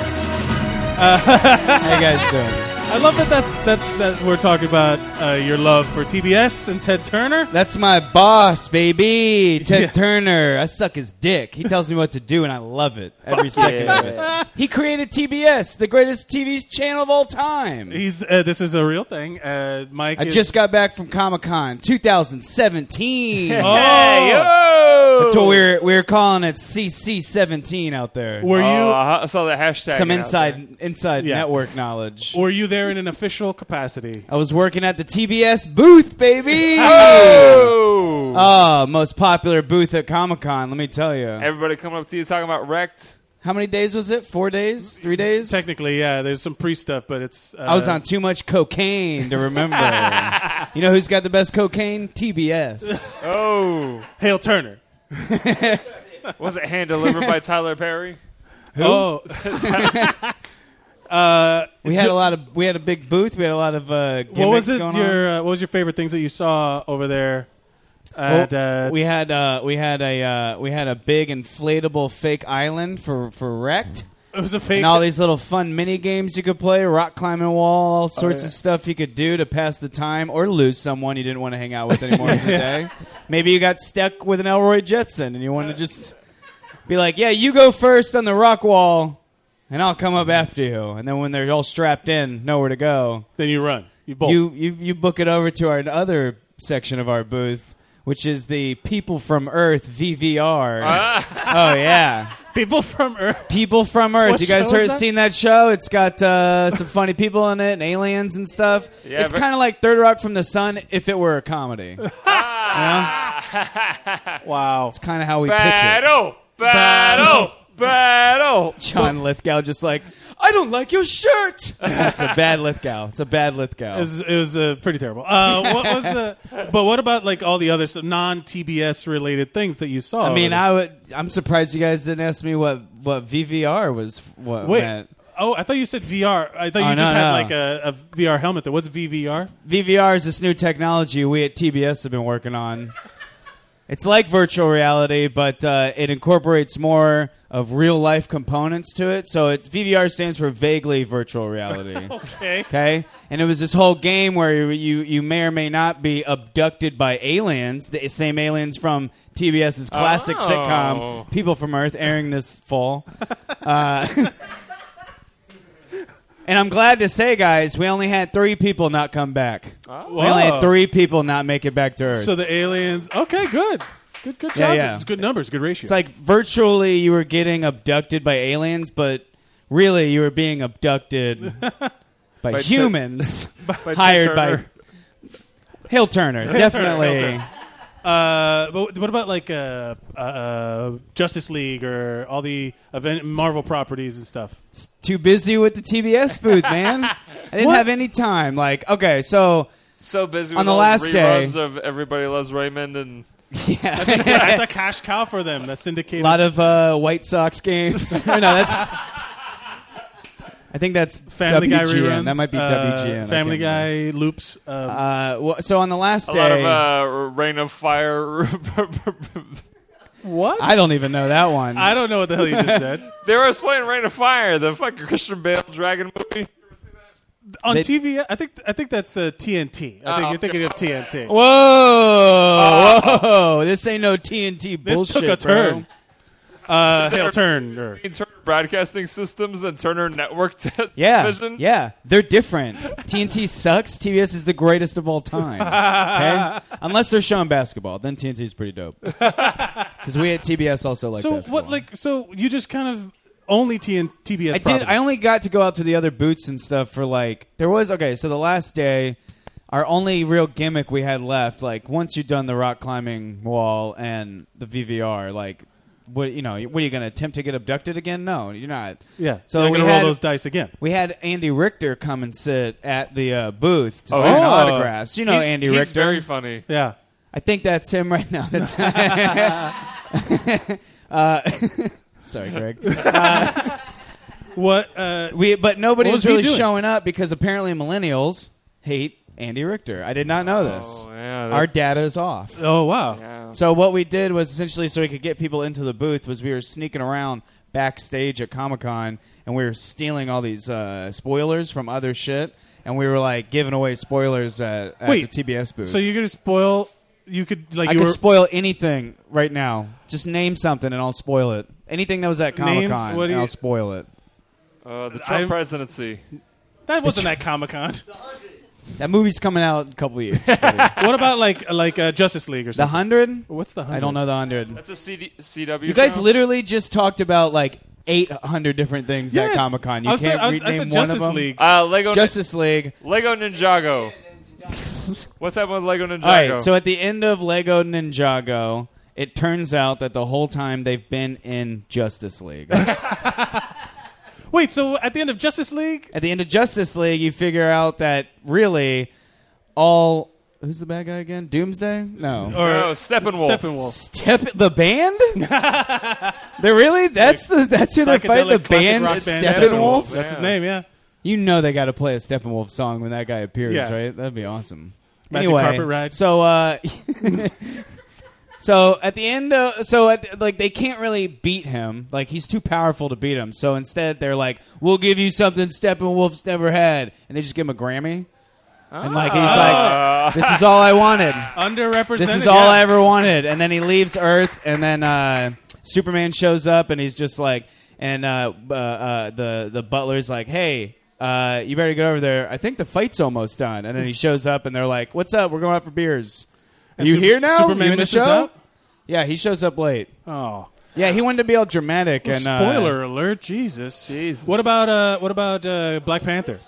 [SPEAKER 11] How you guys doing?
[SPEAKER 1] I love that. That's that's that we're talking about uh, your love for TBS and Ted Turner.
[SPEAKER 11] That's my boss, baby, Ted
[SPEAKER 1] Yeah.
[SPEAKER 11] Turner. I suck his dick. He tells me what to do, and I love it every second of it. He created TBS, the greatest TV channel of all time.
[SPEAKER 1] He's uh, this is a real thing. Uh, Mike.
[SPEAKER 11] I
[SPEAKER 1] is-
[SPEAKER 11] just got back from Comic Con 2017.
[SPEAKER 1] Oh.
[SPEAKER 11] That's what we're we're calling it CC17 out there.
[SPEAKER 1] Were you
[SPEAKER 2] Oh, I saw the hashtag.
[SPEAKER 11] Some
[SPEAKER 2] out there.
[SPEAKER 11] inside inside
[SPEAKER 1] Yeah.
[SPEAKER 11] network knowledge.
[SPEAKER 1] were you there in an official capacity?
[SPEAKER 11] I was working at the TBS booth, baby.
[SPEAKER 2] Oh!
[SPEAKER 11] Oh, most popular booth at Comic Con. Let me tell you.
[SPEAKER 2] Everybody coming up to you talking about wrecked.
[SPEAKER 11] How many days was it? Four days? Three days?
[SPEAKER 1] Technically, yeah. There's some pre stuff, but it's. Uh,
[SPEAKER 11] I was on too much cocaine to remember. you know who's got the best cocaine? TBS.
[SPEAKER 2] Oh,
[SPEAKER 1] Hale Turner.
[SPEAKER 2] was it hand delivered by Tyler Perry?
[SPEAKER 1] Oh,
[SPEAKER 11] We had a lot of we had a big booth. We had a lot of uh, gimmicks
[SPEAKER 1] uh, what was it?
[SPEAKER 11] going on.
[SPEAKER 1] Your uh, what was your favorite things that you saw over there? At, uh,
[SPEAKER 11] we had uh, we had a uh, we had a big inflatable fake island for for wrecked.
[SPEAKER 1] It was a fake.
[SPEAKER 11] And all these little fun mini games you could play, rock climbing wall, all
[SPEAKER 1] Oh,
[SPEAKER 11] sorts
[SPEAKER 1] yeah.
[SPEAKER 11] of stuff you could do to pass the time or lose someone you didn't want to hang out with anymore in the day. Maybe you got stuck with an Elroy Jetson and you
[SPEAKER 1] Uh,
[SPEAKER 11] wanted to just be like, "Yeah, you go first on the rock wall, and I'll come up after you." And then when they're all strapped in, nowhere to go,
[SPEAKER 1] then you run. You bolt.
[SPEAKER 11] You you, you book it over to our other section of our booth, which is the People from Earth VVR.
[SPEAKER 1] Ah.
[SPEAKER 11] oh yeah.
[SPEAKER 1] People from Earth.
[SPEAKER 11] People from Earth.
[SPEAKER 1] What
[SPEAKER 11] you guys
[SPEAKER 1] show is
[SPEAKER 11] heard
[SPEAKER 1] that?
[SPEAKER 11] seen that show? It's got uh, some funny people in it and aliens and stuff.
[SPEAKER 2] Yeah,
[SPEAKER 11] it's
[SPEAKER 2] but-
[SPEAKER 11] kind of like Third Rock from the Sun if it were a comedy.
[SPEAKER 1] Wow.
[SPEAKER 11] It's kind of how we
[SPEAKER 2] Battle,
[SPEAKER 11] pitch it.
[SPEAKER 2] battle, battle.
[SPEAKER 11] John Lithgow just like
[SPEAKER 2] I don't like your shirt.
[SPEAKER 11] that's a bad Lithgow. It's a bad Lithgow.
[SPEAKER 1] It was, it was uh, pretty terrible. Uh, what was the? But what about like all the other non TBS related things that you saw?
[SPEAKER 11] I mean, I would. I'm surprised you guys didn't ask me what what VVR was. What
[SPEAKER 1] wait.
[SPEAKER 11] meant.
[SPEAKER 1] Oh, I thought you said VR. I thought
[SPEAKER 11] Oh,
[SPEAKER 1] you just
[SPEAKER 11] no,
[SPEAKER 1] had
[SPEAKER 11] no.
[SPEAKER 1] like a, a VR helmet. There was VVR.
[SPEAKER 11] VVR is this new technology we at TBS have been working on. It's like virtual reality, but uh, it incorporates more of real life components to it. So it's VVR stands for vaguely virtual reality.
[SPEAKER 1] Okay.
[SPEAKER 11] Okay. And it was this whole game where you, you you may or may not be abducted by aliens, the same aliens from TBS's classic
[SPEAKER 2] Oh.
[SPEAKER 11] sitcom People from Earth, airing this fall. Uh, And I'm glad to say, guys, we only had three people not come back. We only
[SPEAKER 1] Whoa.
[SPEAKER 11] had three people not make it back to Earth.
[SPEAKER 1] So the aliens. Okay, good, good, good job.
[SPEAKER 11] Yeah, yeah.
[SPEAKER 1] It's good numbers, good ratio.
[SPEAKER 11] it's like virtually you were getting abducted by aliens, but really you were being abducted by,
[SPEAKER 2] By Ted-
[SPEAKER 11] humans
[SPEAKER 2] by Ted
[SPEAKER 11] hired by
[SPEAKER 2] Turner.
[SPEAKER 11] Hill Turner. Definitely.
[SPEAKER 1] Uh, but what about like uh, uh, uh, Justice League or all the event Marvel properties and stuff?
[SPEAKER 11] Too busy with the TBS booth, man. I didn't have any time. Like, okay, so
[SPEAKER 2] So busy with
[SPEAKER 11] on the
[SPEAKER 2] all
[SPEAKER 11] last day.
[SPEAKER 2] reruns of Everybody Loves Raymond and
[SPEAKER 1] That's a, that's a cash cow for them. That's
[SPEAKER 11] A
[SPEAKER 1] syndicated.
[SPEAKER 11] lot of uh, White Sox games. no, that's. I think that's
[SPEAKER 1] Family Guy
[SPEAKER 11] WGN.
[SPEAKER 1] reruns.
[SPEAKER 11] That might be
[SPEAKER 1] uh,
[SPEAKER 11] WGN. I
[SPEAKER 1] Family
[SPEAKER 11] can't
[SPEAKER 1] Guy loops. Um,
[SPEAKER 11] Uh, well, so on the last
[SPEAKER 2] a
[SPEAKER 11] day,
[SPEAKER 2] lot of uh, Rain of Fire.
[SPEAKER 1] what?
[SPEAKER 11] I don't even know that one.
[SPEAKER 1] I don't know what the hell you just said.
[SPEAKER 2] they were playing Rain of Fire, the fucking Christian Bale Dragon movie.
[SPEAKER 1] On
[SPEAKER 11] They-
[SPEAKER 1] TV, I think I think that's uh, TNT. I think
[SPEAKER 2] Oh,
[SPEAKER 1] you're thinking of TNT.
[SPEAKER 11] Whoa,
[SPEAKER 2] Ah.
[SPEAKER 11] whoa! This ain't no TNT
[SPEAKER 1] this
[SPEAKER 11] bullshit.
[SPEAKER 1] took a
[SPEAKER 11] bro.
[SPEAKER 1] turn. Uh,
[SPEAKER 2] there-
[SPEAKER 1] Hail turn. or-
[SPEAKER 2] Turner Broadcasting Systems and Turner Network Television.
[SPEAKER 11] Yeah, yeah, they're different. TNT sucks. TBS is the greatest of all time. Okay? Unless they're showing basketball, then TNT is pretty dope. Because we at TBS also like
[SPEAKER 1] so
[SPEAKER 11] basketball.
[SPEAKER 1] what? Like so, you just kind of only TN, TBS.
[SPEAKER 11] I did. I only got to go out to the other boots and stuff for like there was okay. So the last day, our only real gimmick we had left, like once you've done the rock climbing wall and the VVR, like what you know, what are you going to attempt to get abducted again? No, you're not.
[SPEAKER 1] yeah.
[SPEAKER 11] So
[SPEAKER 1] So you're
[SPEAKER 11] we
[SPEAKER 1] gonna roll
[SPEAKER 11] had-
[SPEAKER 1] those dice again.
[SPEAKER 11] We had Andy Richter come and sit at the uh, booth to
[SPEAKER 1] Oh,
[SPEAKER 11] sign
[SPEAKER 1] he's-
[SPEAKER 11] autographs. You know
[SPEAKER 2] He's-
[SPEAKER 11] Andy
[SPEAKER 2] he's
[SPEAKER 11] Richter.
[SPEAKER 2] very funny.
[SPEAKER 1] Yeah.
[SPEAKER 11] I think that's him right now. That's- uh, sorry, Greg. Uh,
[SPEAKER 1] What? Uh,
[SPEAKER 11] we but nobody
[SPEAKER 1] What
[SPEAKER 11] was,
[SPEAKER 1] was he
[SPEAKER 11] really
[SPEAKER 1] doing?
[SPEAKER 11] showing up because apparently millennials hate Andy Richter. I did not know this.
[SPEAKER 2] Oh, yeah,
[SPEAKER 11] Our
[SPEAKER 2] that's-
[SPEAKER 11] data is off.
[SPEAKER 1] oh wow.
[SPEAKER 11] So what we did was essentially so we could get people into the booth was we were sneaking around backstage at Comic Con and we were stealing all these uh, spoilers from other shit and we were like giving away spoilers at, at
[SPEAKER 1] Wait,
[SPEAKER 11] the TBS booth.
[SPEAKER 1] So you're gonna spoil? You could like
[SPEAKER 11] I
[SPEAKER 1] you
[SPEAKER 11] could
[SPEAKER 1] were
[SPEAKER 11] spoil anything right now. Just name something and I'll spoil it. Anything that was at Comic
[SPEAKER 1] Names?
[SPEAKER 11] Con,
[SPEAKER 1] What do
[SPEAKER 11] and
[SPEAKER 1] you-
[SPEAKER 11] I'll spoil it.
[SPEAKER 2] Uh, the Trump
[SPEAKER 1] I'm-
[SPEAKER 2] presidency.
[SPEAKER 1] that wasn't at Comic Con.
[SPEAKER 11] That movie's coming out in a couple of years.
[SPEAKER 1] what about like like uh, Justice League or
[SPEAKER 11] the
[SPEAKER 1] something?
[SPEAKER 11] hundred?
[SPEAKER 1] What's the hundred?
[SPEAKER 11] I don't know the hundred.
[SPEAKER 2] That's a CD, CW.
[SPEAKER 11] You guys
[SPEAKER 2] show?
[SPEAKER 11] literally just talked about like eight hundred different things
[SPEAKER 1] Yes.
[SPEAKER 11] at Comic Con. You
[SPEAKER 1] I said,
[SPEAKER 11] can't
[SPEAKER 1] I, was- I said
[SPEAKER 11] rename one
[SPEAKER 1] Justice
[SPEAKER 11] of them.
[SPEAKER 1] League.
[SPEAKER 2] Uh, Lego
[SPEAKER 11] Justice League.
[SPEAKER 2] Lego Ninjago. What's happening with Lego Ninjago?
[SPEAKER 11] All right. So at the end of Lego Ninjago, it turns out that the whole time they've been in Justice League. at
[SPEAKER 1] Wait, so at the end of Justice League,
[SPEAKER 11] the end of Justice League, you figure out that really all who's the bad guy again? Doomsday? No.
[SPEAKER 1] or
[SPEAKER 2] no, Steppenwolf.
[SPEAKER 1] Steppenwolf.
[SPEAKER 11] Step the band? they really? That's the that's who they fight the
[SPEAKER 1] Psychedelic classic
[SPEAKER 11] band
[SPEAKER 1] rock band
[SPEAKER 11] Steppenwolf.
[SPEAKER 2] Steppenwolf.
[SPEAKER 1] That's his
[SPEAKER 2] Yeah.
[SPEAKER 1] name, yeah.
[SPEAKER 11] You know they got to play a Steppenwolf song when that guy appears,
[SPEAKER 1] Yeah.
[SPEAKER 11] right? That'd be awesome.
[SPEAKER 1] Magic
[SPEAKER 11] anyway,
[SPEAKER 1] carpet ride.
[SPEAKER 11] So, uh, So at the end, uh, so at, like they can't really beat him. Like he's too powerful to beat him. So instead, they're like, "We'll give you something Steppenwolf's never had," and they just give him a Grammy. And like he's
[SPEAKER 1] Ah.
[SPEAKER 11] like, "This is all I wanted."
[SPEAKER 1] Underrepresented,
[SPEAKER 11] This is all
[SPEAKER 1] yeah.
[SPEAKER 11] I ever wanted. And then he leaves Earth, and then uh, Superman shows up, and he's just like, and uh, uh, uh, the the butler's like, "Hey." Uh, you better get over there. I think the fight's almost done. And then he shows up, and they're like, "What's up? We're going out for beers. Are
[SPEAKER 1] And
[SPEAKER 11] you
[SPEAKER 1] Sup-
[SPEAKER 11] here now?
[SPEAKER 1] Superman
[SPEAKER 11] you in the
[SPEAKER 1] misses
[SPEAKER 11] show?
[SPEAKER 1] out?
[SPEAKER 11] Yeah, he shows up late.
[SPEAKER 1] Oh.
[SPEAKER 11] Yeah, he wanted to be all dramatic
[SPEAKER 1] Well,
[SPEAKER 11] and uh,
[SPEAKER 1] spoiler alert, Jesus. What about uh, what about uh, Black Panther?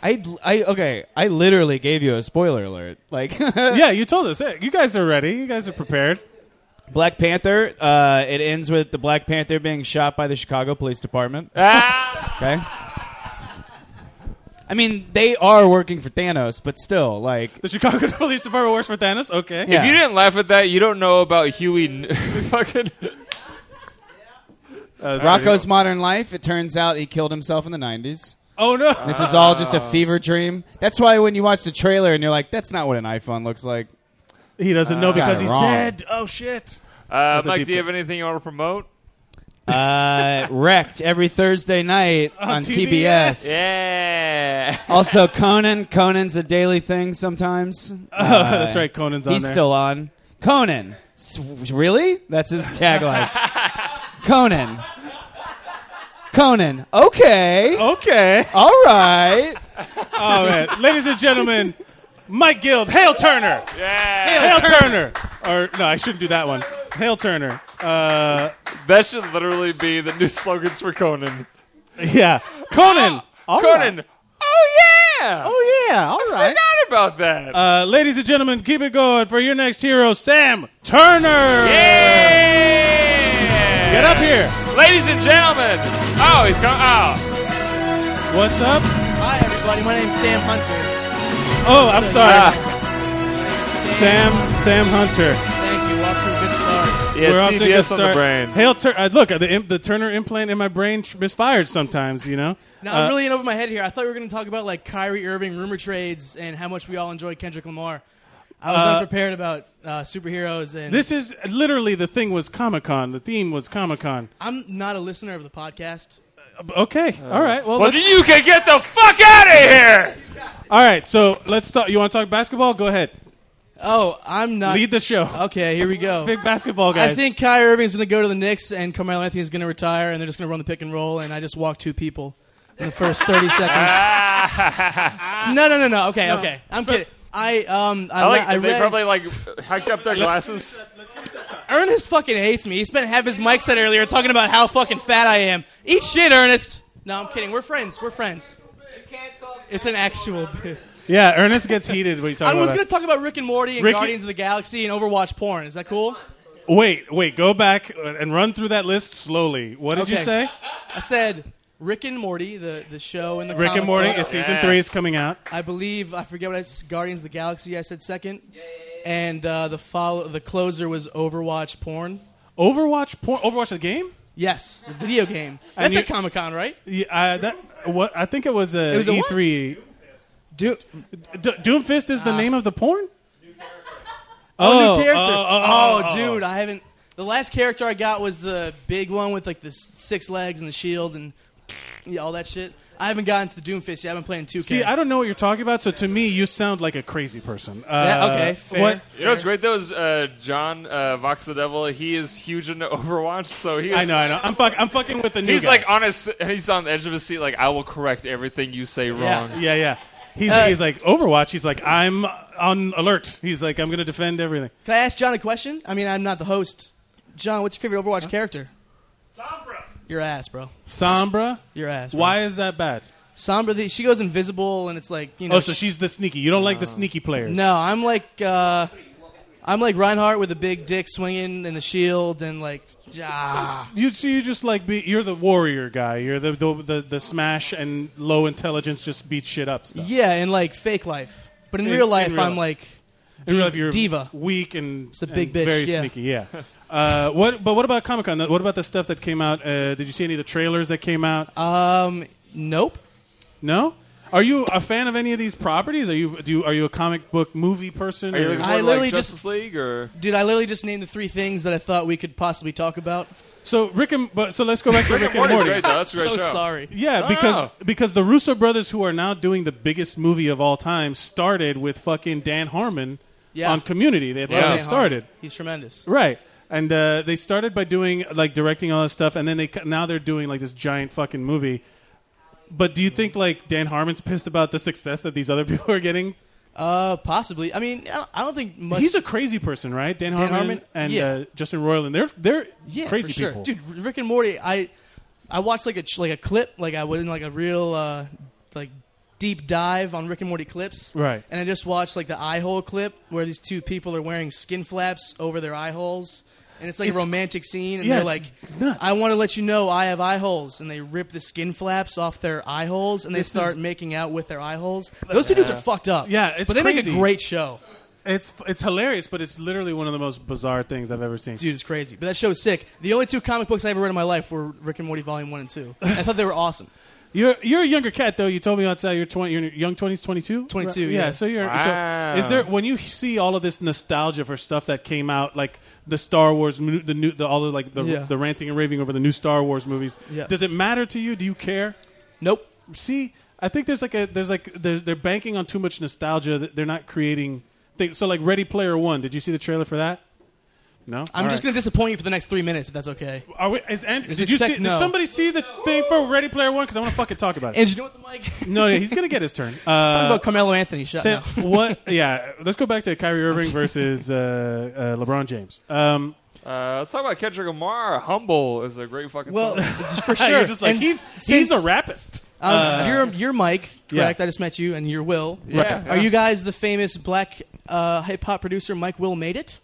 [SPEAKER 11] I, I okay. I literally gave you a spoiler alert. Like,
[SPEAKER 1] yeah, you told us. Hey, you guys are ready. You guys are prepared.
[SPEAKER 11] Black Panther. Uh, it ends with the Black Panther being shot by the Chicago Police Department.
[SPEAKER 1] Ah!
[SPEAKER 11] okay. I mean, they are working for Thanos, but still, like
[SPEAKER 1] the Chicago Police Department works for Thanos. Okay.
[SPEAKER 2] If you didn't laugh at that, you don't know about Huey. N- fucking.
[SPEAKER 1] Uh,
[SPEAKER 11] Rocco's modern life. It turns out he killed himself in the '90s.
[SPEAKER 1] Oh no!
[SPEAKER 11] This is all just a fever dream. That's why when you watch the trailer and you're like, "That's not what an iPhone looks like." Uh,
[SPEAKER 1] He doesn't know because he's dead. Oh shit.
[SPEAKER 2] Uh,
[SPEAKER 1] That's a
[SPEAKER 2] Mike,
[SPEAKER 1] deep
[SPEAKER 2] do you have anything you want to promote?
[SPEAKER 11] uh, wrecked every Thursday night on, TBS.
[SPEAKER 2] Yeah.
[SPEAKER 11] Also, Conan. Conan's a daily thing sometimes. Uh,
[SPEAKER 1] that's right, Conan's on
[SPEAKER 11] He's
[SPEAKER 1] there.
[SPEAKER 11] still on. Conan. S- really? That's his tagline. Conan. Conan. Okay.
[SPEAKER 1] Okay.
[SPEAKER 11] All right.
[SPEAKER 1] Oh man, ladies and gentlemen, Mike Guild, Hale Turner.
[SPEAKER 2] Yeah.
[SPEAKER 1] Hale,
[SPEAKER 2] Hale
[SPEAKER 1] Turner. Or no, I shouldn't do that one. Hale Turner. Uh,
[SPEAKER 2] that should literally be the new slogans for Conan.
[SPEAKER 1] Yeah, Conan. All
[SPEAKER 2] Conan.
[SPEAKER 1] right.
[SPEAKER 2] Oh yeah.
[SPEAKER 11] Oh yeah. All
[SPEAKER 2] I Forgot about that.
[SPEAKER 1] Uh, ladies and gentlemen, keep it going for your next hero, Sam Turner. Get up here.
[SPEAKER 2] Ladies and gentlemen. Oh, he's Oh. coming. Oh.
[SPEAKER 1] What's up?
[SPEAKER 12] Hi, everybody. My name's Sam Hunter.
[SPEAKER 1] Oh, I'm
[SPEAKER 12] So-
[SPEAKER 1] sorry.
[SPEAKER 12] Ah.
[SPEAKER 1] Sam Sam Hunter.
[SPEAKER 12] Thank you. Off to a good start.
[SPEAKER 1] We're off to a good start. Hale Tur- uh, look, the, im- the Turner implant in my brain tr- misfires sometimes, you know?
[SPEAKER 12] Now,
[SPEAKER 1] Uh,
[SPEAKER 12] I'm really in over my head here. I thought we were going to talk about like Kyrie Irving rumor trades and how much we all enjoy Kendrick Lamar. I was
[SPEAKER 1] Uh,
[SPEAKER 12] unprepared about uh, superheroes and
[SPEAKER 1] This is literally the thing was Comic Con. The theme was Comic Con.
[SPEAKER 12] I'm not a listener of the podcast.
[SPEAKER 1] Uh, Okay, all right. Well,
[SPEAKER 12] Uh, Well,
[SPEAKER 1] let's-
[SPEAKER 12] you
[SPEAKER 2] can get the fuck out of here.
[SPEAKER 1] All right, so let's talk. You want to talk basketball? Go ahead.
[SPEAKER 12] Oh, I'm not.
[SPEAKER 1] Lead the show.
[SPEAKER 12] Okay, here we go.
[SPEAKER 1] Big basketball guys.
[SPEAKER 12] I think Kyrie Irving's going to go to the Knicks and Carmelo Anthony's going to retire and they're just going to run the pick and roll and I just walk two people in the first 30 seconds. No, no, no, no. Okay,
[SPEAKER 2] No.
[SPEAKER 12] okay. I'm kidding. I um I,
[SPEAKER 2] I like.
[SPEAKER 12] I
[SPEAKER 2] they
[SPEAKER 12] read,
[SPEAKER 2] probably like hacked up their glasses.
[SPEAKER 12] Ernest fucking hates me. He spent half his mic set earlier talking about how fucking fat I am. Eat shit, Ernest. No, I'm kidding. We're friends. We're friends. It's an actual bit.
[SPEAKER 1] yeah, Ernest gets heated when you talk
[SPEAKER 12] I
[SPEAKER 1] about
[SPEAKER 12] was going to
[SPEAKER 1] that.
[SPEAKER 12] talk about Rick and Morty and
[SPEAKER 1] Rick-
[SPEAKER 12] Guardians of the Galaxy and Overwatch porn. Is that cool?
[SPEAKER 1] Wait, wait. Go back uh, and run through that list slowly. What did you
[SPEAKER 12] Okay.
[SPEAKER 1] say?
[SPEAKER 12] I said Rick and Morty, the, the show and the
[SPEAKER 1] Rick and
[SPEAKER 12] comic
[SPEAKER 1] Morty
[SPEAKER 12] book.
[SPEAKER 1] is season Yeah. three is coming out.
[SPEAKER 12] I believe I forget what I said. Guardians of the Galaxy. I said second, and uh, the follow the closer was Overwatch porn.
[SPEAKER 1] Overwatch porn. Overwatch the game.
[SPEAKER 12] Yes, the video game.
[SPEAKER 1] I
[SPEAKER 12] That's
[SPEAKER 1] knew-
[SPEAKER 12] at Comic Con, right?
[SPEAKER 1] Yeah, uh, that what I think it was a
[SPEAKER 12] It was a what?
[SPEAKER 1] E3.
[SPEAKER 12] Doom
[SPEAKER 1] D- Doomfist is the name of the porn.
[SPEAKER 12] Ah. Oh, new character.
[SPEAKER 1] oh, oh,
[SPEAKER 12] Oh,
[SPEAKER 1] oh, oh.
[SPEAKER 12] dude, I haven't. The last character I got was the big one with like the s- six legs and the shield and yeah, all that shit. I haven't gotten to the Doomfist yet. I've been playing 2K.
[SPEAKER 1] See, I don't know what you're talking about, so to me, you sound like a crazy person. Uh,
[SPEAKER 12] Yeah, okay, fair.
[SPEAKER 1] What?
[SPEAKER 2] You know what's great though is uh, John uh, Vox the Devil. He is huge into Overwatch, so he's.
[SPEAKER 1] I know, I know. I'm, fuck, I'm fucking with the new
[SPEAKER 2] He's
[SPEAKER 1] guy.
[SPEAKER 2] like on his. He's on the edge of his seat. Like I will correct everything you say wrong.
[SPEAKER 1] Yeah, yeah. He's,
[SPEAKER 12] Uh,
[SPEAKER 1] he's like Overwatch. He's like I'm on alert. He's like I'm gonna defend everything.
[SPEAKER 12] Can I ask John a question? I mean, I'm not the host. John, what's your favorite Overwatch character? Sombra. Your ass, bro.
[SPEAKER 1] Sombra,
[SPEAKER 12] Your ass. Bro.
[SPEAKER 1] why is that bad?
[SPEAKER 12] Sombra? The, she goes invisible, and it's like you know.
[SPEAKER 1] oh, so she's the sneaky. You don't like the sneaky players.
[SPEAKER 12] No, I'm like uh, I'm like Reinhardt with a big dick swinging and the shield and like ah.
[SPEAKER 1] You so you just like be, you're the warrior guy. You're the the, the the smash and low intelligence just beat shit up stuff.
[SPEAKER 12] Yeah, in like fake life. But in,
[SPEAKER 1] In-
[SPEAKER 12] real life,
[SPEAKER 1] in real
[SPEAKER 12] I'm
[SPEAKER 1] life.
[SPEAKER 12] like
[SPEAKER 1] In real
[SPEAKER 12] div-
[SPEAKER 1] life, you're
[SPEAKER 12] diva.
[SPEAKER 1] weak and
[SPEAKER 12] It's a
[SPEAKER 1] and
[SPEAKER 12] big bitch,
[SPEAKER 1] very
[SPEAKER 12] yeah.
[SPEAKER 1] sneaky. Yeah. Uh, what? But what about Comic Con? What about the stuff that came out? Uh, did you see any of the trailers that came out?
[SPEAKER 12] Um, nope.
[SPEAKER 1] No. Are you a fan of any of these properties? Are you do you, are you a comic book movie person?
[SPEAKER 2] Are you
[SPEAKER 1] or-
[SPEAKER 2] looking
[SPEAKER 12] I
[SPEAKER 2] for
[SPEAKER 12] literally
[SPEAKER 2] like
[SPEAKER 12] just-
[SPEAKER 2] Justice League or
[SPEAKER 12] Dude, I literally just named the three things that I thought we could possibly talk about.
[SPEAKER 1] So Rick and but so let's go back to Rick, and
[SPEAKER 12] Morty's
[SPEAKER 1] Morty.
[SPEAKER 12] great, though. That's a great So show. sorry. Ah.
[SPEAKER 1] Yeah,
[SPEAKER 12] No,
[SPEAKER 1] because
[SPEAKER 12] no, no.
[SPEAKER 1] because the Russo brothers, who are now doing the biggest movie of all time, started with fucking Dan Harmon
[SPEAKER 12] Yeah.
[SPEAKER 1] on Community. That's
[SPEAKER 12] Yeah.
[SPEAKER 1] how
[SPEAKER 12] Dan
[SPEAKER 1] they
[SPEAKER 12] Harmon.
[SPEAKER 1] started.
[SPEAKER 12] He's tremendous.
[SPEAKER 1] right? And uh, they started by doing like directing all this stuff, and then they cu- now they're doing like this giant fucking movie. But do you think like Dan Harmon's pissed about the success that these other people are getting?
[SPEAKER 12] Uh, possibly. I mean, I don't- I don't think much.
[SPEAKER 1] He's a crazy person, right? Dan,
[SPEAKER 12] Dan
[SPEAKER 1] Harmon,
[SPEAKER 12] Harmon?
[SPEAKER 1] and
[SPEAKER 12] Yeah.
[SPEAKER 1] uh, Justin Roiland. They're they're
[SPEAKER 12] yeah,
[SPEAKER 1] crazy
[SPEAKER 12] for sure.
[SPEAKER 1] people.
[SPEAKER 12] Dude, Rick and Morty, I I watched like a ch- like a clip, like I was in like a real uh, like deep dive on Rick and Morty clips.
[SPEAKER 1] Right.
[SPEAKER 12] And I just watched like the eye hole clip where these two people are wearing skin flaps over their eye holes. And it's like
[SPEAKER 1] It's-
[SPEAKER 12] a romantic scene, and
[SPEAKER 1] yeah,
[SPEAKER 12] they're
[SPEAKER 1] it's
[SPEAKER 12] like, "I want to let you know I have eye holes," and they rip the skin flaps off their eye holes, and they
[SPEAKER 1] This is-
[SPEAKER 12] start making out with their eye holes. Those two dudes are fucked up.
[SPEAKER 1] Yeah, it's
[SPEAKER 12] but they
[SPEAKER 1] crazy.
[SPEAKER 12] make a great show.
[SPEAKER 1] It's it's hilarious, but it's literally one of the most bizarre things I've ever seen.
[SPEAKER 12] Dude, it's crazy. But that show is sick. The only two comic books I ever read in my life were Rick and Morty Volume One and Two. I thought they were awesome.
[SPEAKER 1] You're you're a younger cat though. You told me outside you're twenty, you're in your young twenties, twenty two,
[SPEAKER 12] 22,
[SPEAKER 1] Yeah.
[SPEAKER 12] yeah.
[SPEAKER 1] So you're.
[SPEAKER 12] Wow.
[SPEAKER 1] So is there when you see all of this nostalgia for stuff that came out like the Star Wars, mo- the new, the all the like the,
[SPEAKER 12] Yeah.
[SPEAKER 1] the ranting and raving over the new Star Wars movies?
[SPEAKER 12] Yeah.
[SPEAKER 1] Does it matter to you? Do you care?
[SPEAKER 12] Nope.
[SPEAKER 1] See, I think there's like a there's like they're, they're banking on too much nostalgia. that They're not creating things. So like Ready Player One. Did you see the trailer for that? No.
[SPEAKER 12] I'm
[SPEAKER 1] All right.
[SPEAKER 12] just gonna disappoint you for the next three minutes if that's okay.
[SPEAKER 1] Are we, is Andrew,
[SPEAKER 12] Just
[SPEAKER 1] did you
[SPEAKER 12] expect
[SPEAKER 1] see?
[SPEAKER 12] no.
[SPEAKER 1] Did somebody see the thing for Ready Player One? Because I want to fucking talk about it.
[SPEAKER 12] And you know what, the mic?
[SPEAKER 1] No, yeah, he's gonna get his turn. Uh,
[SPEAKER 12] talking about Carmelo Anthony. Shut
[SPEAKER 1] Sam,
[SPEAKER 12] up.
[SPEAKER 1] what? Yeah, let's go back to Kyrie Irving versus uh, uh, LeBron James. Um,
[SPEAKER 2] uh, let's talk about Kendrick Lamar. Humble is a great fucking
[SPEAKER 12] Well,
[SPEAKER 2] song.
[SPEAKER 12] for sure.
[SPEAKER 1] You're just like, he's- he's a rapist.
[SPEAKER 12] Um,
[SPEAKER 1] Uh,
[SPEAKER 12] you're, you're Mike,
[SPEAKER 1] yeah.
[SPEAKER 12] correct? I just met you, and you're Will.
[SPEAKER 1] Yeah.
[SPEAKER 12] Are you guys the famous black uh, hip hop producer Mike Will made it?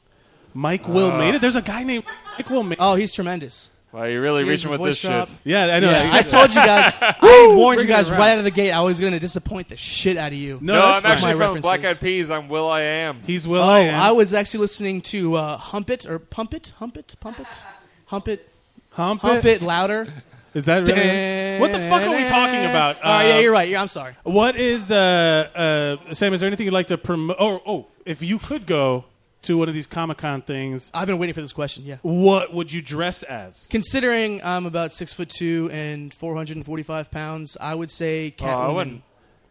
[SPEAKER 1] Mike Will
[SPEAKER 2] Uh,
[SPEAKER 1] made it. There's a guy named Mike Will made it.
[SPEAKER 12] Oh, he's tremendous.
[SPEAKER 2] Wow, you're really
[SPEAKER 12] He has
[SPEAKER 2] reaching
[SPEAKER 12] the
[SPEAKER 2] with this
[SPEAKER 12] voice drop.
[SPEAKER 2] shit.
[SPEAKER 1] Yeah, I know.
[SPEAKER 2] Yeah.
[SPEAKER 12] I told you guys. I
[SPEAKER 2] Woo!
[SPEAKER 12] warned you
[SPEAKER 2] Bringing it
[SPEAKER 12] guys
[SPEAKER 2] around.
[SPEAKER 12] right out of the gate. I was going to disappoint the shit out of you.
[SPEAKER 2] No, I'm actually from Black Eyed Peas. I'm Will I Am.
[SPEAKER 1] He's
[SPEAKER 12] oh, I was actually listening to uh, Hump It or Pump It, Hump It, Pump It, Hump It,
[SPEAKER 1] Hump
[SPEAKER 12] Hump
[SPEAKER 1] It?
[SPEAKER 12] It louder.
[SPEAKER 1] Is that really?
[SPEAKER 12] Dun-
[SPEAKER 1] what the fuck are we talking about? Uh,
[SPEAKER 12] Oh yeah, you're right. Yeah, I'm sorry.
[SPEAKER 1] What is uh, uh, Sam? Is there anything you'd like to promote? Or oh, if you could go to one of these Comic Con things,
[SPEAKER 12] I've been waiting for this question. Yeah.
[SPEAKER 1] what would you dress as?
[SPEAKER 12] Considering I'm about six foot two and 445 pounds, I would say
[SPEAKER 1] Oh, I
[SPEAKER 12] Catwoman.
[SPEAKER 1] wouldn't.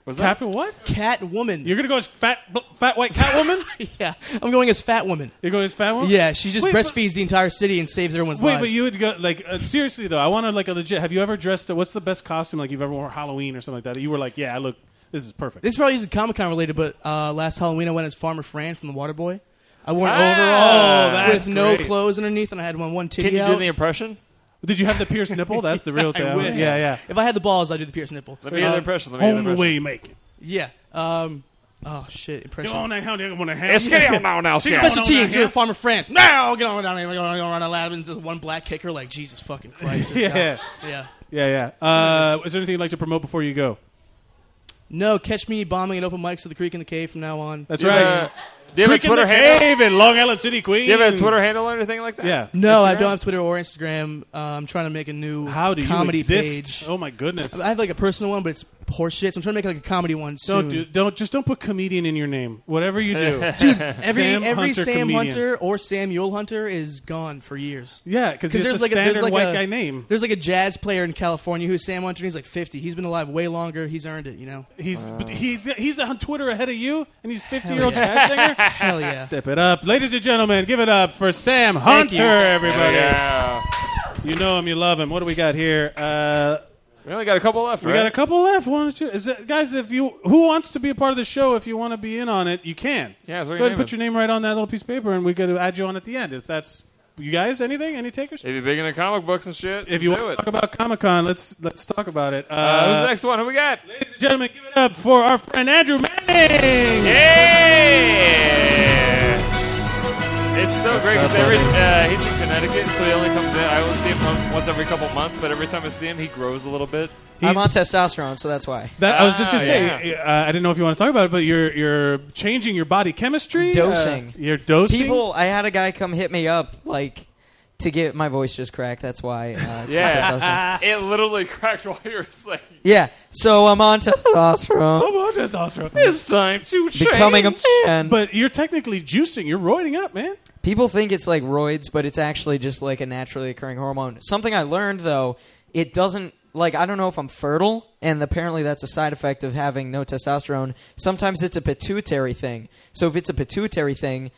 [SPEAKER 1] Was that- Captain what?
[SPEAKER 12] Catwoman.
[SPEAKER 1] You're gonna go as fat, fat white Catwoman?
[SPEAKER 12] yeah, I'm going as Fat Woman.
[SPEAKER 1] You're going as Fat Woman?
[SPEAKER 12] Yeah, she just
[SPEAKER 1] Wait, but-
[SPEAKER 12] breastfeeds the entire city and saves everyone's
[SPEAKER 1] Wait,
[SPEAKER 12] lives.
[SPEAKER 1] but you would go like uh, seriously though. I want to like a legit. Have you ever dressed? What's the best costume like you've ever worn Halloween or something like that? that You were like, yeah, I look, this is perfect.
[SPEAKER 12] This probably isn't Comic Con related, but uh, last Halloween I went as Farmer Fran from The Waterboy. I wore an
[SPEAKER 1] Ah,
[SPEAKER 12] overall
[SPEAKER 1] that's
[SPEAKER 12] with no
[SPEAKER 1] great.
[SPEAKER 12] clothes underneath, and I had one one titty
[SPEAKER 2] Can you
[SPEAKER 12] out.
[SPEAKER 2] do the impression?
[SPEAKER 1] Did you have the pierced nipple? That's the real
[SPEAKER 12] I
[SPEAKER 1] thing.
[SPEAKER 12] wish.
[SPEAKER 1] Yeah, yeah.
[SPEAKER 12] If I had the balls, I'd do the pierced nipple.
[SPEAKER 2] Let me hear the
[SPEAKER 12] Um,
[SPEAKER 2] impression. Let me hear the
[SPEAKER 1] Only
[SPEAKER 2] impression.
[SPEAKER 1] way you make it.
[SPEAKER 12] Yeah. Um, oh shit! Impression.
[SPEAKER 1] Go on now, how do you want to
[SPEAKER 2] Let's get on now, now, scout.
[SPEAKER 12] Special
[SPEAKER 2] Get on
[SPEAKER 12] teams.
[SPEAKER 2] now,
[SPEAKER 12] You're a farmer friend. Now get on down here. We're gonna run a lab and just one black kicker. Like Jesus fucking Christ. this guy.
[SPEAKER 1] Yeah.
[SPEAKER 12] Yeah.
[SPEAKER 1] Yeah, yeah. Uh, is there anything you'd like to promote before you go?
[SPEAKER 12] No, catch me bombing at open mics at the Creek in the Cave from now on.
[SPEAKER 1] That's
[SPEAKER 2] Do you
[SPEAKER 1] right.
[SPEAKER 2] have a- do you have a
[SPEAKER 1] Creek in the
[SPEAKER 2] Twitter handle?
[SPEAKER 1] Cave in Long Island City, Queens.
[SPEAKER 2] Do you have a Twitter handle or anything like that?
[SPEAKER 1] Yeah.
[SPEAKER 12] No, I
[SPEAKER 2] Instagram?
[SPEAKER 12] don't have Twitter or Instagram. Uh, I'm trying to make a new
[SPEAKER 1] How do you
[SPEAKER 12] comedy
[SPEAKER 1] exist?
[SPEAKER 12] page.
[SPEAKER 1] Oh my goodness.
[SPEAKER 12] I have like a personal one, but it's horseshit. So I'm trying to make like a comedy one soon.
[SPEAKER 1] don't do, don't just don't put comedian in your name. Whatever you do,
[SPEAKER 12] Dude, every
[SPEAKER 1] Sam
[SPEAKER 12] every
[SPEAKER 1] Hunter
[SPEAKER 12] Sam
[SPEAKER 1] comedian.
[SPEAKER 12] Hunter or Samuel Hunter is gone for years.
[SPEAKER 1] Yeah, because it's a standard white guy name.
[SPEAKER 12] There's like a jazz player in California who's Sam Hunter. And he's like 50. He's been alive way longer. He's earned it. You know.
[SPEAKER 1] He's
[SPEAKER 2] Uh.
[SPEAKER 1] but he's he's on Twitter ahead of you, and he's fifty
[SPEAKER 12] Hell
[SPEAKER 1] year old
[SPEAKER 12] yeah.
[SPEAKER 1] jazz singer.
[SPEAKER 12] Hell yeah.
[SPEAKER 1] Step it up, ladies and gentlemen. Give it up for Sam
[SPEAKER 12] Thank
[SPEAKER 1] Hunter,
[SPEAKER 12] you.
[SPEAKER 1] everybody.
[SPEAKER 2] Yeah.
[SPEAKER 1] You know him, you love him. What do we got here? Uh,
[SPEAKER 2] We only got a couple left,
[SPEAKER 1] we
[SPEAKER 2] right?
[SPEAKER 1] got a couple left. Why don't you, is it, guys? If you who wants to be a part of the show, if you want to be in on it, you can.
[SPEAKER 2] Yeah, that's
[SPEAKER 1] go
[SPEAKER 2] what
[SPEAKER 1] ahead and
[SPEAKER 2] your name
[SPEAKER 1] put
[SPEAKER 2] is.
[SPEAKER 1] your name right on that little piece of paper, and we could add you on at the end. If that's you guys, anything, any takers?
[SPEAKER 2] If you're big into comic books and shit,
[SPEAKER 1] If you want
[SPEAKER 2] do
[SPEAKER 1] to
[SPEAKER 2] it.
[SPEAKER 1] talk about Comic Con, let's let's talk about it. Uh,
[SPEAKER 2] Uh, who's the next one? Who we got?
[SPEAKER 1] Ladies and gentlemen, give it up for our friend Andrew Manning.
[SPEAKER 2] Yeah! It's so great because every uh, he's from Connecticut, so he only comes in. I only see him on- once every couple months, but every time I see him, he grows a little bit.
[SPEAKER 1] He's-
[SPEAKER 13] I'm on testosterone, so that's why.
[SPEAKER 1] That, I was just
[SPEAKER 2] Ah,
[SPEAKER 1] gonna say. Uh, I didn't know if you want to talk about it, but you're you're changing your body chemistry.
[SPEAKER 13] Dosing.
[SPEAKER 1] Uh, you're dosing.
[SPEAKER 13] People, I had a guy come hit me up like to get my voice just cracked. That's why. Uh, it's testosterone.
[SPEAKER 2] yeah, it literally cracked while you were saying.
[SPEAKER 13] Yeah. So I'm on testosterone.
[SPEAKER 1] I'm on testosterone.
[SPEAKER 2] It's time to
[SPEAKER 13] Uh, Becoming a man.
[SPEAKER 1] But you're technically juicing. You're roiding up, man.
[SPEAKER 13] People think it's like roids, but it's actually just like a naturally occurring hormone. Something I learned though, it doesn't like I don't know if I'm fertile, and apparently that's a side effect of having no testosterone. Sometimes it's a pituitary thing. So if it's a pituitary thing,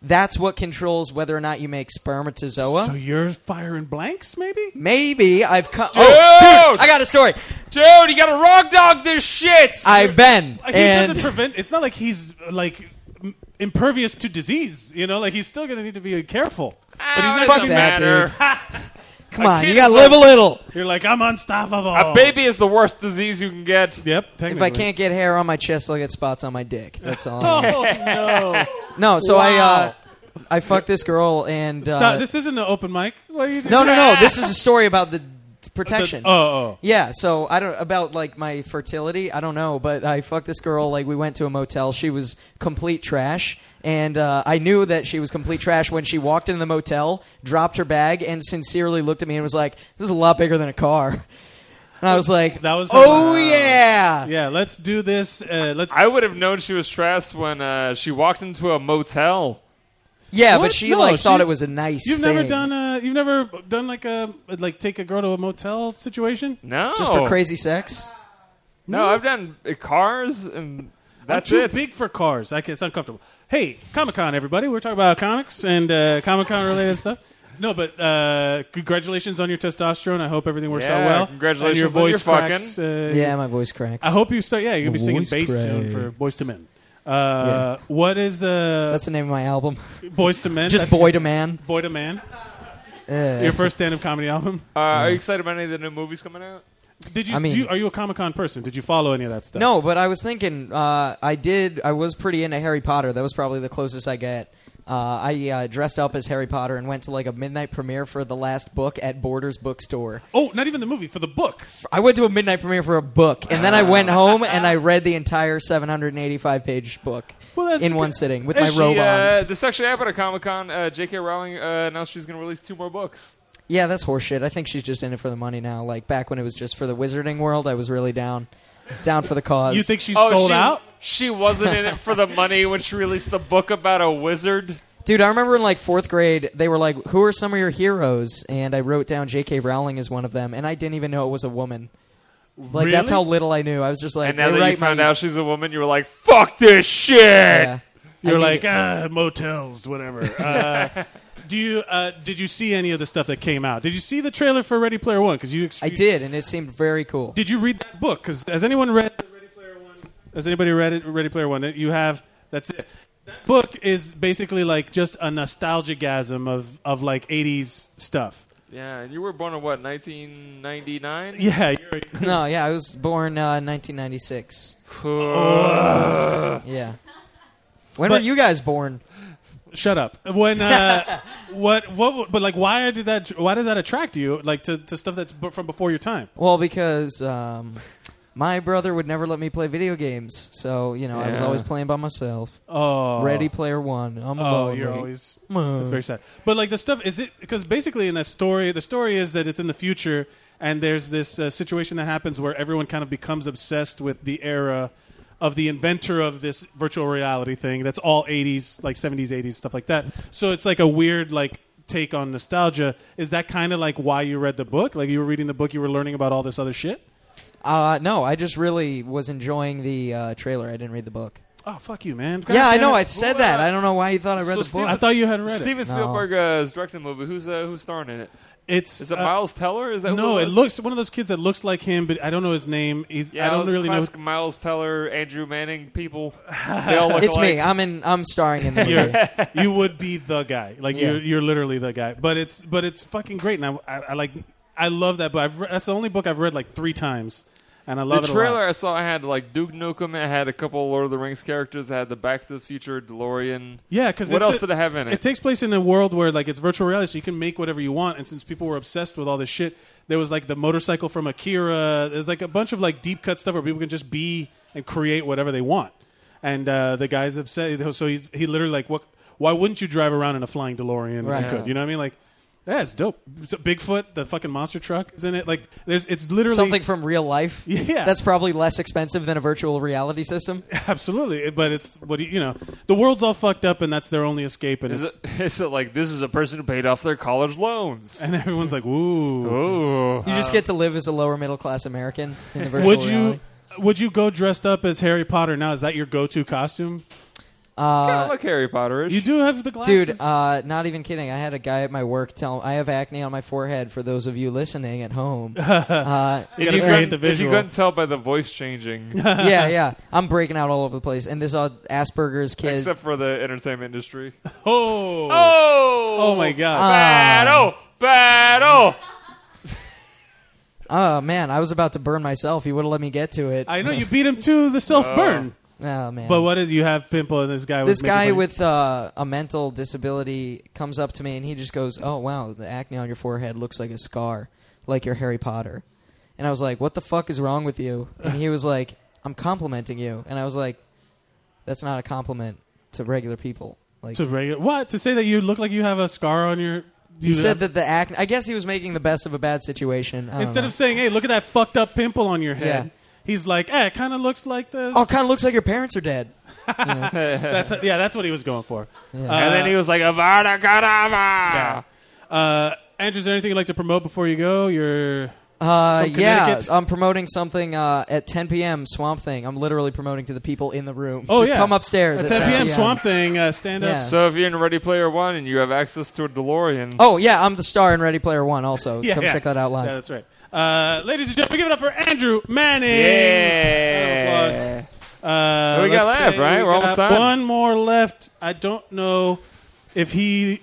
[SPEAKER 13] that's what controls whether or not you make spermatozoa.
[SPEAKER 1] So you're firing blanks, maybe?
[SPEAKER 13] Maybe I've come.
[SPEAKER 2] Dude!
[SPEAKER 13] Oh, dude, I got a story.
[SPEAKER 2] Dude, you got to rock dog this shit.
[SPEAKER 13] I've been.
[SPEAKER 1] Like, he
[SPEAKER 13] and
[SPEAKER 1] doesn't prevent. It's not like he's uh, like m- impervious to disease. You know, like he's still gonna need to be uh, careful. but he's
[SPEAKER 2] it doesn't matter.
[SPEAKER 13] Come
[SPEAKER 1] A
[SPEAKER 13] on,
[SPEAKER 1] kid
[SPEAKER 13] you
[SPEAKER 1] is
[SPEAKER 13] gotta live a little.
[SPEAKER 1] You're like I'm unstoppable.
[SPEAKER 2] A baby is the worst disease you can get.
[SPEAKER 1] Yep,
[SPEAKER 13] If I can't get hair on my chest, I'll get spots on my dick. That's all. I know.
[SPEAKER 1] Oh no!
[SPEAKER 13] no, so I uh,
[SPEAKER 1] Wow.
[SPEAKER 13] I fucked this girl and uh,
[SPEAKER 1] Stop. This isn't an open mic. What are you doing?
[SPEAKER 13] no, no, no. This is a story about the protection.
[SPEAKER 1] The- oh, oh.
[SPEAKER 13] Yeah, so I don't about like my fertility. I don't know, but I fucked this girl. Like we went to a motel. She was complete trash, and uh, I knew that she was complete trash when she walked into the motel, dropped her bag, and sincerely looked at me and was like, "This is a lot bigger than a car." And I was like,
[SPEAKER 1] "That was
[SPEAKER 13] oh yeah,
[SPEAKER 1] yeah." Let's do this. Uh, let's.
[SPEAKER 2] I would have known she was stressed when uh, she walked into a motel.
[SPEAKER 13] Yeah,
[SPEAKER 1] What?
[SPEAKER 13] but she
[SPEAKER 1] No,
[SPEAKER 13] like thought
[SPEAKER 1] she's-
[SPEAKER 13] it was a nice.
[SPEAKER 1] You've never
[SPEAKER 13] thing.
[SPEAKER 1] done a. You've never done like a like take a girl to a motel situation.
[SPEAKER 2] No.
[SPEAKER 13] just for crazy sex.
[SPEAKER 2] No, I've done uh, cars and that's
[SPEAKER 1] I'm too
[SPEAKER 2] it.
[SPEAKER 1] big for cars. I can, it's uncomfortable. Hey, Comic Con, everybody. We're talking about comics and uh, Comic Con related stuff. No, but uh, congratulations on your testosterone. I hope everything works out
[SPEAKER 2] Yeah,
[SPEAKER 1] well.
[SPEAKER 2] congratulations
[SPEAKER 1] And your
[SPEAKER 2] on your
[SPEAKER 1] voice cracks. Uh,
[SPEAKER 13] Yeah, my voice cracks.
[SPEAKER 1] I hope you start. Yeah, you're gonna be singing
[SPEAKER 13] Voice
[SPEAKER 1] bass soon
[SPEAKER 13] cracks.
[SPEAKER 1] for Boys to Men. Uh, What is uh,
[SPEAKER 13] That's the name of my album.
[SPEAKER 1] Boys to Men?
[SPEAKER 13] Just
[SPEAKER 1] That's-
[SPEAKER 13] Boy to Man.
[SPEAKER 1] Boy to Man.
[SPEAKER 13] Yeah.
[SPEAKER 1] Your first stand-up comedy album.
[SPEAKER 2] Uh, are you excited about any of the new movies coming out?
[SPEAKER 1] Did you,
[SPEAKER 13] I mean-
[SPEAKER 1] do you are you a Comic Con person? Did you follow any of that stuff?
[SPEAKER 13] No, but I was thinking. Uh, I did. I was pretty into Harry Potter. That was probably the closest I get. Uh, I uh, dressed up as Harry Potter and went to like a midnight premiere for the last book at Borders Bookstore.
[SPEAKER 1] Oh, not even the movie for the book.
[SPEAKER 13] I went to a midnight premiere for a book, and then I went home and I read the entire 785 page book in one sitting with my
[SPEAKER 2] She,
[SPEAKER 13] robe on.
[SPEAKER 2] uh, This actually happened at Comic Con. Uh, J.K. Rowling uh, announced she's going to release two more books.
[SPEAKER 13] Yeah, that's horseshit. I think she's just in it for the money now. Like back when it was just for the Wizarding World, I was really down, down for the cause.
[SPEAKER 2] Oh, she- She wasn't in it for the money when she released the book about a wizard.
[SPEAKER 13] Dude, I remember in like fourth grade, they were like, "Who are some of your heroes?" And I wrote down J.K. Rowling as one of them, and I didn't even know it was a woman. Like that's
[SPEAKER 2] Really?
[SPEAKER 13] how little I knew. I was just like,
[SPEAKER 2] and now
[SPEAKER 13] they
[SPEAKER 2] that you
[SPEAKER 13] write my-
[SPEAKER 2] found out she's a woman, you were like, "Fuck this shit."
[SPEAKER 1] Yeah. You're
[SPEAKER 13] I need
[SPEAKER 1] like
[SPEAKER 13] it.
[SPEAKER 1] ah, motels, whatever. Uh, do you uh, did you see any of the stuff that came out? Did you see the trailer for Ready Player One? Because you, ex-
[SPEAKER 13] I did, and it seemed very cool.
[SPEAKER 1] Did you read that book? Because has anyone read Ready Player One? Has anybody read it, Ready Player One? You have. That's it. That book is basically like just a nostalgiasm of of like '80s stuff.
[SPEAKER 2] Yeah, and you were born in what 1999?
[SPEAKER 1] Yeah,
[SPEAKER 13] no, yeah, I was born uh, 1996. yeah. When were
[SPEAKER 1] But-
[SPEAKER 13] you guys born?
[SPEAKER 1] Shut up. When uh, what what? But like, why did that? Why did that attract you? Like to, to stuff that's b- from before your time.
[SPEAKER 13] Well, because um, my brother would never let me play video games, so you know I was
[SPEAKER 1] Yeah.
[SPEAKER 13] always playing by myself.
[SPEAKER 1] Oh.
[SPEAKER 13] Ready Player One. I'm
[SPEAKER 1] oh,
[SPEAKER 13] lonely.
[SPEAKER 1] you're always.
[SPEAKER 13] Mm.
[SPEAKER 1] It's very sad. But like the stuff is it because basically in that story, the story is that it's in the future, and there's this uh, situation that happens where everyone kind of becomes obsessed with the era of the inventor of this virtual reality thing. That's all 80s, like 70s, 80s stuff like that. So it's like a weird like take on nostalgia. Is that kind of like why you read the book? Like you were reading the book, you were learning about all this other shit.
[SPEAKER 13] Uh, no, I just really was enjoying the uh, trailer. I didn't read the book.
[SPEAKER 1] Oh fuck you, man!
[SPEAKER 13] yeah, I know.
[SPEAKER 1] Goddamn it.
[SPEAKER 13] I said that. I don't know why you thought I read the book.
[SPEAKER 1] I thought you had read it.
[SPEAKER 2] Steven Spielberg uh, is directing the movie. Who's uh, who's starring in it?
[SPEAKER 1] It's
[SPEAKER 2] is it
[SPEAKER 1] uh,
[SPEAKER 2] Miles Teller? Is that who
[SPEAKER 1] no?
[SPEAKER 2] It,
[SPEAKER 1] It
[SPEAKER 2] was?
[SPEAKER 1] looks one of those kids that looks like him, but I don't know his name. He's
[SPEAKER 2] Yeah,
[SPEAKER 1] I
[SPEAKER 2] it
[SPEAKER 1] don't
[SPEAKER 2] was
[SPEAKER 1] really know.
[SPEAKER 2] classic Miles Teller, Andrew Manning, people. They all look
[SPEAKER 13] it's
[SPEAKER 2] alike.
[SPEAKER 13] me. I'm in. I'm starring in the movie.
[SPEAKER 1] You're- you would be the guy. Like
[SPEAKER 13] Yeah.
[SPEAKER 1] you're, you're literally the guy. But it's but it's fucking great, and I, I, I like I love that book. I've re- that's the only book I've read like three times, and I love
[SPEAKER 2] the
[SPEAKER 1] it. a lot.
[SPEAKER 2] trailer I saw had like Duke Nukem. It had a couple Lord of the Rings characters. It had the Back to the Future, DeLorean.
[SPEAKER 1] Yeah, because
[SPEAKER 2] what else did I have in it?
[SPEAKER 1] It takes place in a world where like it's virtual reality, so you can make whatever you want. And since people were obsessed with all this shit, there was like the motorcycle from Akira. There's like a bunch of like deep cut stuff where people can just be and create whatever they want. And uh, the guy's upset, so he's, he literally like, what? Why wouldn't you drive around in a flying DeLorean if
[SPEAKER 13] Right.
[SPEAKER 1] you could? You know what I mean? Like, Yeah, it's dope. So Bigfoot, the fucking monster truck is in it. Like, there's it's literally
[SPEAKER 13] Something from real life.
[SPEAKER 1] Yeah.
[SPEAKER 13] That's probably less expensive than a virtual reality system.
[SPEAKER 1] Absolutely, but it's what do you, you know. The world's all fucked up, and that's their only escape. And
[SPEAKER 2] Is
[SPEAKER 1] it's,
[SPEAKER 2] it, is it like this is a person who paid off their college loans?
[SPEAKER 1] And everyone's like, ooh.
[SPEAKER 2] Ooh.
[SPEAKER 13] You just get to live as a lower middle class American in the virtual
[SPEAKER 1] would you
[SPEAKER 13] reality.
[SPEAKER 1] would you go dressed up as Harry Potter now? Is that your go-to costume?
[SPEAKER 13] Uh,
[SPEAKER 2] Kinda look Harry Potterish.
[SPEAKER 1] You do have the glasses.
[SPEAKER 13] Dude, uh, not even kidding. I had a guy at my work tell I have acne on my forehead for those of you listening at home. Uh,
[SPEAKER 2] if, you couldn't, if you couldn't tell by the voice changing,
[SPEAKER 13] yeah, yeah. I'm breaking out all over the place. And this uh, Asperger's kid.
[SPEAKER 2] Except for the entertainment industry.
[SPEAKER 1] Oh,
[SPEAKER 2] oh,
[SPEAKER 1] oh my God.
[SPEAKER 13] Ah.
[SPEAKER 2] Battle, battle.
[SPEAKER 13] Oh, man. I was about to burn myself. You would have let me get to it.
[SPEAKER 1] I know you beat him to the self-burn.
[SPEAKER 13] Oh, man.
[SPEAKER 1] But what is you have pimple and this guy? was
[SPEAKER 13] this
[SPEAKER 1] making fun
[SPEAKER 13] guy
[SPEAKER 1] of you?
[SPEAKER 13] with uh, a mental disability comes up to me and he just goes, "Oh wow, the acne on your forehead looks like a scar, like you're Harry Potter." And I was like, "What the fuck is wrong with you?" And he was like, "I'm complimenting you." And I was like, "That's not a compliment to regular people." Like
[SPEAKER 1] to regular what to say that you look like you have a scar on your.
[SPEAKER 13] he
[SPEAKER 1] you-
[SPEAKER 13] said that the acne. I guess he was making the best of a bad situation. I don't
[SPEAKER 1] instead
[SPEAKER 13] know.
[SPEAKER 1] of saying, "Hey, look at that fucked up pimple on your head,"
[SPEAKER 13] Yeah.
[SPEAKER 1] he's like, "Eh, it kind of looks like the."
[SPEAKER 13] "Oh, kind of looks like your parents are dead."
[SPEAKER 1] that's yeah, that's what he was going for. Uh,
[SPEAKER 13] Yeah.
[SPEAKER 2] and then he was like, Avada Kedavra.
[SPEAKER 1] Yeah. Uh, Andrew, is there anything you'd like to promote before you go? You're
[SPEAKER 13] Uh,
[SPEAKER 1] from
[SPEAKER 13] yeah,
[SPEAKER 1] Connecticut?
[SPEAKER 13] I'm promoting something uh, at 10 p.m. Swamp Thing. I'm literally promoting to the people in the room.
[SPEAKER 1] Oh
[SPEAKER 13] Just
[SPEAKER 1] yeah,
[SPEAKER 13] come upstairs
[SPEAKER 1] at
[SPEAKER 13] at
[SPEAKER 1] 10 p.m. Swamp Thing. Uh, stand up.
[SPEAKER 2] So if you're in Ready Player One and you have access to a DeLorean,
[SPEAKER 13] Oh yeah, I'm the star in Ready Player One. Also, come check that out live.
[SPEAKER 1] Yeah, that's right. Uh, ladies and gentlemen, give it up for Andrew Manning.
[SPEAKER 2] Yeah.
[SPEAKER 1] Round of applause. Uh,
[SPEAKER 2] What we got
[SPEAKER 1] let's
[SPEAKER 2] left,
[SPEAKER 1] say
[SPEAKER 2] right?
[SPEAKER 1] we
[SPEAKER 2] We're almost
[SPEAKER 1] got
[SPEAKER 2] done.
[SPEAKER 1] One more left. I don't know if he.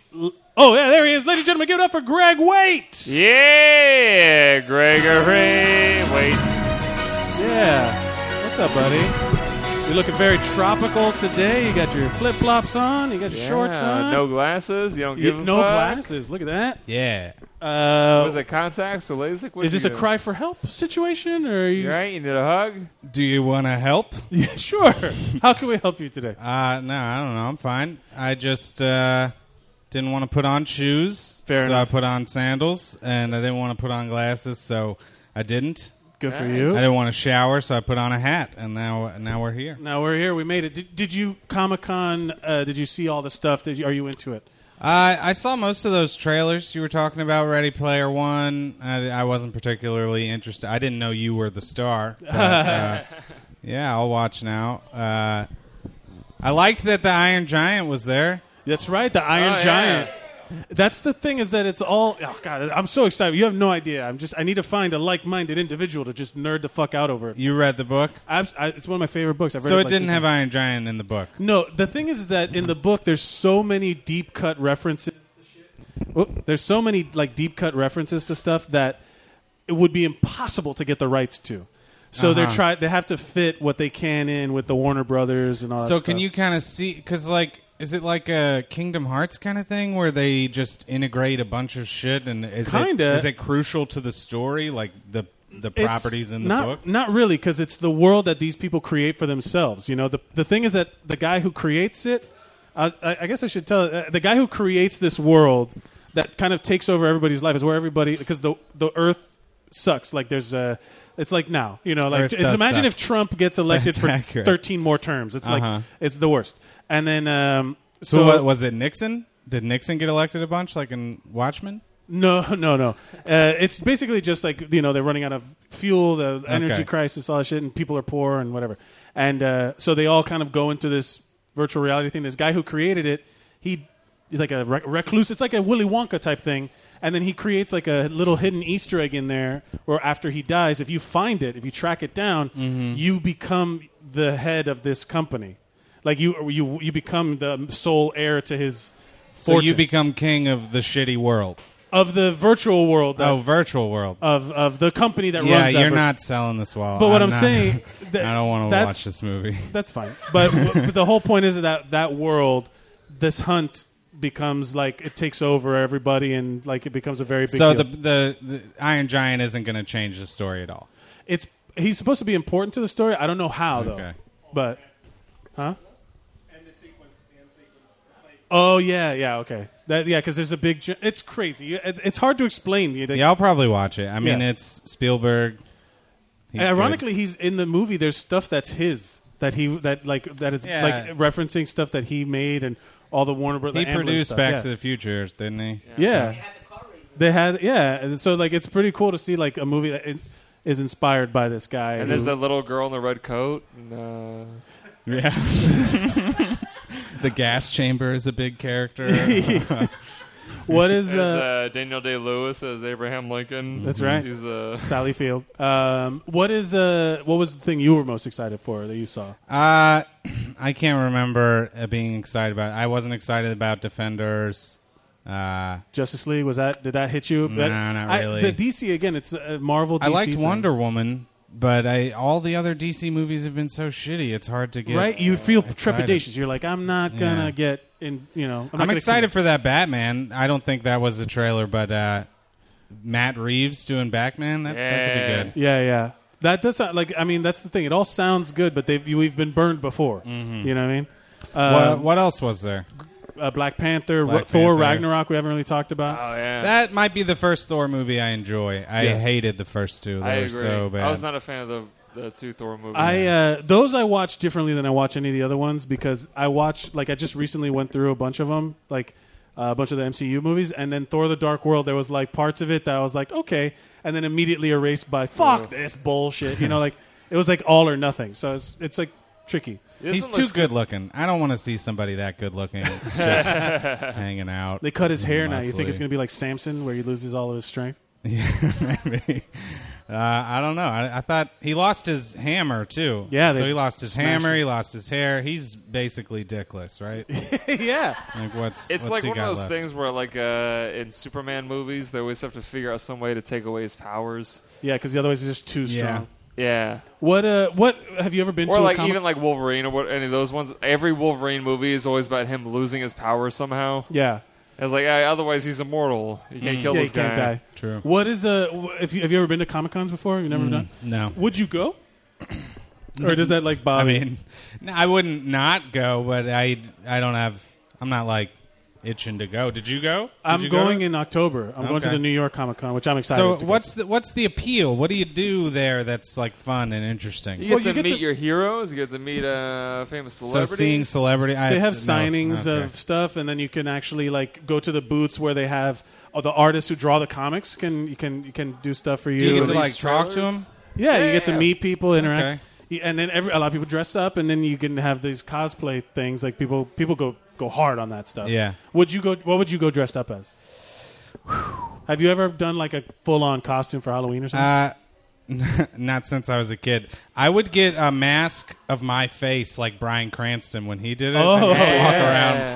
[SPEAKER 1] Oh yeah, there he is, ladies and gentlemen. Give it up for Greg Wait.
[SPEAKER 2] yeah, Gregory, wait.
[SPEAKER 1] Yeah. What's up, buddy? You're looking very tropical today. You got your flip flops on. You got your shorts
[SPEAKER 2] Yeah,
[SPEAKER 1] on.
[SPEAKER 2] No glasses. You don't
[SPEAKER 1] You-
[SPEAKER 2] give a
[SPEAKER 1] no
[SPEAKER 2] fuck.
[SPEAKER 1] glasses. Look at that.
[SPEAKER 2] Yeah.
[SPEAKER 1] Uh,
[SPEAKER 2] was it contacts or LASIK? What
[SPEAKER 1] Is
[SPEAKER 2] do
[SPEAKER 1] this
[SPEAKER 2] you
[SPEAKER 1] a
[SPEAKER 2] do?
[SPEAKER 1] cry for help situation, or are you?
[SPEAKER 2] You all right? You need a hug?
[SPEAKER 14] Do you want to help?
[SPEAKER 1] Yeah, sure. How can we help you today?
[SPEAKER 14] Uh, no, I don't know. I'm fine. I just uh, didn't want to put on shoes. Fair so
[SPEAKER 1] enough.
[SPEAKER 14] I put on sandals, and I didn't want to put on glasses, so I didn't.
[SPEAKER 1] Good for Nice. you.
[SPEAKER 14] I didn't want to shower, so I put on a hat, and now now we're here.
[SPEAKER 1] Now we're here. We made it. Did, did you Comic Con? Uh, did you see all the stuff? Did you, are you into it?
[SPEAKER 14] Uh, I saw most of those trailers you were talking about, Ready Player One. I, I wasn't particularly interested. I didn't know you were the star. but, uh, yeah, I'll watch now. Uh, I liked that the Iron Giant was there.
[SPEAKER 1] That's right, the
[SPEAKER 14] Oh,
[SPEAKER 1] Iron Giant. That's the thing is that it's all. Oh God, I'm so excited. You have no idea. I'm just. I need to find a like-minded individual to just nerd the fuck out over it.
[SPEAKER 14] You read the book,
[SPEAKER 1] i I, it's one of my favorite books. I've read
[SPEAKER 14] so
[SPEAKER 1] it,
[SPEAKER 14] it
[SPEAKER 1] like,
[SPEAKER 14] didn't
[SPEAKER 1] 15
[SPEAKER 14] have Iron Giant in the book.
[SPEAKER 1] No, the thing is that in the book, there's so many deep cut references. Whoop, There's so many like deep cut references to stuff that it would be impossible to get the rights to. So they're
[SPEAKER 14] Uh-huh.
[SPEAKER 1] try they have to fit what they can in with the Warner Brothers and all.
[SPEAKER 14] so
[SPEAKER 1] that
[SPEAKER 14] can
[SPEAKER 1] stuff.
[SPEAKER 14] you kind of see because like is it like a kingdom hearts kind of thing where they just integrate a bunch of shit and is it-
[SPEAKER 1] Kinda.
[SPEAKER 14] is it crucial to the story like the the
[SPEAKER 1] It's
[SPEAKER 14] properties in the
[SPEAKER 1] not,
[SPEAKER 14] book
[SPEAKER 1] Not really, because it's the world that these people create for themselves. You know, the the thing is that the guy who creates it, I, I I guess I should tell uh, the guy who creates this world that kind of takes over everybody's life is where everybody because the the Earth sucks. Like there's a. It's like now, you know, like
[SPEAKER 14] Earth
[SPEAKER 1] it's,
[SPEAKER 14] does
[SPEAKER 1] imagine
[SPEAKER 14] suck.
[SPEAKER 1] if Trump gets elected
[SPEAKER 14] That's
[SPEAKER 1] for
[SPEAKER 14] accurate.
[SPEAKER 1] 13 more terms. It's
[SPEAKER 14] Uh-huh.
[SPEAKER 1] like it's the worst. And then um
[SPEAKER 14] so,
[SPEAKER 1] so
[SPEAKER 14] what, was it nixon did nixon get elected a bunch like in watchmen
[SPEAKER 1] no, no, no. Uh, it's basically just like you know they're running out of fuel, the energy
[SPEAKER 14] Okay.
[SPEAKER 1] crisis, all that shit, and people are poor and whatever. And uh, so they all kind of go into this virtual reality thing. This guy who created it, he he's like a rec- recluse. It's like a Willy Wonka type thing. And then he creates like a little hidden Easter egg in there. Or after he dies, if you find it, if you track it down,
[SPEAKER 14] Mm-hmm.
[SPEAKER 1] you become the head of this company. Like you, you, you become the sole heir to his.
[SPEAKER 14] so
[SPEAKER 1] fortune
[SPEAKER 14] you become king of the shitty world
[SPEAKER 1] of the virtual world. that-
[SPEAKER 14] Oh, virtual world
[SPEAKER 1] of of the company that
[SPEAKER 14] yeah
[SPEAKER 1] runs. that
[SPEAKER 14] you're
[SPEAKER 1] virtual-
[SPEAKER 14] not selling this well
[SPEAKER 1] But what I'm
[SPEAKER 14] not-
[SPEAKER 1] saying, that-
[SPEAKER 14] i don't want to
[SPEAKER 1] that's-
[SPEAKER 14] watch this movie
[SPEAKER 1] That's fine. But, w- but the whole point is that that world, this hunt becomes like it takes over everybody, and like it becomes a very big.
[SPEAKER 14] so
[SPEAKER 1] deal.
[SPEAKER 14] the, the the iron giant isn't going to change the story at all
[SPEAKER 1] it's he's supposed to be important to the story. I don't know how though.
[SPEAKER 14] Okay.
[SPEAKER 1] But huh? Oh yeah, yeah, okay. That, yeah, because there's a big. Ju- it's crazy. You- it- It's hard to explain. You-
[SPEAKER 14] yeah, I'll probably watch it. I mean,
[SPEAKER 1] Yeah.
[SPEAKER 14] it's Spielberg. He's
[SPEAKER 1] And ironically, he's in the movie. There's stuff that's his that he that like that is
[SPEAKER 14] Yeah.
[SPEAKER 1] like referencing stuff that he made and all the Warner
[SPEAKER 14] good.
[SPEAKER 1] Brothers.
[SPEAKER 14] he
[SPEAKER 1] the Amblin
[SPEAKER 14] produced
[SPEAKER 1] stuff,
[SPEAKER 14] Back
[SPEAKER 1] yeah.
[SPEAKER 14] to the Future, didn't he?
[SPEAKER 1] Yeah. They had yeah, and so like it's pretty cool to see like a movie that in- is inspired by this guy.
[SPEAKER 2] And
[SPEAKER 1] who-
[SPEAKER 2] there's that little girl in the red coat. And, uh,
[SPEAKER 14] Yeah. the gas chamber is a big character.
[SPEAKER 1] What is,
[SPEAKER 2] There's,
[SPEAKER 1] uh,
[SPEAKER 2] Daniel Day Lewis as Abraham Lincoln?
[SPEAKER 1] That's right.
[SPEAKER 2] He's uh,
[SPEAKER 1] Sally Field. Um, what is uh, what was the thing you were most excited for that you saw?
[SPEAKER 14] Uh, I can't remember uh, being excited about. It. I wasn't excited about Defenders. Uh,
[SPEAKER 1] Justice League was that? Did that hit you?
[SPEAKER 14] No,
[SPEAKER 1] That-
[SPEAKER 14] not
[SPEAKER 1] I-
[SPEAKER 14] really.
[SPEAKER 1] the DC again. It's a Marvel. DC
[SPEAKER 14] I liked
[SPEAKER 1] thing.
[SPEAKER 14] Wonder Woman, but I all the other DC movies have been so shitty. It's hard to get uh,
[SPEAKER 1] right? You feel
[SPEAKER 14] excited.
[SPEAKER 1] trepidations. You're like, I'm not gonna
[SPEAKER 14] Yeah.
[SPEAKER 1] get in. You know,
[SPEAKER 14] I'm,
[SPEAKER 1] not gonna
[SPEAKER 14] excited for that Batman. I don't think that was a trailer, but uh, Matt Reeves doing Batman. That, that could be good.
[SPEAKER 1] Yeah, yeah. That does sound like. I mean, that's the thing. It all sounds good, but they've you- we've been burned before.
[SPEAKER 2] Mm-hmm.
[SPEAKER 1] You know what I mean? Um,
[SPEAKER 14] what, what else was there?
[SPEAKER 1] Uh, Black Panther,
[SPEAKER 14] Black
[SPEAKER 1] Ra- Thor,
[SPEAKER 14] Panther.
[SPEAKER 1] Ragnarok. We haven't really talked about.
[SPEAKER 2] Oh yeah.
[SPEAKER 14] That might be the first Thor movie I enjoy. I
[SPEAKER 1] Yeah.
[SPEAKER 14] hated the first two. They
[SPEAKER 2] I
[SPEAKER 14] were
[SPEAKER 2] agree.
[SPEAKER 14] so bad.
[SPEAKER 2] I was not a fan of the, the two Thor movies.
[SPEAKER 1] I uh, those I watch differently than I watch any of the other ones because I watch like I just recently went through a bunch of them, like uh, a bunch of the MCU movies, and then Thor: The Dark World. There was like parts of it that I was like, okay, and then immediately erased by fuck this bullshit. You know, like it was like all or nothing. So it's it's like tricky.
[SPEAKER 14] He's too good, looking. I don't want to see somebody that good looking just hanging out.
[SPEAKER 1] They cut his hair now. You think it's
[SPEAKER 14] mostly.
[SPEAKER 1] going to be like Samson, where he loses all of his strength?
[SPEAKER 14] Yeah, maybe. Uh, I don't know. I, I thought he lost his hammer too.
[SPEAKER 1] Yeah, they
[SPEAKER 14] so he lost his
[SPEAKER 1] smashed
[SPEAKER 14] hammer.
[SPEAKER 1] it.
[SPEAKER 14] He lost his hair. He's basically dickless, right?
[SPEAKER 1] yeah.
[SPEAKER 14] Like what's
[SPEAKER 2] It's
[SPEAKER 14] what's
[SPEAKER 2] like
[SPEAKER 14] he
[SPEAKER 2] one of
[SPEAKER 14] got
[SPEAKER 2] those
[SPEAKER 14] left?
[SPEAKER 2] things where, like, uh, in Superman movies, they always have to figure out some way to take away his powers.
[SPEAKER 1] Yeah, because otherwise he's just too
[SPEAKER 2] Yeah.
[SPEAKER 1] strong.
[SPEAKER 2] Yeah.
[SPEAKER 1] What? Uh, what have you ever been
[SPEAKER 2] Or
[SPEAKER 1] to? a
[SPEAKER 2] like
[SPEAKER 1] comic-
[SPEAKER 2] even like Wolverine or what, any of those ones. Every Wolverine movie is always about him losing his powers somehow.
[SPEAKER 1] Yeah. Mm.
[SPEAKER 2] It's like ah, otherwise he's immortal. You can't kill
[SPEAKER 1] yeah,
[SPEAKER 2] this
[SPEAKER 1] you can't
[SPEAKER 2] guy.
[SPEAKER 1] die. What is a? If you, have you ever been to comic cons before? You've never
[SPEAKER 14] Mm,
[SPEAKER 1] done.
[SPEAKER 14] no.
[SPEAKER 1] Would you go? or does that like bother?
[SPEAKER 14] I mean, no, I wouldn't not go, but I I don't have. I'm not like itching to go. Did you go? Did
[SPEAKER 1] I'm
[SPEAKER 14] you go?
[SPEAKER 1] going in October. I'm going to
[SPEAKER 14] Okay.
[SPEAKER 1] the New York Comic Con, which I'm excited.
[SPEAKER 14] So
[SPEAKER 1] to go
[SPEAKER 14] what's the what's the appeal? What do you do there that's like fun and interesting?
[SPEAKER 2] You get to meet your heroes. You get to meet uh, famous
[SPEAKER 14] So
[SPEAKER 2] celebrities.
[SPEAKER 14] seeing celebrity, I,
[SPEAKER 1] they have
[SPEAKER 14] no,
[SPEAKER 1] signings
[SPEAKER 14] okay.
[SPEAKER 1] of stuff, and then you can actually like go to the booths where they have oh, the artists who draw the comics can you can you can do stuff for you.
[SPEAKER 14] Do you get to like talk to them?
[SPEAKER 1] Yeah, you get to
[SPEAKER 14] Yeah.
[SPEAKER 1] meet people, interact, You- and then every, a lot of people dress up, and then you can have these cosplay things. Like people people go go hard on that stuff.
[SPEAKER 14] Yeah.
[SPEAKER 1] Would you go? What would you go dressed up as? have you ever done like a full on costume for Halloween or something?
[SPEAKER 14] Uh, not since I was a kid. I would get a mask of my face, like Brian Cranston when he did it.
[SPEAKER 1] Oh.
[SPEAKER 14] and just walk
[SPEAKER 1] Yeah.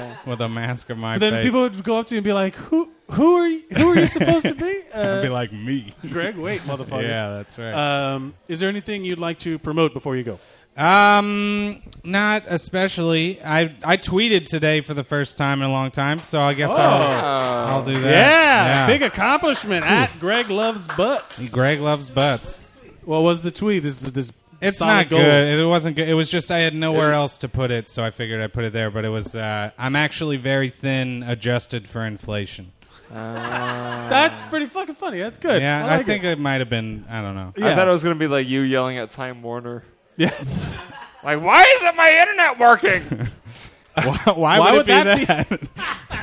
[SPEAKER 14] around with a mask of my
[SPEAKER 1] But then
[SPEAKER 14] face.
[SPEAKER 1] people would go up to you and be like, "Who who are you? Who are you supposed to be?" Uh,
[SPEAKER 14] I'd be like, "Me."
[SPEAKER 1] Greg Wait, motherfuckers.
[SPEAKER 14] Yeah, that's right.
[SPEAKER 1] Um, is there anything you'd like to promote before you go?
[SPEAKER 14] Um, not especially. I I tweeted today for the first time in a long time, so I guess I'll, I'll do that.
[SPEAKER 1] Oh. Yeah, big accomplishment at Greg loves butts.
[SPEAKER 14] Greg loves butts.
[SPEAKER 1] What was the tweet? This this
[SPEAKER 14] It's
[SPEAKER 1] solid
[SPEAKER 14] not
[SPEAKER 1] gold.
[SPEAKER 14] good. It wasn't good. It was just I had nowhere
[SPEAKER 1] It-
[SPEAKER 14] else to put it, so I figured I put it there. But it was uh, I'm actually very thin, adjusted for inflation.
[SPEAKER 1] That's pretty fucking funny. That's good.
[SPEAKER 14] Uh, Yeah,
[SPEAKER 1] I,
[SPEAKER 14] I,
[SPEAKER 1] like
[SPEAKER 14] think
[SPEAKER 1] It.
[SPEAKER 14] it. might have been. I don't know.
[SPEAKER 2] I thought it was gonna be like you yelling at Time Warner. Yeah. like why isn't my internet working?
[SPEAKER 14] why, why,
[SPEAKER 2] Why would
[SPEAKER 14] would, it be
[SPEAKER 2] that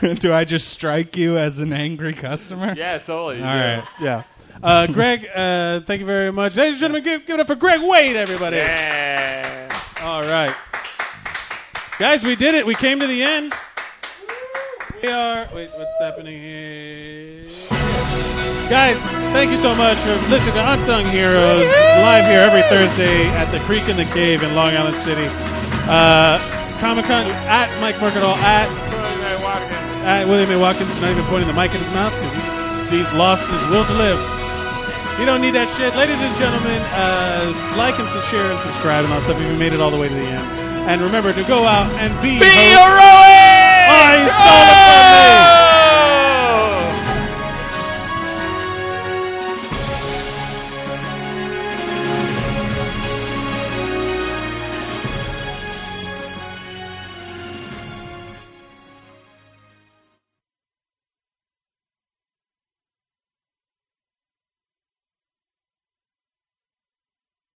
[SPEAKER 14] that? do I just strike you as an angry customer?
[SPEAKER 2] Yeah, totally. You
[SPEAKER 14] All
[SPEAKER 2] do.
[SPEAKER 14] right.
[SPEAKER 1] Yeah. Uh, Greg, uh, thank you very much, ladies and gentlemen. Give, give it up for Greg Wade, everybody.
[SPEAKER 2] Yeah.
[SPEAKER 1] All right, guys, we did it. We came to the end. We are. Wait, what's happening here? Guys, thank you so much for listening to Unsung Heroes live here every Thursday at the Creek in the Cave in Long Island City. Uh, Comic Con at Mike Mercadal at at William A. Watkins. Not even pointing the mic in his mouth because he, he's lost his will to live. You don't need that shit, ladies and gentlemen. Uh, like and sub- share and subscribe and all that stuff if you made it all the way to the end. And remember to go out and be be heroic. Always follow for me.